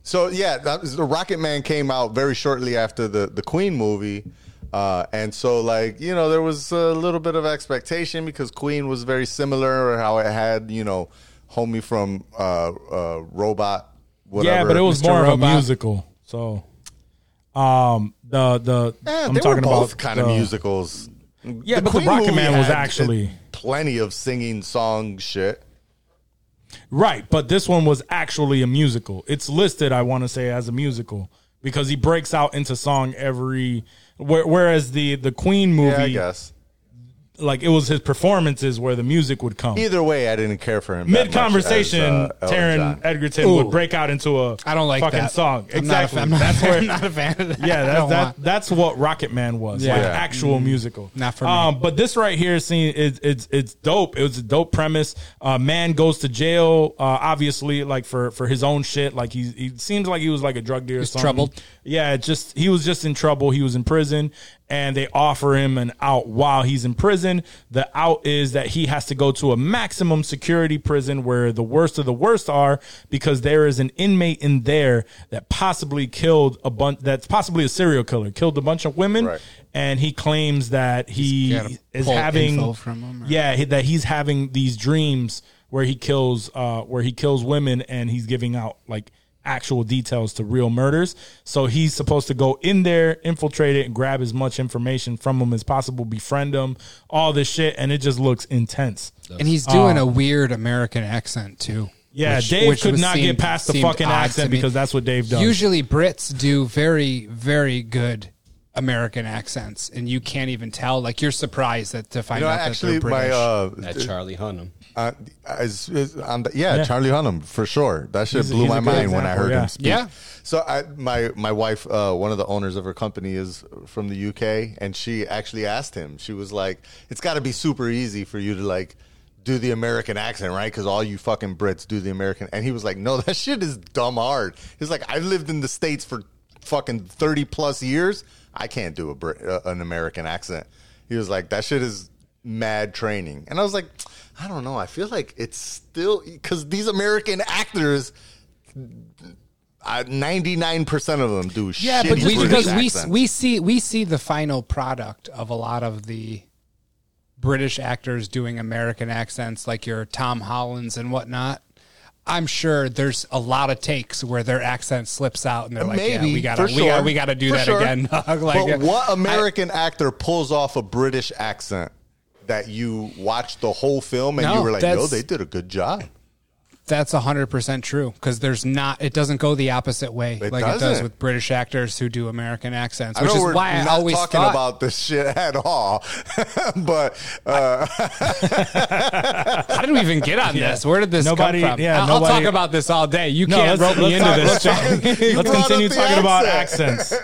S6: So yeah, that was, the Rocket Man came out very shortly after the the Queen movie, uh, and so like you know there was a little bit of expectation because Queen was very similar or how it had you know homie from uh, uh, Robot whatever.
S3: Yeah, but it was
S2: Mr.
S3: more of a
S2: Robot.
S3: musical. So Um, the the
S6: Eh,
S3: I'm
S6: they
S3: talking
S6: were both
S3: about
S6: kind of
S3: the-
S6: musicals.
S3: Yeah, but the
S6: Queen
S3: Rocket
S6: movie
S3: Man was
S6: had
S3: actually
S6: plenty of singing song shit.
S3: right, but this one was actually a musical. It's listed, I want to say, as a musical because he breaks out into song every. where- Whereas the the Queen
S6: Yeah, I
S3: movie,
S6: guess.
S3: like it was his performances where the music would come.
S6: Either way, I didn't care for him. that much
S3: Mid conversation,
S6: as, uh, Elton
S3: Taryn
S6: John.
S3: Edgerton
S2: Ooh.
S3: would break out into a
S2: I don't like
S3: fucking
S2: that.
S3: song.
S2: I'm not a
S3: exactly.
S2: fan- I'm not-
S3: that's where
S2: I'm not a fan of that.
S3: Yeah,
S2: I
S3: that's
S2: don't
S3: that,
S2: want-
S3: that's what Rocket Man was.
S2: Yeah. Mm-hmm.
S3: Like
S6: Yeah.
S3: actual musical.
S2: Not for me.
S3: Um, but this right here scene is it's it's dope. It was a dope premise. Uh man goes to jail, uh, obviously like for for his own shit. Like he he seems like he was like a drug dealer or something.
S2: troubled.
S3: Yeah, it just he was just in trouble. He was in prison, and they offer him an out while he's in prison. The out is that he has to go to a maximum security prison where the worst of the worst are, because there is an inmate in there that possibly killed a bunch. That's possibly a serial killer, killed a bunch of women,
S6: Right.
S3: and he claims that he
S2: gotta
S3: is
S2: pull
S3: having
S2: info from 'em or-
S3: yeah he- that he's having these dreams where he kills uh where he kills women and he's giving out like actual details to real murders so he's supposed to go in there infiltrate it and grab as much information from him as possible befriend him all this shit and it just looks intense
S2: And he's doing a weird American accent too.
S3: Oh. yeah dave could
S2: was
S3: not get
S2: seemed-
S3: past the
S2: seemed
S3: fucking
S2: odd to
S3: accent
S2: me.
S3: because that's what dave does
S2: Usually Brits do very, very good American accents, and you can't even tell. Like you're surprised that to find
S6: You know,
S2: out
S6: actually,
S2: that they're British.
S6: my uh,
S1: That Charlie Hunnam.
S6: uh, is, is, on the, yeah, Charlie Hunnam for sure. That shit
S3: He's a-
S6: blew
S3: he's
S6: my
S3: a good
S6: mind when I
S3: example,
S6: heard
S3: yeah.
S6: him speak.
S2: Yeah.
S6: So I, my my wife, uh, one of the owners of her company, is from the UK, and she actually asked him. She was like, "It's got to be super easy for you to like." Do the American accent, right? Because all you fucking Brits do the American. And he was like, "No, that shit is dumb hard." He's like, "I've lived in the states for fucking thirty plus years. I can't do a Brit, uh, an American accent." He was like, "That shit is mad training. And I was like, I don't know. I feel like it's still because these American actors, ninety nine percent of them do shit.
S2: yeah, but
S6: with
S2: we, because
S6: British
S2: we
S6: accents.
S2: we see we see the final product of a lot of the British actors doing American accents, like your Tom Hollands and whatnot. I'm sure there's a lot of takes where their accent slips out, and they're like, "Yeah, we gotta,
S6: for
S2: we
S6: sure,
S2: gotta, we gotta do
S6: for
S2: that
S6: sure.
S2: again." dog. like,
S6: but what
S2: I-
S6: American actor pulls off a British accent that you watched the whole film and you
S2: No,
S6: were like, yo,
S2: that's-
S6: they did a good job.
S2: That's hundred percent true because there's not. It doesn't go the opposite way
S6: It
S2: like it does
S6: doesn't.
S2: with British actors who do American accents,
S6: I
S2: which
S6: know
S2: is
S6: we're
S2: why I
S6: not
S2: always
S6: talking
S2: thought.
S6: about this shit at all, but uh,
S2: how did we even get on this? Where did this
S3: Nobody-
S2: come from?
S3: yeah,
S2: I'll, I'll
S3: nobody-
S2: talk about this all day. You
S3: no,
S2: can't
S3: let's,
S2: rope
S3: let's
S2: me into
S3: talk-
S2: this.
S3: let's
S2: Jack.
S3: talk- let's
S6: brought up
S3: continue
S6: the
S3: talking about accents.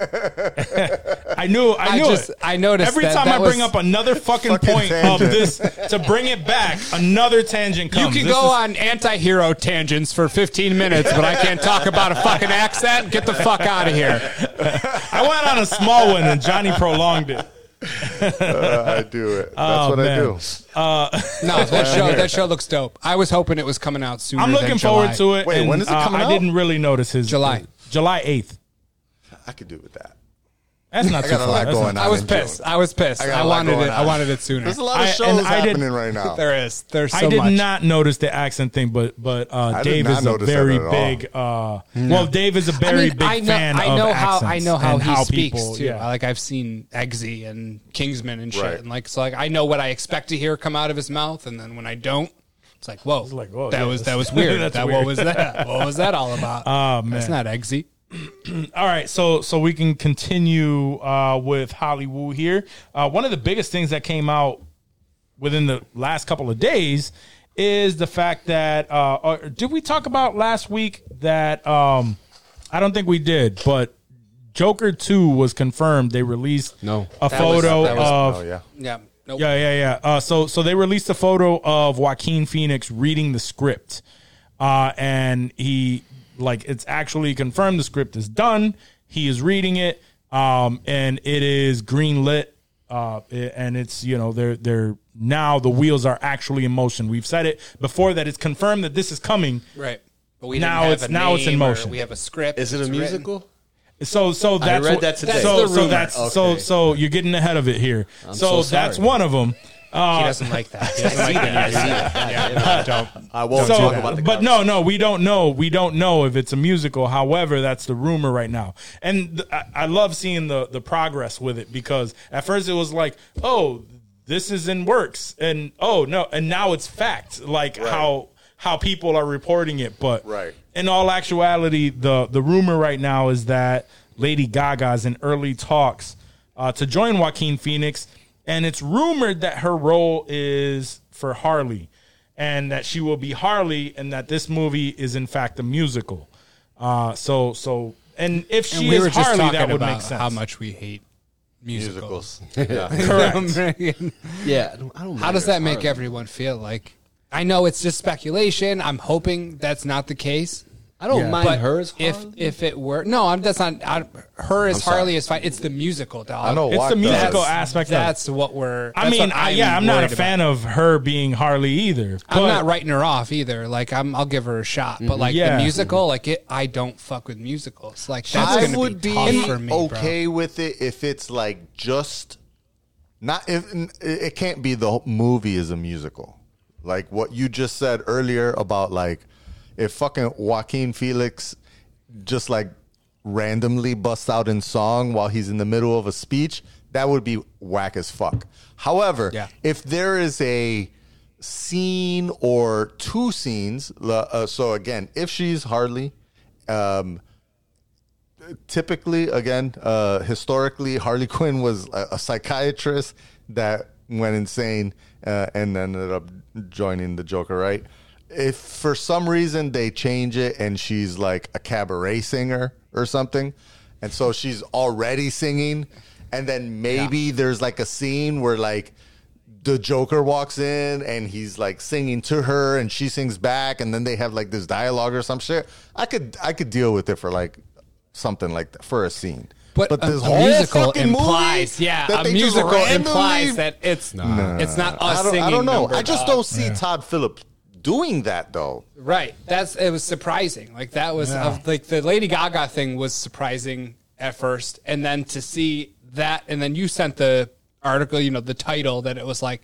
S3: I knew, I
S2: I
S3: knew
S2: just-
S3: it.
S2: I noticed
S3: every
S2: that-
S3: time
S2: that
S3: I bring
S2: was-
S3: up another fucking,
S6: Fucking
S3: point of
S6: tangent.
S3: this to bring it back. Another tangent
S2: You
S3: comes.
S2: can
S3: This
S2: go
S3: is-
S2: on anti-hero tangents for 15 minutes, but I can't talk about a fucking accent. Get the fuck out of here.
S3: I went on a small one and Johnny prolonged it.
S6: uh, I do it. That's
S3: Oh,
S6: what
S3: man.
S6: I do.
S2: Uh, No, that show that show looks dope. I was hoping it was coming out soon.
S3: I'm looking forward to it.
S6: Wait,
S3: and,
S6: when is it
S3: uh,
S6: coming
S3: I
S6: out?
S3: didn't really notice his
S2: July.
S3: July 8th.
S6: I could do with that.
S3: That's not
S6: I
S3: too
S6: got a
S3: far.
S6: lot
S3: That's
S6: going
S3: not-
S6: on.
S2: I was
S6: in June.
S2: pissed. I was pissed.
S6: got
S2: I,
S6: a lot
S2: wanted
S6: going
S2: it. I
S6: on.
S2: wanted it sooner.
S6: There's a lot of
S3: I-
S6: shows
S3: and I did-
S6: happening right now.
S2: there is. There's so
S3: I did
S2: much.
S3: not notice the accent thing, but but uh,
S6: did
S3: Dave
S6: not
S3: is a
S6: notice that
S3: very
S6: at all.
S3: big. Uh, Well, Dave is a very big fan
S2: I know
S3: of
S2: how
S3: accents
S2: I know how
S3: and
S2: he speaks
S3: people-
S2: too.
S3: yeah.
S2: Like I've seen Eggsy and Kingsman and shit,
S6: Right.
S2: and like so like I know what I expect to hear come out of his mouth, and then when I don't, it's like whoa,
S3: like, whoa,
S2: that
S3: yeah,
S2: was
S3: that's-
S2: that was weird.
S3: that's
S2: that
S3: weird.
S2: what was that? What was that all about? Oh man, that's not Eggsy.
S3: All right, so so we can continue uh, with Hollywood here. Uh, one of the biggest things that came out within the last couple of days is the fact that uh, or did we talk about last week that um, I don't think we did, but Joker Two was confirmed. They released
S1: No.
S3: a
S2: was-
S3: photo
S2: that was-
S3: of
S6: Oh yeah.
S2: Yeah, nope.
S3: yeah, yeah, yeah. Uh, so, so they released a photo of Joaquin Phoenix reading the script, uh, and he like it's actually confirmed the script is done. He is reading it, um, and it is green lit. Uh, i- and it's you know they're they're now the wheels are actually in motion. We've said it before that it's confirmed that this is coming.
S2: right. But we
S3: Now
S2: have
S3: it's-
S2: a
S3: now it's in
S2: name or
S3: motion.
S2: We have a script.
S1: Is it a
S2: It's written.
S1: musical?
S3: So so that's
S1: read
S3: what-
S1: that today.
S3: So
S1: That's the
S3: so
S1: rumor.
S3: that's so
S1: Okay.
S3: so you're getting ahead of it here. so
S1: so
S3: that's
S1: sorry.
S3: one of them.
S2: he doesn't like that. He doesn't like that. Yeah, don't.
S6: I won't
S3: So,
S6: talk about the
S3: but no, no, we don't know. We don't know if it's a musical. However, that's the rumor right now, and th- I, I love seeing the the progress with it because at first it was like, oh, this is in works, and oh no, and now it's fact, like how how people are reporting it. But
S6: Right.
S3: in all actuality, the the rumor right now is that Lady Gaga's in early talks uh, to join Joaquin Phoenix, and it's rumored that her role is for Harley, and that she will be Harley, and that this movie is in fact a musical. Uh, so so, and if she
S2: And we
S3: is
S2: were just
S3: Harley,
S2: talking
S3: that would
S2: about
S3: make sense.
S2: how much we hate musicals.
S6: musicals. Yeah.
S2: Correct.
S1: Yeah, I don't, I don't
S2: How does that make everyone feel? Like, I know it's just speculation. I'm hoping that's not the case.
S1: I don't
S3: Yeah.
S1: mind
S2: But
S1: hers.
S2: if if it were no, I'm, that's not I, her as
S6: sorry.
S2: Harley is fine. It's the musical dog.
S6: I know
S3: It's
S6: why
S3: the
S6: it does.
S3: musical aspect of it.
S2: That's what we're.
S3: I
S2: that's
S3: mean,
S2: what
S3: I, yeah, I'm not a
S2: worried about.
S3: fan of her being Harley either.
S2: I'm
S3: but-
S2: not writing her off either. Like I'm, I'll give her a shot.
S6: Mm-hmm.
S2: But like
S3: Yeah.
S2: the musical, like it, I don't fuck with musicals. Like that's
S6: I
S2: gonna
S6: would
S2: be,
S6: be,
S2: tough for me,
S6: okay with it if it's like just not if n- it it can't be the whole movie is a musical. Like what you just said earlier about like if fucking Joaquin Felix just like randomly busts out in song while he's in the middle of a speech, that would be whack as fuck. However,
S2: Yeah.
S6: if there is a scene or two scenes, la- uh, so again, if she's Harley, um, typically, again, uh, historically, Harley Quinn was a, a psychiatrist that went insane uh, and ended up joining the Joker, right? If for some reason they change it and she's like a cabaret singer or something, and so she's already singing, and then maybe there's like a scene where like the Joker walks in and he's like singing to her and she sings back and then they have like this dialogue or some shit. I could I could deal with it for like something like that for a scene.
S2: But, a, a musical implies, yeah, a
S6: that they just
S2: musical
S6: randomly-
S2: implies that it's it's not us
S6: I don't,
S2: singing.
S6: I don't know.
S2: number
S6: I just
S2: dog.
S6: don't see Todd Phillips doing that though.
S2: Right. That's it was surprising. Like that was of like the Lady Gaga thing was surprising at first, and then to see that, and then you sent the article, you know, the title that it was like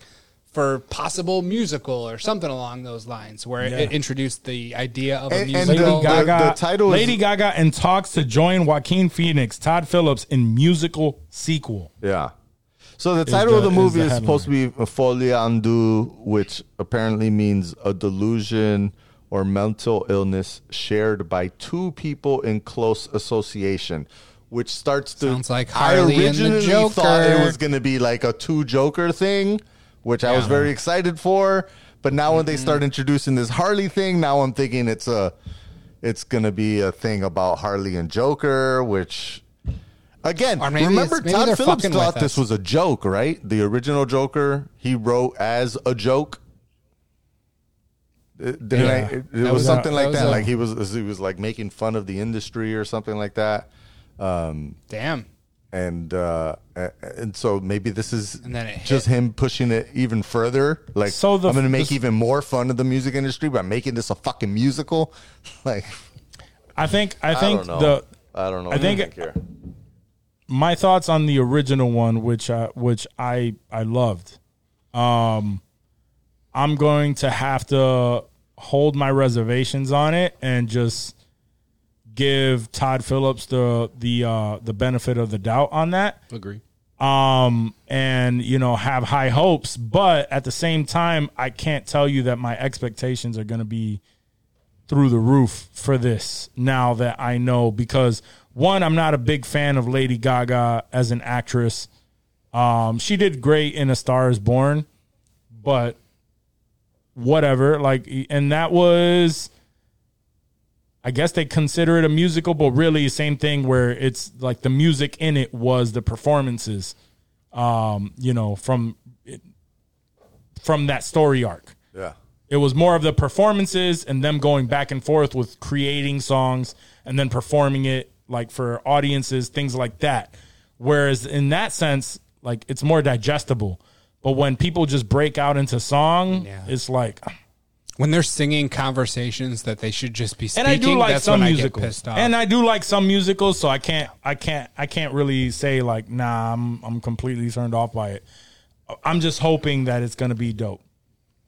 S2: for possible musical or something along those lines, where it,
S3: Yeah.
S2: it introduced the idea of a
S6: And- and
S2: musical.
S3: Lady
S6: the-
S3: Gaga,
S6: the title is-
S3: Lady Gaga, and talks to join Joaquin Phoenix, Todd Phillips in musical sequel.
S6: Yeah. So the title of
S3: the-
S6: the
S3: is
S6: movie
S3: the
S6: is, supposed to be Folie en Deux, which apparently means a delusion or mental illness shared by two people in close association, which starts to
S2: Sounds like Harley and the Joker.
S6: thought it was going to be like a two Joker thing, which I was very excited for. But now when they
S2: Mm-hmm.
S6: start introducing this Harley thing, now I'm thinking it's a it's going to be a thing about Harley and Joker, which Again,
S2: Or maybe
S6: remember
S2: it's- maybe
S6: Todd
S2: they're
S6: Phillips
S2: fucking with
S6: thought this
S2: us.
S6: was a joke, right? The original Joker he wrote as a joke. Uh, Didn't I,
S3: Yeah.
S6: it, it
S2: That
S6: was,
S2: was a-
S6: something like
S2: that was
S6: that.
S2: a-
S6: like he was he was like making fun of the industry or something like that. Um,
S2: Damn.
S6: and uh, a- and so maybe this is
S2: And then it hit.
S6: just him pushing it even further. Like
S3: So the-
S6: I'm going to make
S3: this-
S6: even more fun of the music industry by making this a fucking musical. Like
S3: I think. I
S6: I
S3: think
S6: don't know.
S3: the
S6: I don't know.
S3: I think-
S6: here.
S3: my thoughts on the original one, which uh, which I I loved. Um, I'm going to have to hold my reservations on it and just give Todd Phillips the the uh, the benefit of the doubt on that.
S1: Agree.
S3: um, and you know have high hopes, but at the same time, I can't tell you that my expectations are going to be through the roof for this. Now that I know, because one, I'm not a big fan of Lady Gaga as an actress. Um, she did great in A Star Is Born, but whatever. Like, and that was. I guess they consider it a musical, but really same thing where it's like the music in it was the performances, um, you know, from from that story arc.
S6: Yeah.
S3: It was more of the performances and them going back and forth with creating songs and then performing it like for audiences, things like that. Whereas in that sense, like it's more digestible. But when people just break out into song, it's like ah,
S2: When they're singing conversations that they should just be
S3: and
S2: speaking,
S3: I do like
S2: that's
S3: some
S2: when I
S3: musicals,
S2: get pissed off.
S3: and I do like some musicals. So I can't, I can't, I can't really say like, nah, I'm, I'm completely turned off by it. I'm just hoping that it's gonna be dope.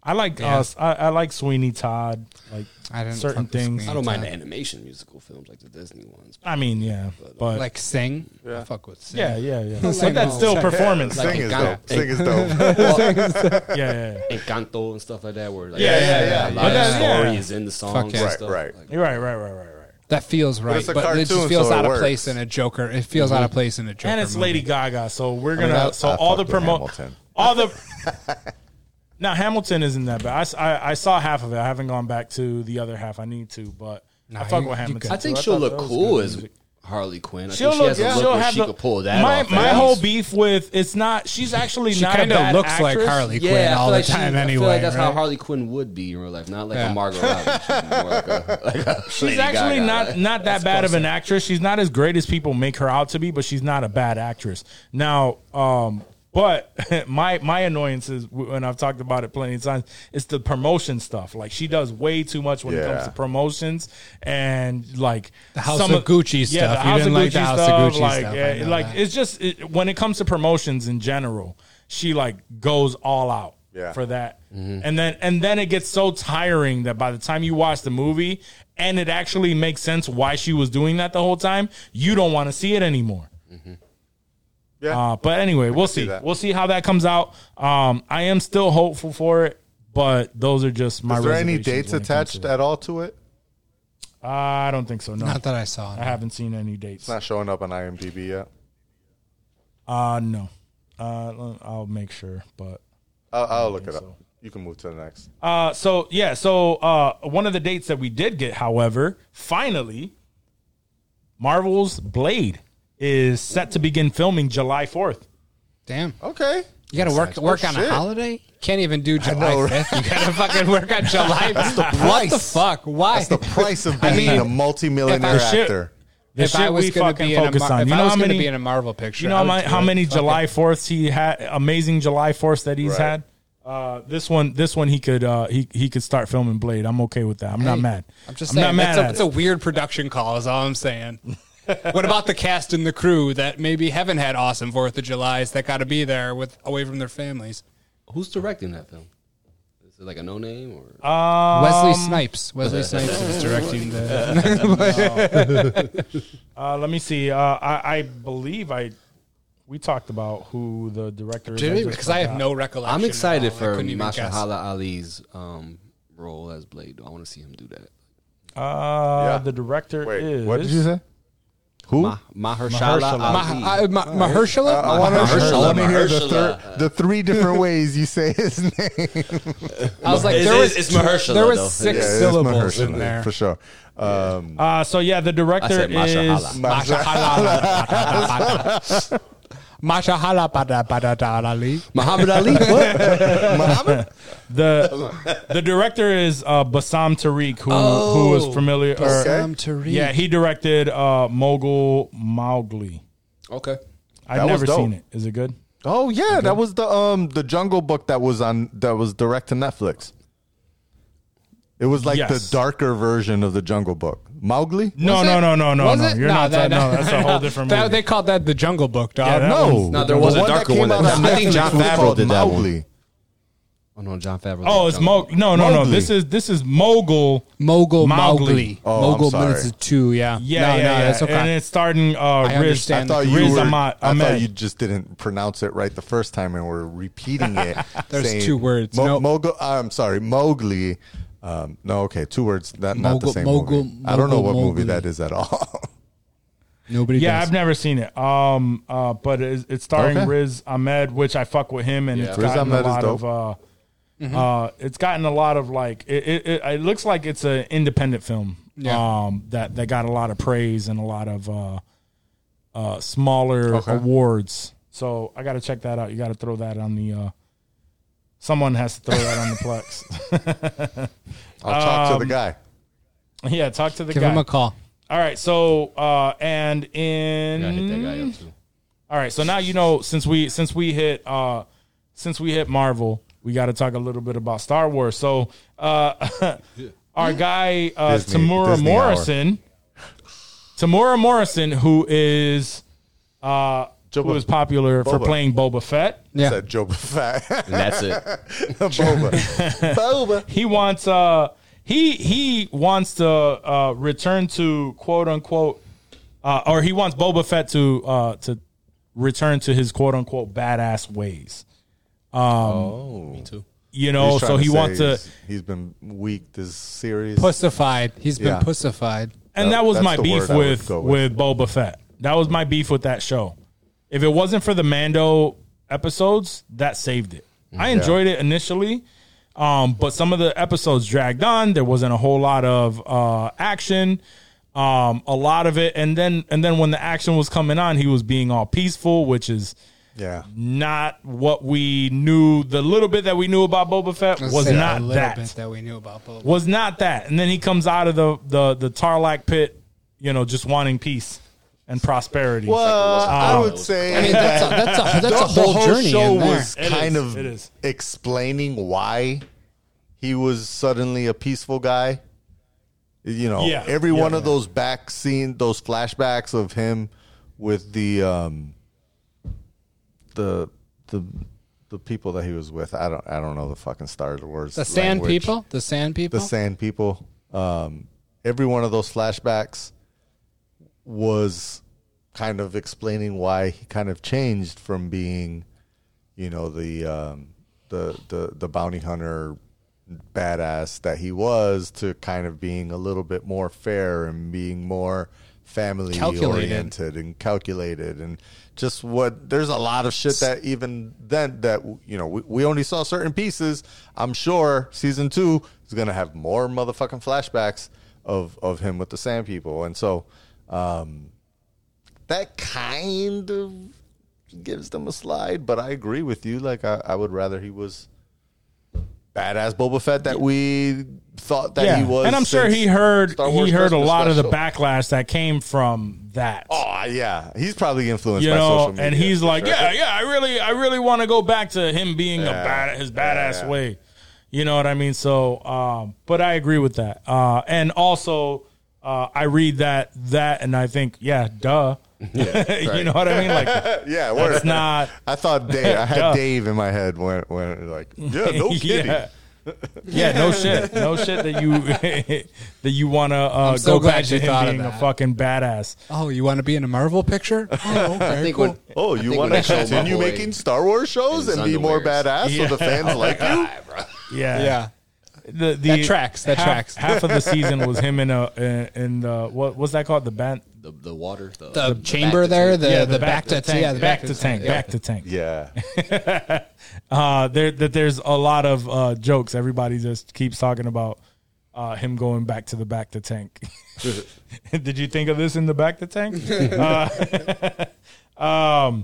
S3: I like
S2: Yeah.
S3: us. I, I like Sweeney Todd. Like
S2: I didn't
S3: certain
S2: fuck with
S3: things.
S2: Sweeney.
S1: I don't mind
S2: Uh,
S1: the animation musical films like the Disney ones.
S3: I mean, yeah, but
S2: Like Sing. I fuck with Sing.
S3: yeah, yeah, yeah.
S2: Like
S3: but that's
S2: all-
S3: still performance.
S1: Like
S6: Sing is
S1: Encanto.
S6: dope. Sing is dope.
S3: yeah, yeah, yeah.
S1: Encanto and stuff like that, where like,
S3: Yeah, yeah, yeah.
S1: a
S3: But
S1: lot of
S3: that's- yeah.
S1: story is in the songs.
S2: yeah.
S1: and
S2: Right,
S1: stuff.
S6: right.
S1: Like,
S3: You're right, right, right, right, right.
S2: That feels right,
S6: it's a
S2: but it
S6: cartoon,
S2: just feels
S6: so it
S2: out of
S6: works.
S2: place in a Joker. It feels out of place in a Joker.
S3: Mm-hmm. And it's
S2: movie.
S3: Lady Gaga, so we're
S6: mean,
S3: gonna.
S6: I-
S3: so
S6: I
S3: all the
S6: fucked with
S3: promo,
S6: Hamilton.
S3: all the. now Hamilton isn't that bad. I s- I, I saw half of it. I haven't gone back to the other half. I need to, but I fuck
S2: you-
S3: with
S2: you
S3: Hamilton.
S2: could.
S1: I
S3: too.
S1: think
S3: thought
S1: she'll
S3: that
S1: look
S3: was
S1: cool
S3: good
S1: as
S3: music.
S1: Harley Quinn. I
S3: She'll
S1: think she has
S3: look.
S1: a look
S3: she'll
S1: where
S3: have
S1: she
S3: the,
S1: could pull that
S3: My
S1: off.
S3: my
S1: at
S3: whole
S1: least.
S3: beef with it's not. She's actually
S2: She
S3: not a
S2: kind of
S3: bad
S2: looks like
S3: actress.
S2: Harley Quinn
S1: Yeah, I
S2: all
S1: feel
S2: the
S1: like she-
S2: time.
S1: I
S2: anyway,
S1: feel like that's how
S2: right?
S1: Harley Quinn would be in real life, not like
S2: Yeah.
S1: a Margot Robbie. She'd be more like a- like a
S3: She's
S1: Lady
S3: actually
S1: Gaga.
S3: not not that bad of an actress. She's not as great as people make her out to be, but she's not a bad actress. Now, um, but my my annoyance is and I've talked about it plenty of times. It's the promotion stuff. Like she does way too much when it comes
S6: Yeah.
S3: to promotions and like
S2: The House of Gucci
S3: Yeah,
S2: stuff. You didn't like the House of Gucci
S3: like,
S2: stuff. I
S3: yeah,
S2: know
S3: like
S2: that.
S3: it's just it, when it comes to promotions in general, she like goes all out
S6: Yeah. Mm-hmm.
S3: for that. And then and then it gets so tiring that by the time you watch the movie and it actually makes sense why she was doing that the whole time, you don't want to see it anymore.
S6: Mm-hmm. yeah.
S3: Uh, but anyway, we'll see.
S6: that.
S3: We'll see how that comes out. Um, I am still hopeful for it, but those are just my.
S6: Is there any
S3: reservations
S6: dates
S3: when it comes to
S6: attached
S3: it.
S6: at all to it?
S3: Uh, I don't think so. No,
S2: Not that I saw.
S3: I haven't seen any dates.
S6: It's not showing up on IMDb yet.
S3: Uh, no. Uh, I'll make sure, but
S6: I'll, I'll look it up. You can move to the next.
S3: Uh, so yeah, so uh, one of the dates that we did get, however, finally, Marvel's Blade is set to begin filming July fourth.
S2: Damn,
S6: Okay.
S2: you got to work work on a
S6: Oh, shit.
S2: holiday. Can't even do July
S6: know, right?
S2: fifth. You got to fucking work on July. What the
S6: price.
S2: fuck? Why?
S6: That's the price of being
S2: I mean,
S6: a multimillionaire
S2: if I-
S3: shit.
S6: actor.
S3: The
S2: if I
S3: shit
S2: was
S3: we
S2: going to
S3: fucking
S2: be in a,
S3: focus
S2: Mar-
S3: on.
S2: if
S3: You know
S2: I was
S3: how
S2: going to
S3: many-
S2: be in a Marvel picture,
S3: You know
S2: I
S3: how,
S2: would
S3: my,
S2: do
S3: how
S2: it.
S3: many
S2: Fucking-
S3: July Fourths he had? Amazing July Fourths that he's
S6: Right.
S3: had. Uh, this one, this one he could uh, he he could start filming Blade. I'm okay with that. I'm not
S2: Hey,
S3: mad.
S2: I'm just saying,
S3: not mad
S2: it's, a,
S3: at
S2: it's
S3: it.
S2: a weird production call. Is all I'm saying. what about the cast and the crew that maybe haven't had awesome Fourth of July's that got to be there with away from their families?
S1: Who's directing that film? Is it like a no name or?
S3: Oh,
S2: Wesley
S1: Um,
S2: Snipes. Wesley Snipes is directing the.
S3: Uh, let me see. Uh, I, I believe I we talked about who the director is. I just
S2: Because I have
S3: forgot.
S2: no recollection.
S1: I'm
S2: at
S1: excited
S2: all. I
S1: for
S2: couldn't even guess.
S1: Mashallah Ali's um, role as Blade. I want to see him do that.
S3: Uh,
S6: Yeah.
S3: The director
S6: Wait,
S3: is.
S6: what did you say? Who?
S1: Ma- Mahershala,
S3: Mahershala. Uh,
S1: Ali.
S2: Mah- I- Ma- Mahershala.
S6: I want to
S1: Mahershala,
S6: hear the,
S1: Mahershala.
S6: thir- the three different ways you say his name.
S2: I was like,
S1: It's-
S2: there was
S1: it's- it's Mahershala,
S2: There
S1: though.
S2: was six
S1: Yeah,
S6: it is
S2: syllables
S6: Mahershala,
S2: in there.
S6: For sure. Um,
S3: Uh, so yeah, the
S1: I
S3: director
S1: said Mahershala.
S3: is.
S2: Mashallah. Mashallah. bada, bada, da, la, li.
S1: Muhammad Ali. What?
S6: Muhammad?
S3: the The director is uh, Basam Tariq, who who is familiar. or-
S6: Bassam
S2: Oh, Tariq.
S3: Yeah, he directed uh, Mogul Mowgli.
S1: okay.
S3: I've
S6: That was
S3: never
S6: dope.
S3: seen it. Is it good?
S6: Oh yeah, that was the um the Jungle Book that was on that was direct to Netflix. It was like
S3: Yes.
S6: the darker version of the Jungle Book. Mowgli?
S3: No,
S2: Was
S3: no,
S2: it?
S3: no, no, no,
S2: Was
S3: no.
S2: it?
S3: You're not.
S2: that-
S3: no, that's a whole different
S2: That-
S3: movie.
S2: They called that the Jungle Book,
S3: Yeah,
S2: dog.
S3: that
S6: no,
S3: one's-
S1: No, there was a darker
S6: that
S1: one
S6: came
S1: that-
S6: out on
S1: I think Jon
S6: Netflix was
S1: Favreau
S6: called
S1: did that one.
S6: Mowgli.
S1: Oh no, John Favreau.
S3: Oh, it's Mo. No, no, no.
S6: Mowgli.
S3: This is this is Mogul.
S2: Mogul
S3: Mowgli.
S2: Mowgli.
S6: Oh, I'm
S2: Mogul
S6: sorry.
S2: Minutes is two, yeah.
S3: Yeah,
S2: no,
S3: yeah,
S2: no,
S3: yeah.
S2: that's okay.
S3: And it's starting. Uh, I
S6: I
S2: understand.
S6: thought
S2: And
S6: you
S3: Riz
S6: were,
S3: Ahmad-
S6: I
S3: Ahmed.
S6: thought you just didn't pronounce it right the first time, and were repeating it.
S2: There's
S6: saying,
S2: two words.
S6: Mo-
S2: No.
S6: Mogul. I'm sorry, Mowgli. Um, no, okay, two words. Not, not the
S2: Mogul-
S6: same
S2: Mogul-
S6: movie. I don't know what
S2: Mogul
S6: movie
S2: Mowgli.
S6: that is at all.
S2: Nobody
S3: Yeah,
S2: does.
S3: I've never seen it. Um, uh, but it's, it's starring
S6: Okay.
S3: Riz Ahmed, which I fuck with him, and
S1: Yeah.
S3: it's
S1: Riz
S3: gotten
S6: Ahmed
S3: a
S6: is
S3: lot
S6: dope.
S3: of. Uh, uh, it's gotten a lot of like it. It, it, it looks like it's an independent film.
S2: Yeah.
S3: Um, that that got a lot of praise and a lot of uh, uh, smaller
S6: Okay.
S3: awards. So I got to check that out. You got to throw that on the. Uh, someone has to throw that on the plex.
S6: I'll talk
S3: Um,
S6: to the guy.
S3: yeah, talk to the
S2: Give
S3: guy.
S2: him a call.
S3: All right, so uh, and
S1: I hit that
S3: in
S1: guy up too.
S3: All right, so now you know since we since we hit uh since we hit Marvel, we got to talk a little bit about Star Wars. So, uh our guy uh
S6: Disney-
S3: Tamura
S6: Disney hour.
S3: Morrison Tamura Morrison who is uh who
S6: Joba
S3: was popular for
S6: Boba.
S3: playing Boba Fett.
S2: Yeah.
S6: said Joba Fett.
S1: And that's it.
S6: Boba. Boba.
S3: he wants uh he he wants to uh return to quote unquote uh or he wants Boba Fett to uh to return to his quote unquote badass ways. Um,
S1: Me too.
S3: You know,
S6: He's
S3: Oh, so
S6: Oh. trying
S3: he
S6: say
S3: wants to
S6: he's- he's been weak this series.
S2: Pussified. He's been
S6: Yeah.
S2: pussified.
S3: and
S6: That-
S3: that was
S6: that's
S3: my
S6: the
S3: beef
S6: word I would
S3: with,
S6: go
S3: with
S6: with.
S3: Boba Fett. That was my beef with that show. If it wasn't for the Mando episodes, that saved it. I enjoyed it initially, um, but some of the episodes dragged on. There wasn't a whole lot of uh, action. Um, a lot of it, and then and then when the action was coming on, he was being all peaceful, which is
S6: Yeah.
S3: not what we knew. The little bit that we knew about Boba Fett
S2: Let's
S3: was
S2: say
S3: not
S2: a little
S3: that
S2: bit that we knew about Boba.
S3: was not that. And then he comes out of the the the Tarlac pit, you know, just wanting peace and prosperity.
S6: Well, I
S1: Um,
S6: would say
S2: I mean, that's a, that's a, that's a
S6: the,
S2: whole,
S6: the whole
S2: journey
S6: show
S2: in there.
S6: was
S3: It
S6: kind
S3: is,
S6: of
S3: it is.
S6: explaining why he was suddenly a peaceful guy. You know,
S3: Yeah.
S6: every
S3: Yeah,
S6: one of
S3: yeah.
S6: those back scene, those flashbacks of him with the um, the the the people that he was with. I don't I don't know the fucking Star Wars.
S2: the sand
S6: language.
S2: people. The sand people.
S6: the sand people. Um, every one of those flashbacks was kind of explaining why he kind of changed from being, you know, the um, the the the bounty hunter badass that he was to kind of being a little bit more fair and being more family
S2: Calculated.
S6: oriented and calculated and just what there's a lot of shit that even then that you know we, we only saw certain pieces i'm sure season two is going to have more motherfucking flashbacks of of him with the sand people and so um that kind of gives them a slide but i agree with you like i, I would rather he was badass boba fett that we thought that he was
S3: and I'm sure
S6: since
S3: he heard
S6: Star Wars
S3: he heard a
S6: Christmas
S3: lot of the
S6: special.
S3: backlash that came from that.
S6: Oh yeah, he's probably influenced
S3: you
S6: by
S3: know,
S6: social media.
S3: and he's
S6: for
S3: like,
S6: sure.
S3: yeah, yeah, I really, I really want to go back to him being a bad, his badass
S6: yeah.
S3: way. You know what I mean? So, um, but I agree with that. Uh, and also, uh, I read that that, and I think, yeah, duh. you know what I mean? Like,
S6: yeah.
S3: that's
S6: Word.
S3: not.
S6: I thought Dave. I
S3: Duh.
S6: had Dave in my head when when like yeah, no kidding.
S3: yeah. yeah, no shit, no shit that you that you want to uh,
S2: so
S3: go
S2: glad
S3: back to
S2: you thought
S3: him
S2: of
S3: being a
S2: that.
S3: fucking badass.
S2: Oh, you want to be in a Marvel picture? Oh,
S1: I
S2: okay,
S1: think
S2: cool.
S1: when, I
S6: Oh, you
S1: think
S6: want
S1: when
S6: to
S1: I showed my
S6: continue
S1: boy-
S6: making Star Wars shows
S1: his
S6: and be more
S1: underwears.
S6: badass so the
S3: Oh
S6: fans like you?
S3: Yeah,
S2: yeah.
S3: the, the
S2: That tracks, that
S3: half,
S2: tracks.
S3: Half of the season was him in a in, in the what was that called the ban
S1: The, the water, the,
S2: The,
S1: back
S2: chamber
S1: to
S2: there,
S1: tank.
S2: the, the, back, to tank, yeah, the
S3: back, to tank, back to tank.
S6: Yeah,
S3: Uh, there that there's a lot of uh, jokes. Everybody just keeps talking about uh, him going back to the back to tank. Did you think of this in the back to tank? All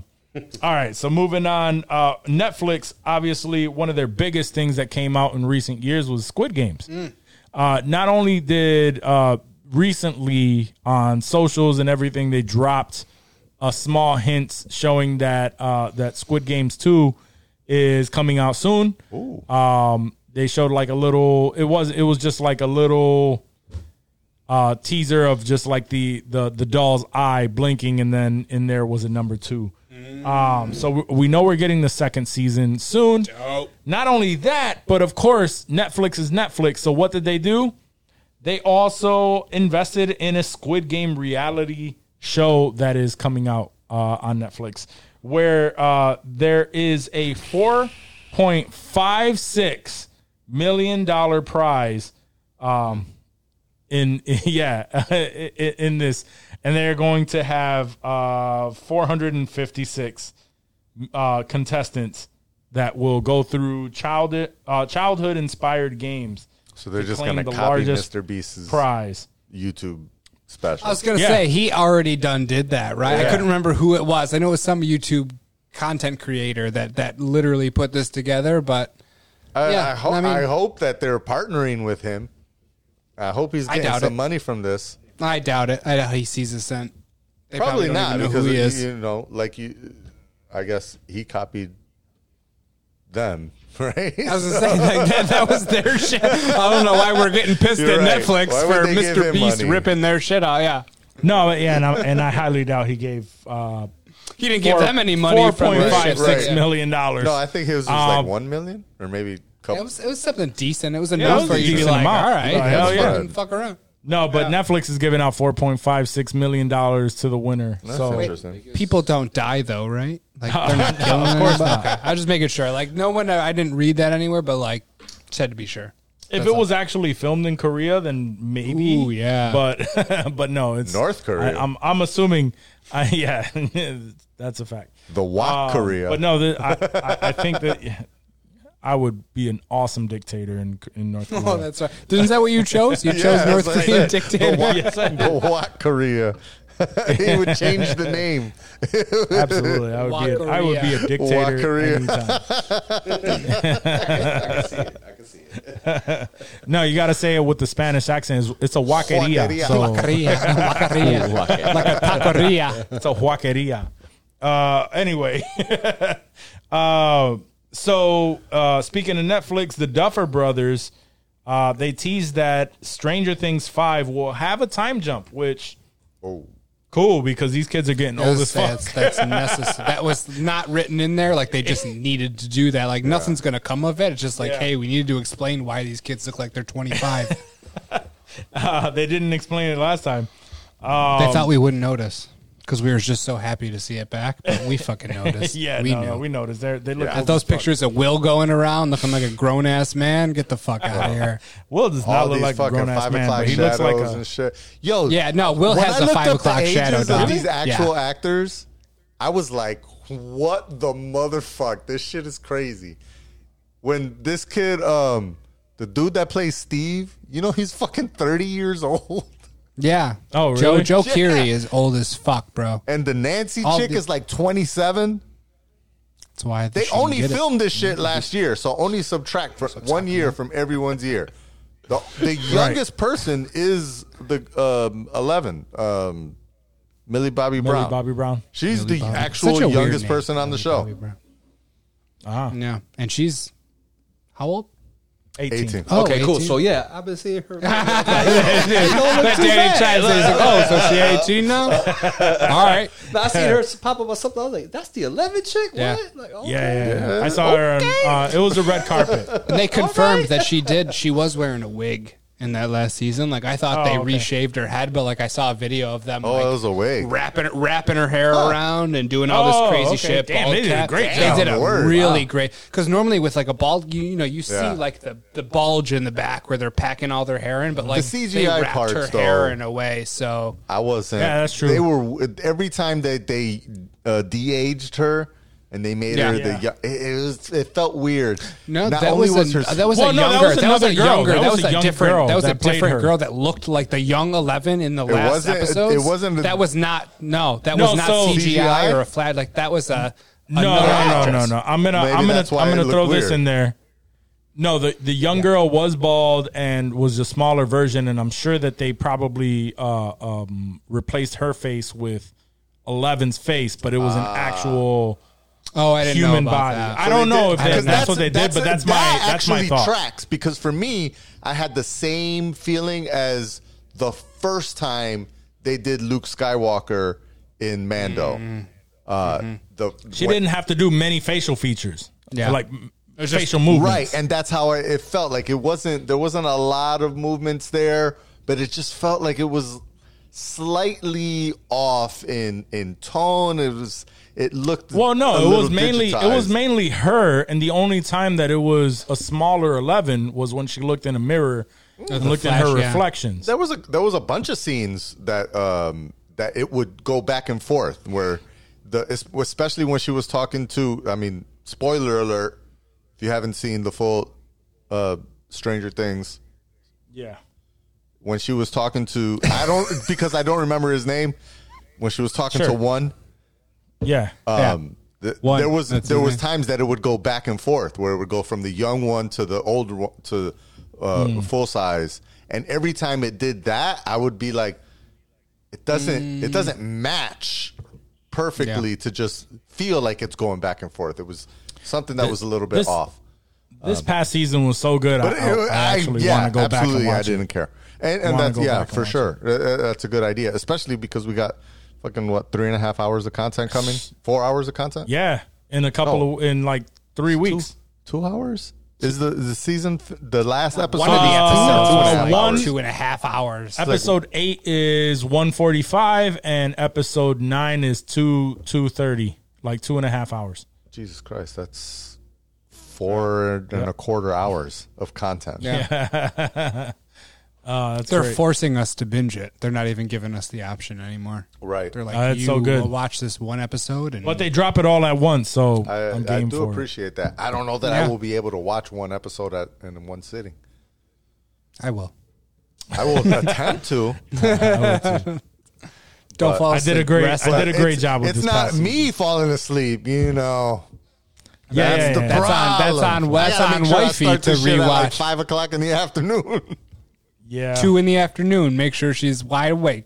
S3: right, so moving on. Uh, Netflix, obviously, one of their biggest things that came out in recent years was Squid Games. Uh, not only did uh, recently on socials and everything, they dropped a small hint showing that uh, that Squid Games two is coming out soon. Um, they showed like a little. It was it was just like a little uh, teaser of just like the the the doll's eye blinking, and then in there was a number two. Um, so we, we know we're getting the second season soon. Not only that, but of course Netflix is Netflix. So what did they do? They also invested in a Squid Game reality show that is coming out uh, on Netflix, where uh, there is a four point five six million dollar prize um, in yeah i- i- in this and they're going to have uh 456 uh contestants that will go through childhood uh childhood inspired games
S6: so they're just
S3: claim
S6: gonna
S3: the
S6: copy
S3: largest
S6: Mr. Beast's
S3: prize
S6: YouTube special.
S2: I was gonna
S3: Yeah.
S2: say he already done did that, right? I
S3: Yeah.
S2: couldn't remember who it was. I know it was some YouTube content creator that that literally put this together, but
S6: I,
S2: yeah,
S6: I, ho-
S2: I
S6: I,
S2: mean-
S6: hope that they're partnering with him. I hope he's
S2: I
S6: getting
S2: doubt
S6: some
S2: it.
S6: money from this.
S2: I doubt it. I doubt he sees a cent. They
S6: Probably,
S2: don't
S6: not
S2: even know
S6: because
S2: who he
S6: you-
S2: is.
S6: you know, like you. I guess he copied them, right?
S2: I was gonna say like, that, that was their shit. I don't know why we're getting pissed
S6: You're
S2: at
S6: right.
S2: Netflix
S6: Why would
S2: for
S6: they give
S2: Mr.
S6: him
S2: Beast
S6: money?
S2: ripping their shit out. Yeah,
S3: no yeah and I, and I highly doubt he gave uh
S2: He didn't give
S3: Four-
S2: them any money
S3: Four
S2: from
S3: point
S2: the
S3: five
S2: ship.
S3: six
S6: Right.
S3: million dollars.
S6: No, I think it was just
S3: Um,
S6: like one million or maybe a couple.
S2: It was, it was something decent. It was
S3: Yeah, it
S2: enough
S3: was
S2: for
S3: a
S2: you to be
S3: decent
S2: like,
S3: amount.
S2: all right,
S3: Yeah,
S2: let's
S6: hell yeah.
S2: fucking fuck around.
S3: No, but
S2: Yeah.
S3: Netflix is giving out four point five six million dollars to the winner.
S6: That's
S3: so
S6: interesting.
S2: People don't die though, right? Like they're not killing. of course not. Okay. I was just making sure. Like no one, I didn't read that anywhere, but like just had to be sure.
S3: if it was actually filmed in Korea, then maybe.
S2: Ooh, yeah.
S3: But but no, it's
S6: North Korea.
S3: I, am I'm assuming. I, yeah, that's a fact.
S6: The Wak
S3: Um,
S6: Korea.
S3: But no, the, I, I I think that I would be an awesome dictator in in North Korea.
S2: Oh, that's right. Isn't that what you chose? You
S6: Yeah,
S2: chose
S6: that's
S2: North
S6: what I
S2: Korean
S6: said.
S2: dictator.
S6: The Wak,
S3: Yes, I did.
S6: the Wak Korea. he would change the name.
S3: Absolutely, I would be. A, I would be a dictator
S6: Korea.
S3: anytime. No, you got to say it with the Spanish accent. It's, it's a
S6: Huaqueria.
S3: huaqueria. So
S2: Korea, Wakaria, like a taqueria.
S3: it's a huaqueria. Uh, anyway, uh, so uh, speaking of Netflix, the Duffer Brothers, uh, they teased that Stranger Things Five will have a time jump, which cool because these kids are getting old as
S2: That's,
S3: fuck.
S2: that's, that's necessary. That was not written in there. Like they just needed to do that. Like nothing's gonna come of it. It's just like,
S3: Yeah.
S2: hey, we needed to explain why these kids look like they're 25. they
S3: Uh, they didn't explain it last time. Um,
S2: thought we wouldn't notice because we were just so happy to see it back, but we fucking noticed.
S3: Yeah,
S2: we
S3: no,
S2: knew.
S3: no, we noticed. They're, they look.
S2: At
S3: old
S2: those
S3: as fuck.
S2: pictures of Will going around looking like a grown ass man, get the fuck out of here.
S3: Will does not
S6: All
S3: look
S6: these
S3: like a
S6: fucking
S3: grown ass
S6: five
S3: man,
S6: o'clock
S3: but he
S6: shadows
S3: looks like
S6: and
S3: a.
S6: shit. Yo,
S2: Yeah, no, Will
S6: when
S2: has
S6: I
S2: the
S6: looked
S2: five
S6: up
S2: o'clock
S6: the
S2: shadow
S6: ages
S2: dog.
S6: Of these
S2: Yeah.
S6: actual actors, I was like, "What the motherfuck? This shit is crazy." When this kid, um, the dude that plays Steve, you know, he's fucking thirty years old,
S2: Yeah.
S3: Oh,
S2: Joe
S3: really?
S2: Joe
S6: Yeah.
S2: Keery is old as fuck, bro.
S6: and the Nancy
S2: All
S6: chick
S2: the-
S6: is like twenty-seven.
S2: That's why
S6: They
S2: shouldn't
S6: only
S2: get it.
S6: filmed this shit last year, so only subtract for one year from everyone's year. The, the youngest person is the um, eleven, um, Millie Bobby
S3: Millie
S6: Brown.
S3: Bobby Brown.
S6: She's the
S2: Bobby.
S6: actual
S2: Such a weird
S6: youngest
S2: name,
S6: person on the show.
S2: Millie Brown.
S3: Uh-huh.
S2: Yeah, and she's how old?
S3: 18.
S6: 18.
S2: Oh,
S1: okay, cool.
S2: 18.
S1: So yeah, I've been seeing her.
S2: That Danny Chaz is like, oh, so she eighteen now? All right.
S1: I seen her pop up on something. I was like, "That's the 11 chick."
S2: Yeah.
S1: What? Like, oh. okay.
S3: Yeah, yeah, yeah. I saw her. On, uh, it was a red carpet.
S2: And they confirmed that she did. She was wearing a wig in that last season. Like I thought
S3: Oh,
S2: they
S3: okay.
S2: reshaved her head, but like I saw a video of them.
S6: Oh,
S2: like,
S6: it was a wig.
S2: Wrapping, wrapping her hair around and doing all
S3: Oh,
S2: this crazy
S3: okay.
S2: shit.
S3: Damn,
S2: bald
S3: they did a
S2: cap.
S3: great
S2: They
S3: job.
S2: did a
S6: Word.
S2: really great. Because normally with like a bald, you, you know, you see
S6: Yeah.
S2: like the, the bulge in the back where they're packing all their hair in, but like they
S6: CGI
S2: wrapped her
S6: parts,
S2: hair
S6: though.
S2: in a way. So
S6: I wasn't.
S3: Yeah, that's true.
S6: They were every time that they uh, de-aged her and they made
S2: Yeah.
S6: her
S3: Yeah.
S6: the yo- it, it was it felt weird.
S2: No,
S6: Not
S2: that
S6: only
S2: was,
S6: was,
S2: a,
S6: her
S2: that was
S3: Well,
S2: a
S3: no, that
S2: younger.
S3: was
S2: that was
S3: another
S2: a
S3: girl.
S2: younger. That, was, a,
S3: young
S2: different.
S3: girl
S2: that was
S3: that
S2: a
S3: played
S2: different
S3: her.
S2: girl that looked like the young Eleven in the last
S6: wasn't- it-
S2: episode.
S6: it wasn't a-
S2: that was not. No, that
S3: No,
S2: was not
S3: so-
S2: CGI,
S6: CGI?
S2: or a flag. Like that was a.
S3: No,
S2: another
S3: no, no, no,
S2: actress.
S3: no. I'm gonna,
S6: Maybe
S3: I'm gonna,
S6: that's why
S3: I'm
S6: it
S3: gonna
S6: looked
S3: throw this
S6: weird.
S3: in there. No, the the young girl was bald and was a smaller version, and I'm sure that they probably uh, um, replaced her face with Eleven's face, but it was
S6: Ah.
S3: an actual
S2: Oh, I didn't
S3: human
S2: know about
S3: body.
S2: that.
S3: I don't know if
S2: I
S3: that,
S2: didn't
S3: that's,
S2: know.
S3: what they did, but that's my
S6: that
S3: that's my
S6: actually
S3: thought.
S6: tracks because for me, I had the same feeling as the first time they did Luke Skywalker in Mando. Uh, The
S3: Mm. Mm-hmm. She didn't have to do many facial features,
S2: Yeah.
S3: like
S2: was just-
S3: facial movements.
S6: Right, and that's how I- it felt like it wasn't there wasn't a lot of movements there, but it just felt like it was slightly off in in tone. It was it looked
S3: Well,
S6: a
S3: no, it
S6: little
S3: was mainly it was
S6: digitized.
S3: mainly her, and the only time that it was a smaller eleven was when she looked in a mirror and looked at her
S2: Mm. flash, yeah.
S3: reflections.
S6: there was a there was a bunch of scenes that um that it would go back and forth where the es- especially when she was talking to I mean spoiler alert if you haven't seen the full uh Stranger Things
S3: Yeah,
S6: when she was talking to I don't because I don't remember his name when she was talking
S3: Sure.
S6: to one
S3: yeah,
S6: um th-
S2: One,
S6: there was
S2: that's
S6: there
S2: his
S6: was
S2: name.
S6: times that it would go back and forth where it would go from the young one to the older one to uh,
S3: Hmm.
S6: full size and every time it did that I would be like it doesn't
S3: Hmm.
S6: it doesn't match perfectly to just feel like it's going back and forth it was something that was a little bit
S3: this-
S6: off
S3: this past season was so good. I,
S6: but
S3: I-
S6: it-
S3: I
S6: I-
S3: actually
S6: yeah,
S3: want to go back and
S6: absolutely,
S3: watch
S6: I
S3: it.
S6: didn't care, and, and
S3: Wanna
S6: that's
S3: go
S6: yeah
S3: back and
S6: for
S3: watch
S6: sure. Uh, uh, That's a good idea, especially because we got fucking what three and a half hours of content coming? Four hours of content?
S3: Yeah, in a couple
S6: Oh.
S3: of in like three weeks.
S6: Two hours? Is the is the season f- the last episode?
S2: One of the episodes
S3: Uh,
S2: was like
S3: one-
S2: two and a half hours.
S3: Episode eight is one forty five, and episode nine is two two thirty, like two and a half hours.
S6: Jesus Christ, that's four and a quarter hours of content.
S3: Uh, that's
S2: They're
S3: great.
S2: forcing us to binge it. They're not even giving us the option anymore.
S6: Right.
S2: They're like,
S3: Uh, that's
S2: you
S3: so good.
S2: will watch this one episode and
S3: but they drop it all at once, so I,
S6: I,
S3: am
S6: I
S3: game
S6: do
S3: for it.
S6: appreciate that. I don't know that I will be able to watch one episode at, in one sitting.
S2: I will.
S6: I will attempt to.
S2: Don't fall
S3: I
S2: asleep.
S3: did a great-
S2: Rest
S3: I
S2: up.
S3: did a great
S6: It's-
S3: job with
S6: It's
S3: this
S6: not
S3: past
S6: me falling asleep, you know.
S3: Yeah,
S6: that's
S3: yeah,
S6: the
S3: yeah.
S2: That's
S6: problem.
S2: on- that's on-
S6: I
S2: that's
S6: gotta
S2: on
S6: make sure I
S2: wifey
S6: start
S2: to
S6: this shit at like
S2: rewatch.
S6: five o'clock in the afternoon.
S3: yeah.
S2: two in the afternoon. Make sure she's wide awake.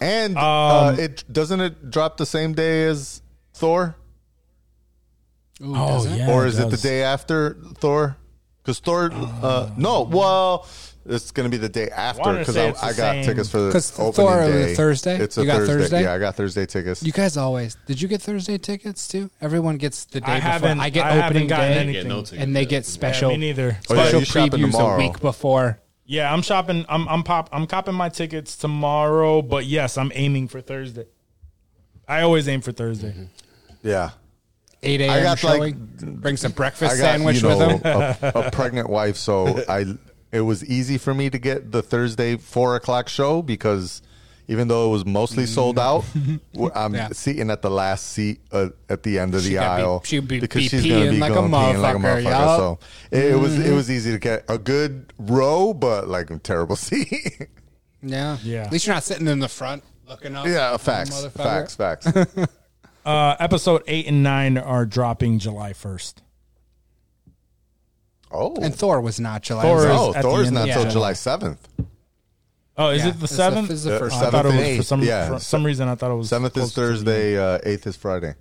S6: And uh,
S3: Um,
S6: it doesn't it drop the same day as Thor,
S3: oh yeah,
S6: or is it, the
S3: does. Um,
S6: day after Thor? Because Thor, uh, no, well, it's gonna be the day after
S3: Wanna
S6: because
S3: say
S6: I,
S3: it's the
S6: I got
S3: same-
S6: tickets for the
S2: 'Cause
S6: opening
S2: Thor is a
S6: day.
S2: Thursday?
S6: It's a
S2: You got
S6: Thursday.
S2: Thursday?
S6: Yeah, I got Thursday tickets.
S2: You guys always did. You get Thursday tickets too? Everyone gets the day
S3: I
S2: before.
S3: haven't.
S2: I get
S3: haven't
S2: opening
S3: gotten
S2: day,
S3: anything.
S1: Yeah, no ticket.
S2: and they get special.
S3: me neither.
S6: Oh, yeah,
S2: Special
S6: you shopping
S2: previews a
S6: tomorrow.
S2: week before.
S3: Yeah, I'm shopping. I'm I'm pop. I'm copping my tickets tomorrow. But yes, I'm aiming for Thursday. I always aim for Thursday.
S2: Mm-hmm.
S6: yeah,
S2: 8
S6: I
S2: a.m.
S6: got, like,
S2: showing. Bring some breakfast
S6: I got
S2: sandwich
S6: you know
S2: with them.
S6: a, a pregnant wife, so I it was easy for me to get the Thursday four o'clock show because even though it was mostly sold out, w- I'm
S2: Mm. Yeah.
S6: sitting at the last seat uh, at the end of
S2: She
S6: the
S2: got be-
S6: aisle
S2: she be-
S6: because
S2: be
S6: she's gonna be
S2: peeing like a
S6: going peeing like a
S2: motherfucker,
S6: motherfucker.
S2: yup. Mm-hmm.
S6: So it, it was it was easy to get a good row, but like a terrible seat.
S2: Yeah.
S3: Yeah.
S2: At least you're not sitting in the front looking up.
S6: yeah, facts,
S2: Motherfucker.
S6: facts, facts.
S3: Uh, episode eight and nine are dropping July first.
S6: Oh,
S2: And Thor was not July.
S3: Thor
S2: It was
S6: no,
S3: is at
S6: Thor's
S3: the end
S6: not
S2: of
S6: till
S2: July.
S6: July seventh.
S3: Oh, is
S2: Yeah,
S3: it the
S2: it's the-
S3: seventh?
S2: it's the
S3: Uh,
S2: first
S3: I thought it
S6: one.
S3: was
S6: Seventh
S3: for
S6: and
S3: some
S6: eighth, yeah.
S3: for some reason. I thought it was
S6: Seventh
S3: close
S6: is
S3: to the end.
S6: Thursday, uh, eighth is Friday.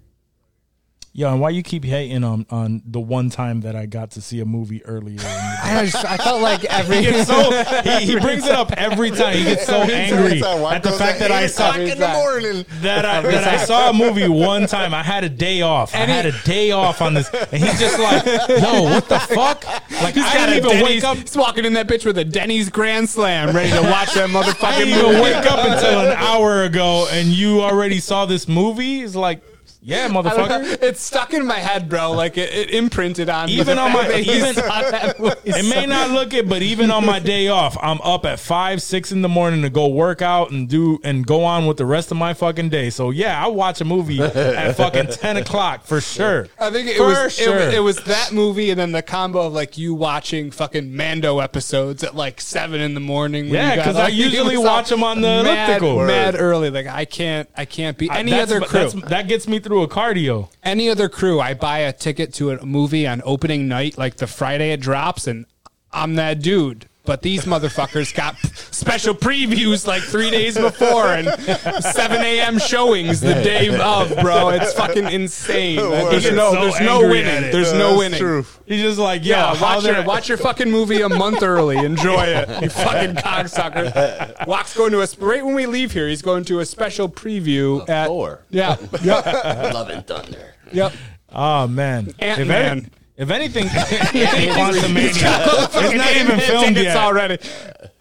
S3: Yeah, and why you keep hating on on the one time that I got to see a movie earlier? in the day?
S2: I, just, I felt like every.
S3: He gets so he, he brings it up every time. He gets so angry at the fact that I saw
S6: in the morning.
S3: that I, that I saw a movie one time. I had a day off. I had a day off on this, and he's just like, "Yo, what the fuck?" Like
S2: He's
S3: I didn't
S2: got a
S3: even wake
S2: Denny's-
S3: up.
S2: He's walking in that bitch with a Denny's Grand Slam, ready to watch that
S3: I
S2: motherfucking
S3: didn't even
S2: movie.
S3: wake up until an hour ago, and you already saw this movie. It's like, yeah,
S2: I don't know.
S3: motherfucker.
S2: It's stuck in my head, bro. Like it, it imprinted on me.
S3: Even on my-
S2: That he
S3: even-
S2: saw that movie.
S3: It may not look it, but even on my day off, I'm up at five, six in the morning to go work out and do and go on with the rest of my fucking day. So yeah, I watch a movie at fucking ten o'clock for sure.
S2: I think it
S3: For
S2: was
S3: sure.
S2: it, it was that movie and then the combo of like you watching fucking Mando episodes at like seven in the morning. when
S3: Yeah,
S2: you got
S3: 'cause I
S2: up. It
S3: usually
S2: was all
S3: watch 'em on the
S2: mad,
S3: elliptical.
S2: mad early. Like I can't I can't be any
S3: That's-
S2: other crew.
S3: that's- that gets me through a cardio.
S2: any other crew, I buy a ticket to a movie on opening night, like the Friday it drops, and I'm that dude. But these motherfuckers got special previews like three days before and 7 a.m. showings the day of, bro. It's fucking insane. Like,
S6: He
S2: there's
S6: gets
S2: no,
S3: so
S2: there's no
S3: angry at
S2: winning.
S3: it.
S2: There's no
S6: That's
S2: winning.
S6: true.
S3: He's just like, yo,
S2: Yeah,
S3: how
S2: watch your,
S3: they're-
S2: watch your fucking movie a month early. Enjoy it, you fucking cocksucker. Walk's going to a right when we leave here. He's going to a special preview at
S1: Thor.
S2: Yeah, yep,
S1: Love and Thunder.
S2: yep.
S3: Oh man, if,
S2: Ant-Man.
S3: any- if anything, Quantumania.
S2: It's
S3: not even filmed yet.
S2: already.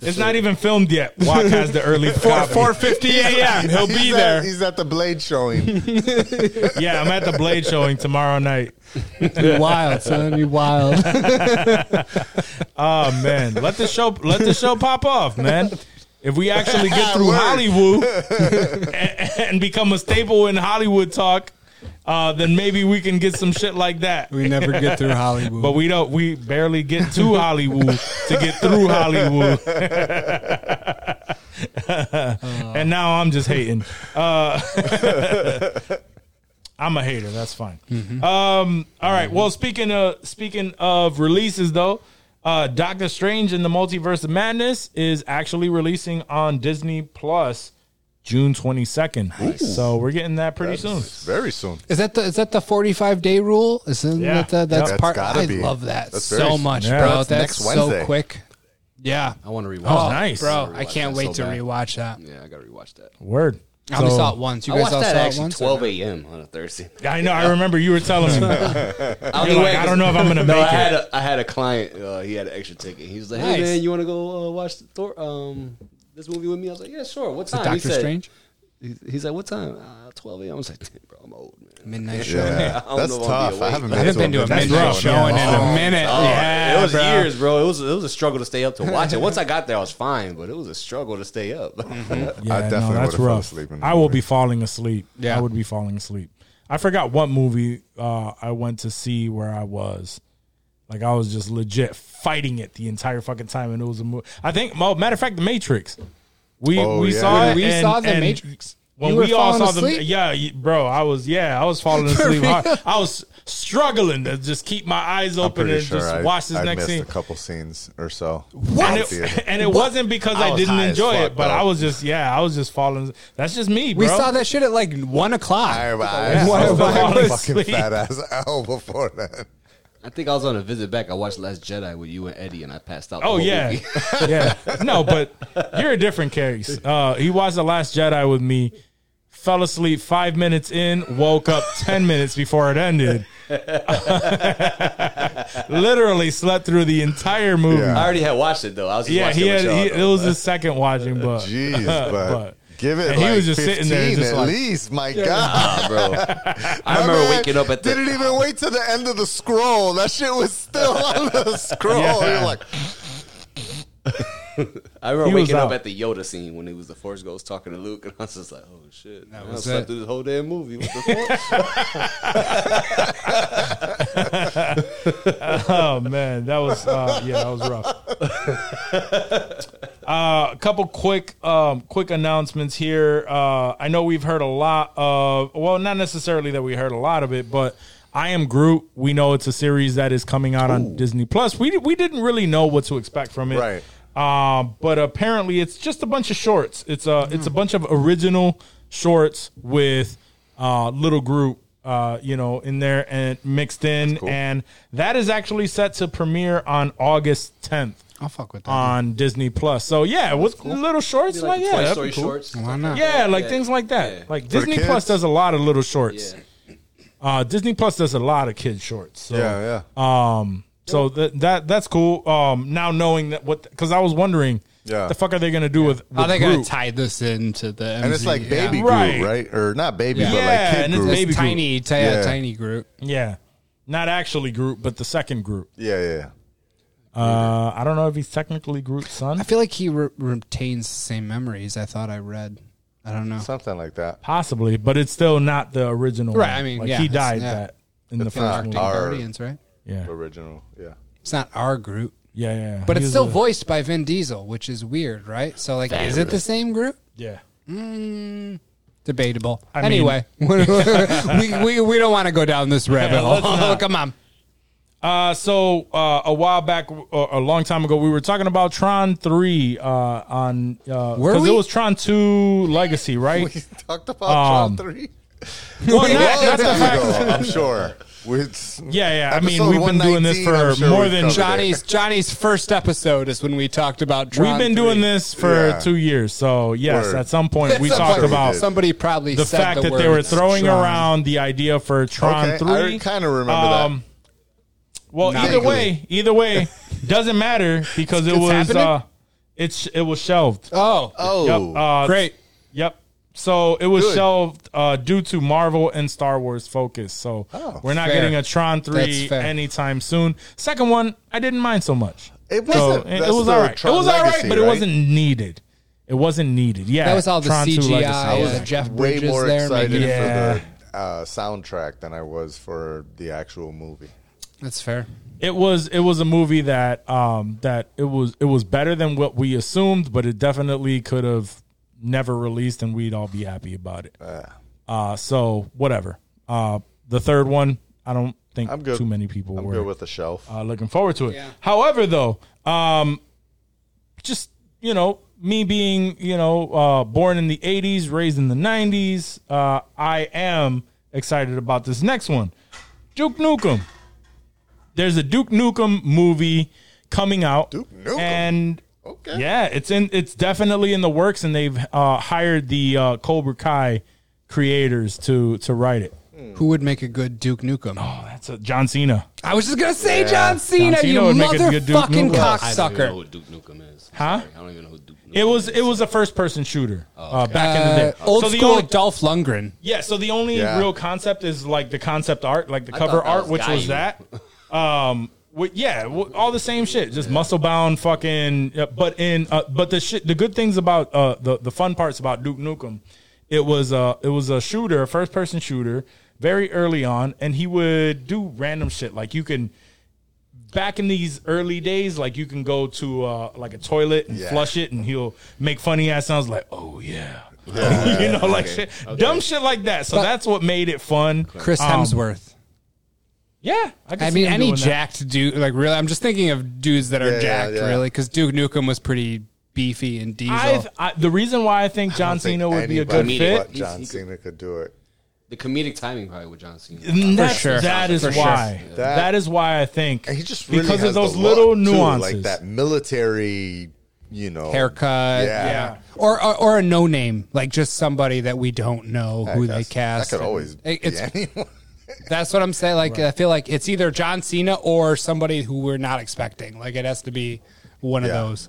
S3: It's not even filmed yet. Walk has the early
S2: Four
S3: copy.
S2: four fifty a.m. He'll be
S6: He's at-
S2: there.
S6: he's at the Blade showing.
S3: Yeah, I'm at the Blade showing tomorrow night.
S2: You wild, son. You wild.
S3: Oh man, let the show let the show pop off, man. If we actually get through
S6: Word.
S3: Hollywood and, and become a staple in Hollywood talk, uh, then maybe we can get some shit like that.
S2: We never get through Hollywood.
S3: But we don't. We barely get to Hollywood to get through Hollywood. and now I'm just hating. Uh, I'm a hater. That's fine. Um, all right. Well, speaking of speaking of releases, though, uh, Doctor Strange in the Multiverse of Madness is actually releasing on Disney Plus June 22nd. So we're getting that pretty soon.
S6: Very soon.
S2: is that the is that the forty five day rule? Is that
S3: Yeah.
S2: the, that's
S6: That's
S2: part?
S6: gotta
S2: I
S6: be.
S2: love that
S6: That's very
S2: so
S6: soon.
S2: much,
S3: Yeah.
S2: bro.
S3: That's
S2: That's,
S6: next Wednesday.
S2: so quick. Yeah.
S1: I want to rewatch.
S3: Oh,
S1: that.
S3: nice.
S2: bro.
S1: Rewatch
S2: I can't
S1: that
S2: wait
S1: so
S2: to
S1: bad.
S2: rewatch that.
S1: Yeah, I gotta rewatch that.
S3: Word.
S2: I only
S3: So-
S2: saw it once. You
S1: I
S2: guys
S1: watched
S2: all
S1: that
S2: saw it
S1: actually
S2: once.
S1: 12 a.m. on a Thursday.
S3: I know. I remember you were telling me.
S1: only
S3: You're like,
S1: went
S3: I
S1: 'cause-
S3: don't know if I'm gonna
S1: No, I
S3: make
S1: had
S3: it.
S1: a, I had a client. Uh, he had an extra ticket. He was like,
S2: Nice.
S1: "Hey man, you want to go uh, watch the Thor, um, this movie with me?" I was like, "Yeah, sure. What time?"
S2: Doctor
S1: he said,
S2: Strange,
S1: He's, he's like, "What time?" Uh, Twelve a.m. I was like, "Damn, "Bro, I'm old, man."
S2: midnight show.
S6: Yeah,
S1: I don't
S6: that's
S1: know if I'll be
S6: tough. I
S1: awake.
S6: haven't
S2: I haven't been to a
S3: That's
S2: midnight
S3: rough,
S2: show
S3: yeah.
S2: in a
S3: Oh.
S2: minute.
S1: Oh,
S2: yeah,
S1: it was
S2: bro.
S1: years, bro. It was it was a struggle to stay up to watch it. Once I got there, I was fine, but it was a struggle to stay up.
S3: Yeah,
S6: I definitely
S3: no,
S6: would've
S3: that's
S6: fell
S3: rough.
S6: asleep in the
S3: I will
S6: movie.
S3: be falling asleep.
S2: Yeah.
S3: I would be falling asleep. I forgot what movie uh, I went to see where I was. Like I was just legit fighting it the entire fucking time, and it was a movie. I think, well, matter of fact, The Matrix. We
S6: Oh,
S3: we
S6: yeah.
S3: saw
S6: When
S3: it
S2: we
S3: and-
S2: saw The
S3: and
S2: Matrix,
S3: When
S2: you were
S3: we all
S2: falling
S3: saw the
S2: asleep?
S3: yeah, you- bro, I was yeah, I was falling asleep. I, I was struggling to just keep my eyes
S6: I'm
S3: open
S6: pretty
S3: and
S6: sure
S3: just
S6: I,
S3: watch this
S6: I
S3: next
S6: missed
S3: scene.
S6: a couple scenes or so.
S3: And
S6: in the theater.
S3: it, and it wasn't because
S6: I
S3: I,
S6: was
S3: didn't
S6: high as
S3: enjoy
S6: fuck,
S3: it, but
S6: bro.
S3: I was just yeah, I was just falling. That's just me, bro.
S2: We saw that shit at like one o'clock.
S6: I, I,
S3: Yeah.
S6: I was
S3: Why- why
S6: on a
S3: was
S6: fucking
S3: sleep?
S6: fat ass owl before that.
S1: I think I was on a visit back. I watched Last Jedi with you and Eddie, and I passed out. the
S3: Oh
S1: whole
S3: yeah,
S1: movie.
S3: yeah. No, but you're a different case. Uh, he watched the Last Jedi with me, fell asleep five minutes in, woke up ten minutes before it ended. Literally slept through the entire movie.
S6: Yeah.
S3: Yeah,
S1: I already had watched it though. I was just watching
S3: he
S1: it
S3: had.
S1: with y'all,
S3: He,
S1: though.
S3: it was his second watching, but
S6: Jeez, but,
S3: But-
S6: give it.
S3: and
S6: he was just 15 sitting there,
S3: just
S6: at
S3: like-
S6: least. My God,
S1: Ah, bro. I remember
S6: Man,
S1: waking up at the.
S6: Didn't even wait to the end of the scroll. That shit was still on the scroll.
S3: Yeah.
S6: You're like,
S1: I remember
S3: He was
S1: waking up
S3: out.
S1: at the Yoda scene when it was the Force Ghost talking to Luke, and I was just like, "Oh shit!" man, I
S2: was
S1: slept
S2: it.
S1: through this whole damn movie. What the fuck?
S3: Oh man, that was uh, yeah, that was rough. Uh, a couple quick um, quick announcements here. Uh, I know we've heard a lot of well, not necessarily that we heard a lot of it, but I am Groot. We know it's a series that is coming out on Disney Plus. We we didn't really know what to expect from it,
S6: Right.
S3: um, but apparently, it's just a bunch of shorts. It's a it's a bunch of original shorts with uh, little group, uh, you know, in there and mixed in, and that is actually set to premiere on August tenth
S1: Oh,
S2: I'll fuck with that.
S3: on Disney Plus. So yeah, with little shorts, like,
S1: the
S3: yeah,
S1: Toy
S3: that'd
S1: Story
S3: be cool.
S1: shorts.
S2: Why not?
S3: Yeah, like
S1: Yeah.
S3: things like that.
S1: Yeah.
S3: Like
S6: For
S3: Disney
S6: kids?
S3: Plus does a lot of little shorts.
S1: Yeah.
S3: Uh, Disney Plus does a lot of kids shorts. So
S6: yeah, yeah,
S3: Um, so that that that's cool. Um, now knowing that what because I was wondering,
S6: Yeah.
S3: the fuck are they gonna do with? with
S2: How Oh, they gonna
S3: Groot?
S2: tie this into the?
S6: and it's
S2: MCU?
S6: like baby
S2: Yeah.
S6: Groot,
S3: Right.
S6: right. Or not baby,
S2: Yeah.
S6: but like
S3: Yeah,
S6: kid
S3: and it's
S6: Groot.
S3: baby-
S2: It's tiny, ti-
S6: Yeah.
S2: tiny group.
S3: Yeah, not actually Groot, but the second Groot.
S6: Yeah, yeah, yeah.
S3: Uh, I don't know if he's technically Groot's son.
S2: I feel like he re- retains the same memories. I thought I read. I don't know.
S6: something like that.
S3: Possibly, but it's still not the original.
S2: Right,
S3: one.
S2: I mean,
S3: like
S2: yeah,
S3: he
S2: it's-
S3: died
S2: yeah.
S3: that in the
S6: It's
S3: first
S6: not
S3: movie.
S6: our-
S2: Guardians, right?
S3: Yeah,
S6: Original, yeah.
S2: It's not our group,
S3: yeah, yeah.
S2: but it's
S3: He was
S2: still
S3: a-
S2: voiced by Vin Diesel, which is weird, right? So, like, is it the same group?
S3: Yeah,
S2: Debatable.
S3: I mean-
S2: anyway, we, we we don't want to go down this rabbit
S3: Yeah,
S2: hole.
S3: let's not.
S2: Come on.
S3: Uh, so uh, a while back, or a long time ago, we were talking about Tron Three uh, on because
S2: Were we?
S3: it was Tron Two Legacy, right?
S6: We talked about
S3: Um,
S6: Tron 3.
S3: well,
S2: We-
S3: not,
S2: Well,
S3: not the
S6: Time
S3: fact.
S6: ago, I'm sure. With,
S3: Yeah, yeah. I mean,
S6: Episode
S3: we've been doing this
S6: 119,
S3: for
S6: I'm sure
S3: more
S6: we've
S3: than
S6: covered it.
S2: Johnny's Johnny's first episode is when we talked about. Tron
S3: we've
S2: 3.
S3: been doing this for
S6: Yeah.
S3: two years. So yes,
S6: Word.
S3: at some point we
S6: That's
S3: talked
S6: what we
S3: about
S6: did.
S2: Somebody probably
S3: the
S2: said
S3: fact
S2: the
S3: that they were
S2: words
S3: throwing
S2: Tron.
S3: around the idea for Tron
S6: Okay, I
S3: Three. Um,
S6: kinda remember
S3: Well,
S2: Not
S3: either
S2: really.
S3: way, either way, doesn't matter because it
S2: It's
S3: was
S2: happening?
S3: uh, it's it was shelved.
S2: Oh,
S6: Oh,
S3: Yep. Uh,
S2: Great.
S3: Yep. So it was
S6: Good.
S3: shelved uh, due to Marvel and Star Wars focus. So
S6: Oh.
S3: we're not
S2: Fair.
S3: getting a Tron
S2: That's
S3: three
S2: fair.
S3: anytime soon. Second one, I didn't mind so much.
S6: it
S3: So
S6: wasn't.
S3: it,
S6: that's
S3: was
S6: the
S3: all right.
S6: Tron
S3: it was all right,
S6: Legacy,
S3: but it wasn't needed. It wasn't needed. Yeah,
S2: that was all the
S3: Tron 2
S2: CGI.
S3: Legacy.
S2: uh,
S3: Yeah.
S2: Jeff
S6: way
S2: Bridges
S6: more
S2: there.
S6: excited
S2: making-
S3: Yeah.
S6: for the uh, soundtrack than I was for the actual movie.
S2: That's fair.
S3: it was it was a movie that um that it was it was better than what we assumed, but it definitely could have never released, and we'd all be happy about it.
S6: Ah.
S3: Uh, so whatever. Uh, the third one, I don't think
S6: I'm good.
S3: too many people
S6: I'm
S3: were
S6: good with the shelf.
S3: uh, looking forward to it. However, though, um, just you know, me being you know uh, born in the '80s, raised in the '90s, uh, I am excited about this next one, Duke Nukem. There's a Duke Nukem movie coming out,
S6: Duke Nukem?
S3: and
S6: Okay.
S3: Yeah, it's in. It's definitely in the works, and they've uh, hired the uh, Cobra Kai creators to to write it.
S2: Who would make a good Duke Nukem?
S3: That's a John Cena.
S2: I was just gonna say John Cena,
S3: John Cena
S2: you
S3: would make a good Duke
S2: motherfucking
S3: Nukem.
S1: I don't even know
S2: cocksucker.
S1: who Duke Nukem is.
S3: Huh?
S1: Sorry, I don't even know who Duke Nukem
S3: It was
S1: is.
S3: it was a first person shooter
S1: Oh,
S3: uh, back in the
S2: Uh,
S3: day.
S2: old
S3: So the
S2: school
S3: only-
S2: Dolph Lundgren.
S3: Yeah, so the only
S6: Yeah.
S3: real concept is like the concept art, like the
S1: I
S3: cover
S1: thought that
S3: art,
S1: was
S3: which was
S1: Gaim.
S3: that. Um, wi- yeah, w- all the same shit, just muscle bound, fucking. yeah, But in uh, but the shit, the good things about uh, the the fun parts about Duke Nukem, it was uh it was a shooter, a first person shooter, very early on, and he would do random shit like you can. Back in these early days, like you can go to uh, like a toilet and
S6: Yeah.
S3: flush it, and he'll make funny ass sounds like "oh yeah," you know, like shit, dumb shit like that. So that's what made it fun.
S2: Chris
S3: Um,
S2: Hemsworth.
S3: yeah, I, can
S2: I
S3: see
S2: mean,
S3: him
S2: any
S3: doing that.
S2: jacked dude, like really, I'm just thinking of dudes that are
S6: yeah,
S2: jacked,
S6: yeah.
S2: really, because Duke Nukem was pretty beefy and diesel.
S3: I've, I, the reason why I think John Cena would be a good
S1: anybody
S3: fit.
S1: but
S6: John
S1: John He's- he could-
S6: Cena could do it.
S1: the comedic timing probably with John Cena.
S3: That's,
S2: sure.
S3: That is
S2: For sure.
S3: why.
S6: That-
S3: that is why I think
S6: And he just really
S3: because
S6: has
S3: of those
S6: the
S3: little
S6: look, too,
S3: nuances.
S6: like that military, you know,
S2: haircut,
S6: Yeah.
S3: Yeah.
S2: or, or or a no name, like just somebody that we don't know who they cast.
S6: That could always
S2: It-
S6: be
S2: it's,
S6: anyone.
S2: That's what I'm saying. Like I feel like it's either John Cena or somebody who we're not expecting. Like it has to be one
S6: Yeah.
S2: of those.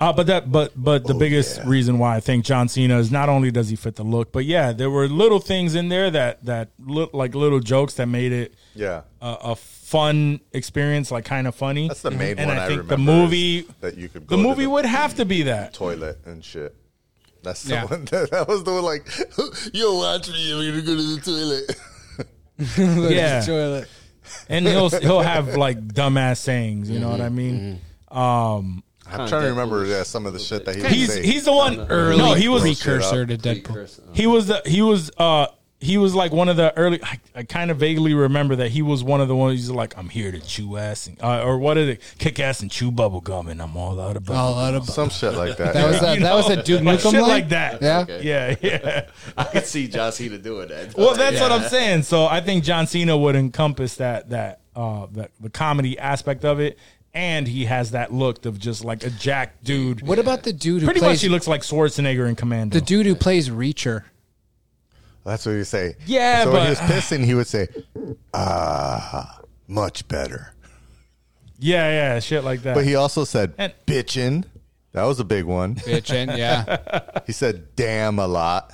S3: Uh, but that, but but the biggest
S6: Oh, yeah.
S3: reason why I think John Cena is not only does he fit the look, but yeah, there were little things in there that that look like little jokes that made it
S6: Yeah.
S2: Uh,
S3: a, a fun experience, like kind of funny.
S6: That's the main
S3: and
S6: one
S3: I
S6: I
S3: think the
S6: remember is
S3: movie
S6: that you could go
S3: the
S6: to
S3: movie
S6: the-
S3: would have to be that.
S6: toilet and shit. That's the
S2: Yeah.
S6: one that, that was the one like you'll watch me if you're gonna go to the toilet.
S3: Yeah.
S2: Toilet.
S3: and he'll he'll have like dumbass sayings. You know what I mean? Um,
S6: I'm trying to remember yeah, some of the shit that he would
S3: he's
S6: say.
S3: he's the one.
S6: uh,
S2: Early
S3: no, he was
S2: precursor to Deadpool.
S1: Precursor.
S3: he was the he was uh he was like one of the early. I, I kind of vaguely remember that he was one of the ones. He's like, I'm here to chew ass and, uh, or what is it? Kick ass and chew bubble gum, and I'm all out of bubble.
S2: All out of
S6: some shit like that.
S2: Oh, that was
S6: yeah.
S2: a, that was a Duke
S3: like
S2: Nukem
S3: shit
S2: line?
S3: like that.
S2: Yeah.
S3: yeah, yeah.
S1: I could see John Cena doing that.
S3: Well, that's what
S1: Yeah.
S3: I'm saying. So I think John Cena would encompass that that uh that the comedy aspect of it, and he has that look of just like a jack dude.
S2: What about the dude who
S3: Pretty
S2: plays
S3: much, he looks like Schwarzenegger in Commando.
S2: the dude who plays Reacher?
S6: That's what he would say.
S3: Yeah,
S6: so when he was
S3: but-
S6: pissing, he would say, "Ah, much better."
S3: yeah, yeah, shit like that.
S6: But he also said
S3: And-
S6: "bitchin." That was a big one.
S2: Bitchin', yeah.
S6: He said "damn" a lot.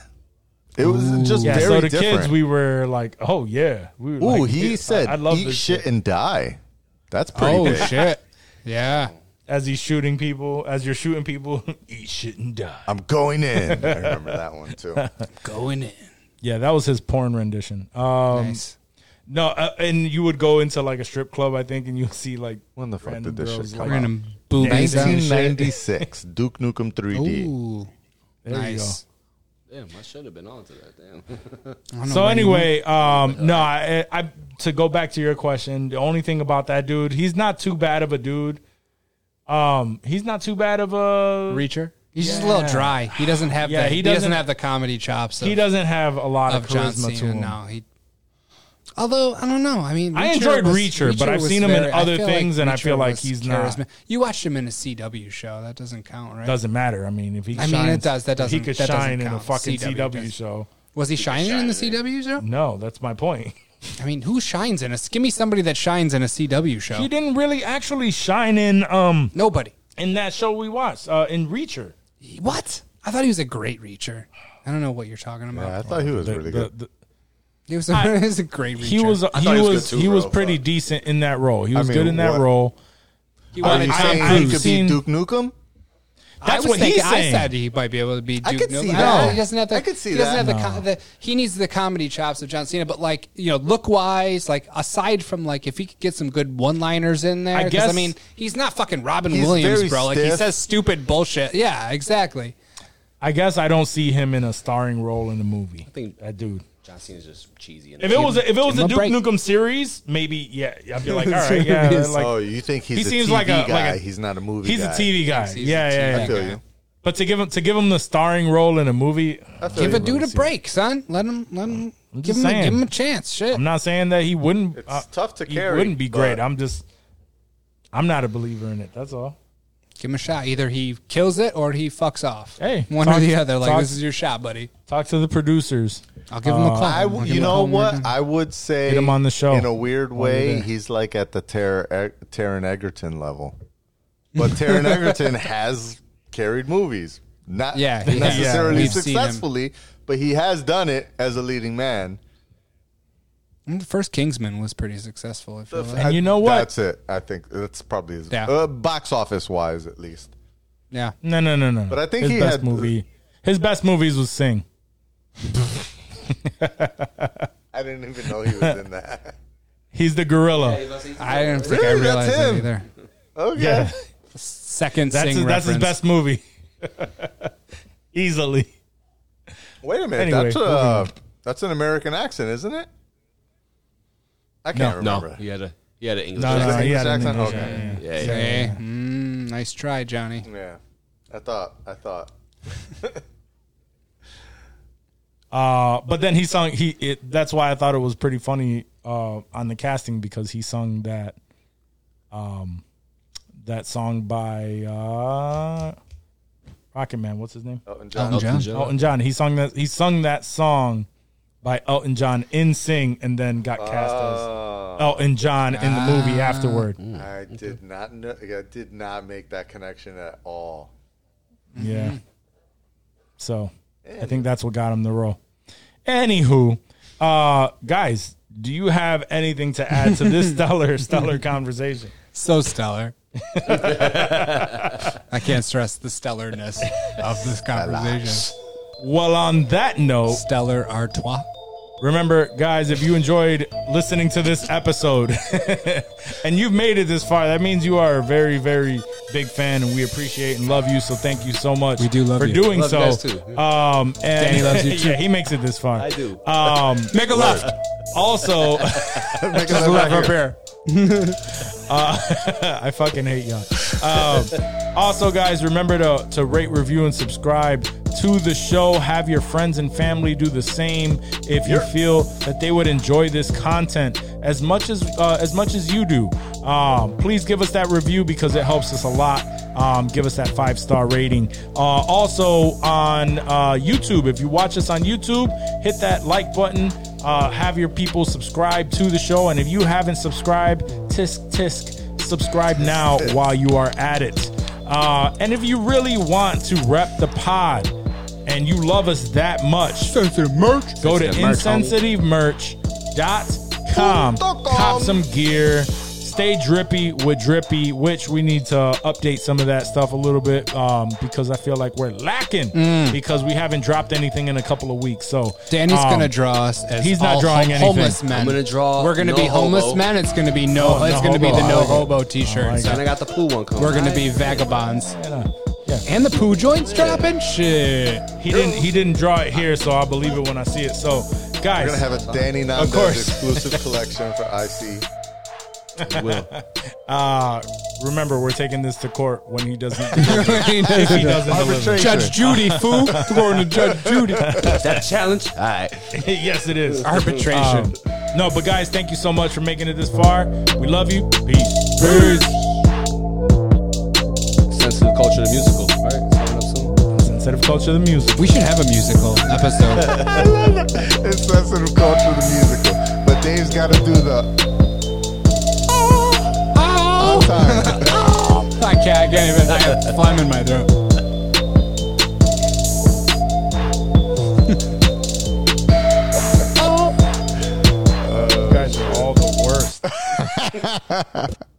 S6: It was just
S3: yeah,
S6: very
S3: so the
S6: different.
S3: kids, we were like, oh yeah. We were
S6: Ooh,
S3: like,
S6: he
S3: yeah,
S6: said,
S3: I, I love
S6: "Eat
S3: this
S6: shit
S3: shit.
S6: and die." That's pretty
S2: oh
S6: big.
S2: shit. Yeah.
S3: As he's shooting people, as you're shooting people, eat shit and die.
S6: I'm going in. I remember that one too.
S2: Going in.
S3: Yeah, that was his porn rendition. Um,
S2: nice.
S3: No, uh, and you would go into like a strip club, I think, and you'll see like
S6: When the fuck
S3: random
S6: did this shit
S3: girls,
S6: come
S3: like,
S6: out?
S2: Random boobies.
S3: Nineteen-
S2: out.
S6: 1996, Duke Nukem 3D.
S2: Ooh.
S3: There you go.
S2: nice.
S1: Damn, I should have been on to that. Damn.
S3: So anyway, um, no, I, I to go back to your question. The only thing about that dude, he's not too bad of a dude. Um, he's not too bad of a.
S2: Reacher. He's just a little
S3: Yeah.
S2: dry. He doesn't have
S3: Yeah,
S2: the,
S3: he
S2: he, doesn't,
S3: doesn't-
S2: have the comedy chops of,
S3: He doesn't have a lot of,
S2: of John
S3: charisma to
S2: Cena.
S3: him.
S2: No, he. Although I don't know. I mean,
S3: I
S2: Reacher
S3: enjoyed
S2: was-
S3: Reacher, but I've
S2: was
S3: seen him in
S2: very- I
S3: other
S2: feel like
S3: things, and I
S2: Reacher
S3: feel like
S2: was
S3: he's not-
S2: You watched him in a CW show. That doesn't count, right?
S3: Doesn't matter. I mean, if he,
S2: I mean,
S3: shines,
S2: it does. That
S3: if He
S2: doesn't-
S3: could
S2: that doesn't
S3: shine in a
S2: count.
S3: fucking
S2: CW
S3: CW,
S2: does.
S3: show.
S2: Was he shining in the CW show?
S3: No, that's my point.
S2: I mean, who shines in a? Give me somebody that shines in a CW
S3: He
S2: show.
S3: didn't really actually shine in um
S2: Nobody.
S3: in that show we watched uh, in Reacher.
S2: He- What? I thought he was a great Reacher. I don't know what you're talking about.
S6: Yeah, I thought he was
S3: The-
S6: really
S3: the-
S6: good.
S3: the-
S2: he, was a, he was a great Reacher.
S3: he was he,
S6: he was
S3: was,
S6: good too,
S3: he was
S6: bro,
S3: pretty
S6: but-
S3: decent in that role. He was
S6: mean,
S3: good in that
S6: what-
S3: role.
S2: He
S6: Are
S2: wanted
S6: Oh, you
S2: Tom
S6: saying
S3: I-
S6: he
S2: Cruise.
S6: could
S3: seen-
S6: be Duke Nukem?
S2: I
S3: That's
S2: was
S3: what
S2: thinking,
S3: he's saying.
S2: I said he might be able to be Duke.
S6: I could see
S2: Nukem.
S6: that.
S2: I, he doesn't have the.
S6: I could see
S2: he doesn't
S6: that.
S2: Have the, co- the, he needs the comedy chops of John Cena, but like you know, look wise, like aside from like if he could get some good one liners in there,
S3: I
S2: 'cause,
S3: guess-
S2: I mean, he's not fucking Robin
S6: He's very
S2: Williams, bro. Like he
S6: stiff.
S2: says stupid bullshit. Yeah, exactly.
S3: I guess I don't see him in a starring role in the movie. I
S1: think-
S3: that dude.
S1: John Cena's just cheesy.
S3: If it was a, if it was
S2: him
S3: a
S2: a
S3: Duke
S2: break.
S3: Nukem series, maybe yeah, I'd be like, all right, yeah, like
S6: oh, you think he's
S3: he
S6: a
S3: seems
S6: TV
S3: like a
S6: guy?
S3: like a,
S6: he's not a movie.
S3: He's
S6: guy.
S3: a TV guy.
S2: He's a
S3: Yeah, yeah,
S2: TV
S3: yeah.
S6: I feel you.
S3: But to give him to give him the starring role in a movie,
S6: I feel
S2: Give
S6: you.
S2: a dude a break, son. Let him. Let him. Give
S3: just
S2: him. A,
S3: saying.
S2: give him a chance. Shit.
S3: I'm not saying that he wouldn't. uh,
S6: It's tough to
S3: he
S6: carry,
S3: Wouldn't be great.
S6: but-
S3: I'm just I'm not a believer in it. That's all.
S2: Give him a shot. Either he kills it or he fucks off.
S3: Hey,
S2: one
S3: talk-
S2: or the other. Like
S3: talk-
S2: this is your shot, buddy.
S3: Talk to the producers.
S2: I'll give him a call.
S6: I
S2: I'll
S6: w-
S2: give
S6: you
S2: him a
S6: know
S2: call when we're
S6: what?
S2: done.
S6: I would say
S3: Get him on the show.
S6: in a weird way.
S3: there.
S6: He's like at the Tara- Eg- Taron Egerton level, but Taron Egerton has carried movies, not
S2: Yeah, he has.
S6: necessarily
S2: Yeah, we've seen him.
S6: successfully, but he has done it as a leading man.
S2: Mm, the first Kingsman was pretty successful. I feel like.
S6: I-
S3: you know what?
S6: Uh, That's it. I think that's probably his
S2: Yeah.
S6: uh, box office wise, at least.
S2: Yeah,
S3: No, no, no, no.
S6: But I think
S3: his
S6: he
S3: best
S6: had-
S3: movie. His best movies was Sing.
S6: I didn't even know he was in that.
S3: He's the gorilla.
S2: I didn't think
S6: Really?
S2: I realized
S6: That's
S2: that
S6: him?
S2: either.
S6: Okay.
S3: Yeah.
S2: Second
S3: That's
S2: sing
S3: his,
S2: reference.
S3: that's his best movie. Easily.
S6: Wait a minute.
S3: Anyway,
S6: that's
S3: moving
S6: uh,
S3: on.
S6: that's an American accent, isn't it? I can't
S1: No,
S6: remember.
S1: he had a he had an English.
S3: No, no,
S1: accent.
S3: he
S6: English
S3: had an
S6: accent?
S3: English
S6: Okay.
S3: accent, yeah.
S1: Yeah, yeah.
S2: Hey, mm, nice try, Johnny.
S6: Yeah, I thought. I thought.
S3: Uh, but then he sung. He it, that's why I thought it was pretty funny uh, on the casting because he sung that um that song by uh, Rocket Man. What's his name?
S6: Elton John.
S2: Elton John.
S1: John.
S3: Elton John. He sung that. He sung that song by Elton John in Sing, and then got cast as
S2: Ah.
S6: Oh,
S3: Elton John in the movie afterward.
S6: I did not know. I did not make that connection at all.
S3: Yeah. So I think that's what got him the role. Anywho, uh, guys, do you have anything to add to this stellar, stellar conversation?
S2: So stellar. I can't stress the stellarness of this conversation.
S3: Well, on that note,
S2: Stellar Artois.
S3: remember, guys, if you enjoyed listening to this episode and you've made it this far, that means you are a very, very big fan, and we appreciate and love you. So thank you so much. We
S2: do love
S3: for
S2: you.
S3: doing
S1: Love you
S3: so.
S1: guys too.
S3: Um, and
S2: Danny loves you too.
S3: yeah, he makes it this far.
S1: I do.
S3: Um, make a left. Also.
S6: Make us
S3: Left
S6: back
S3: up
S6: here.
S3: here. Uh, I fucking hate y'all. Um, also, guys, remember to, to rate, review, and subscribe to the show. Have your friends and family do the same if you feel that they would enjoy this content as much as uh, as much as you do. Um, please give us that review because it helps us a lot. Um, give us that five star rating. Uh, also on uh, YouTube, if you watch us on YouTube, hit that like button uh, have your people subscribe to the show. And if you haven't subscribed, tisk tisk, subscribe now while you are at it. Uh, and if you really want to rep the pod and you love us that much,
S2: Sensitive merch.
S3: go to
S1: Sensitive
S3: insensitivemerch.com. Cop some gear. Stay drippy with drippy, which we need to update some of that stuff a little bit um, because I feel like we're lacking because we haven't dropped anything in a couple of weeks. So
S2: Mm. Danny's
S3: um,
S2: gonna draw us as
S3: he's not
S2: all
S3: drawing
S2: ho-
S3: anything.
S2: homeless men.
S1: I'm gonna draw
S2: We're gonna
S1: no
S2: be homeless
S1: hobo.
S2: men. It's gonna be no.
S3: Oh,
S2: it's
S3: no
S2: gonna be
S3: hobo.
S2: the
S3: I
S2: no
S3: like it.
S2: hobo
S3: I
S2: T-shirts.
S3: like
S1: And I got the pool one coming.
S2: We're gonna be vagabonds.
S3: Yeah, yeah.
S2: And the poo joints dropping shit.
S3: He didn't. He didn't draw it here, so I believe it when I see it. So,
S6: We're
S3: guys,
S6: gonna have a Danny
S3: Of
S6: Nandez
S3: course.
S6: exclusive collection for IC.
S3: uh, remember we're taking this to court when he doesn't. if he doesn't deliver,
S6: Arbitration.
S2: Judge Judy, fool. Going to Judge Judy.
S1: that challenge. All right.
S3: yes, it is.
S2: Arbitration.
S3: Um, no, but guys, thank you so much for making it this far. We love you. Peace. Peace.
S1: Sensitive culture, the musical. Right. It's coming up soon.
S3: Instead of culture, the music.
S2: We should have a musical episode.
S6: I love it. It's sensitive culture, the musical. But Dave's got to do the
S2: oh,
S6: time.
S2: I can't. I can't even. I have phlegm in my throat.
S3: You guys are all the worst.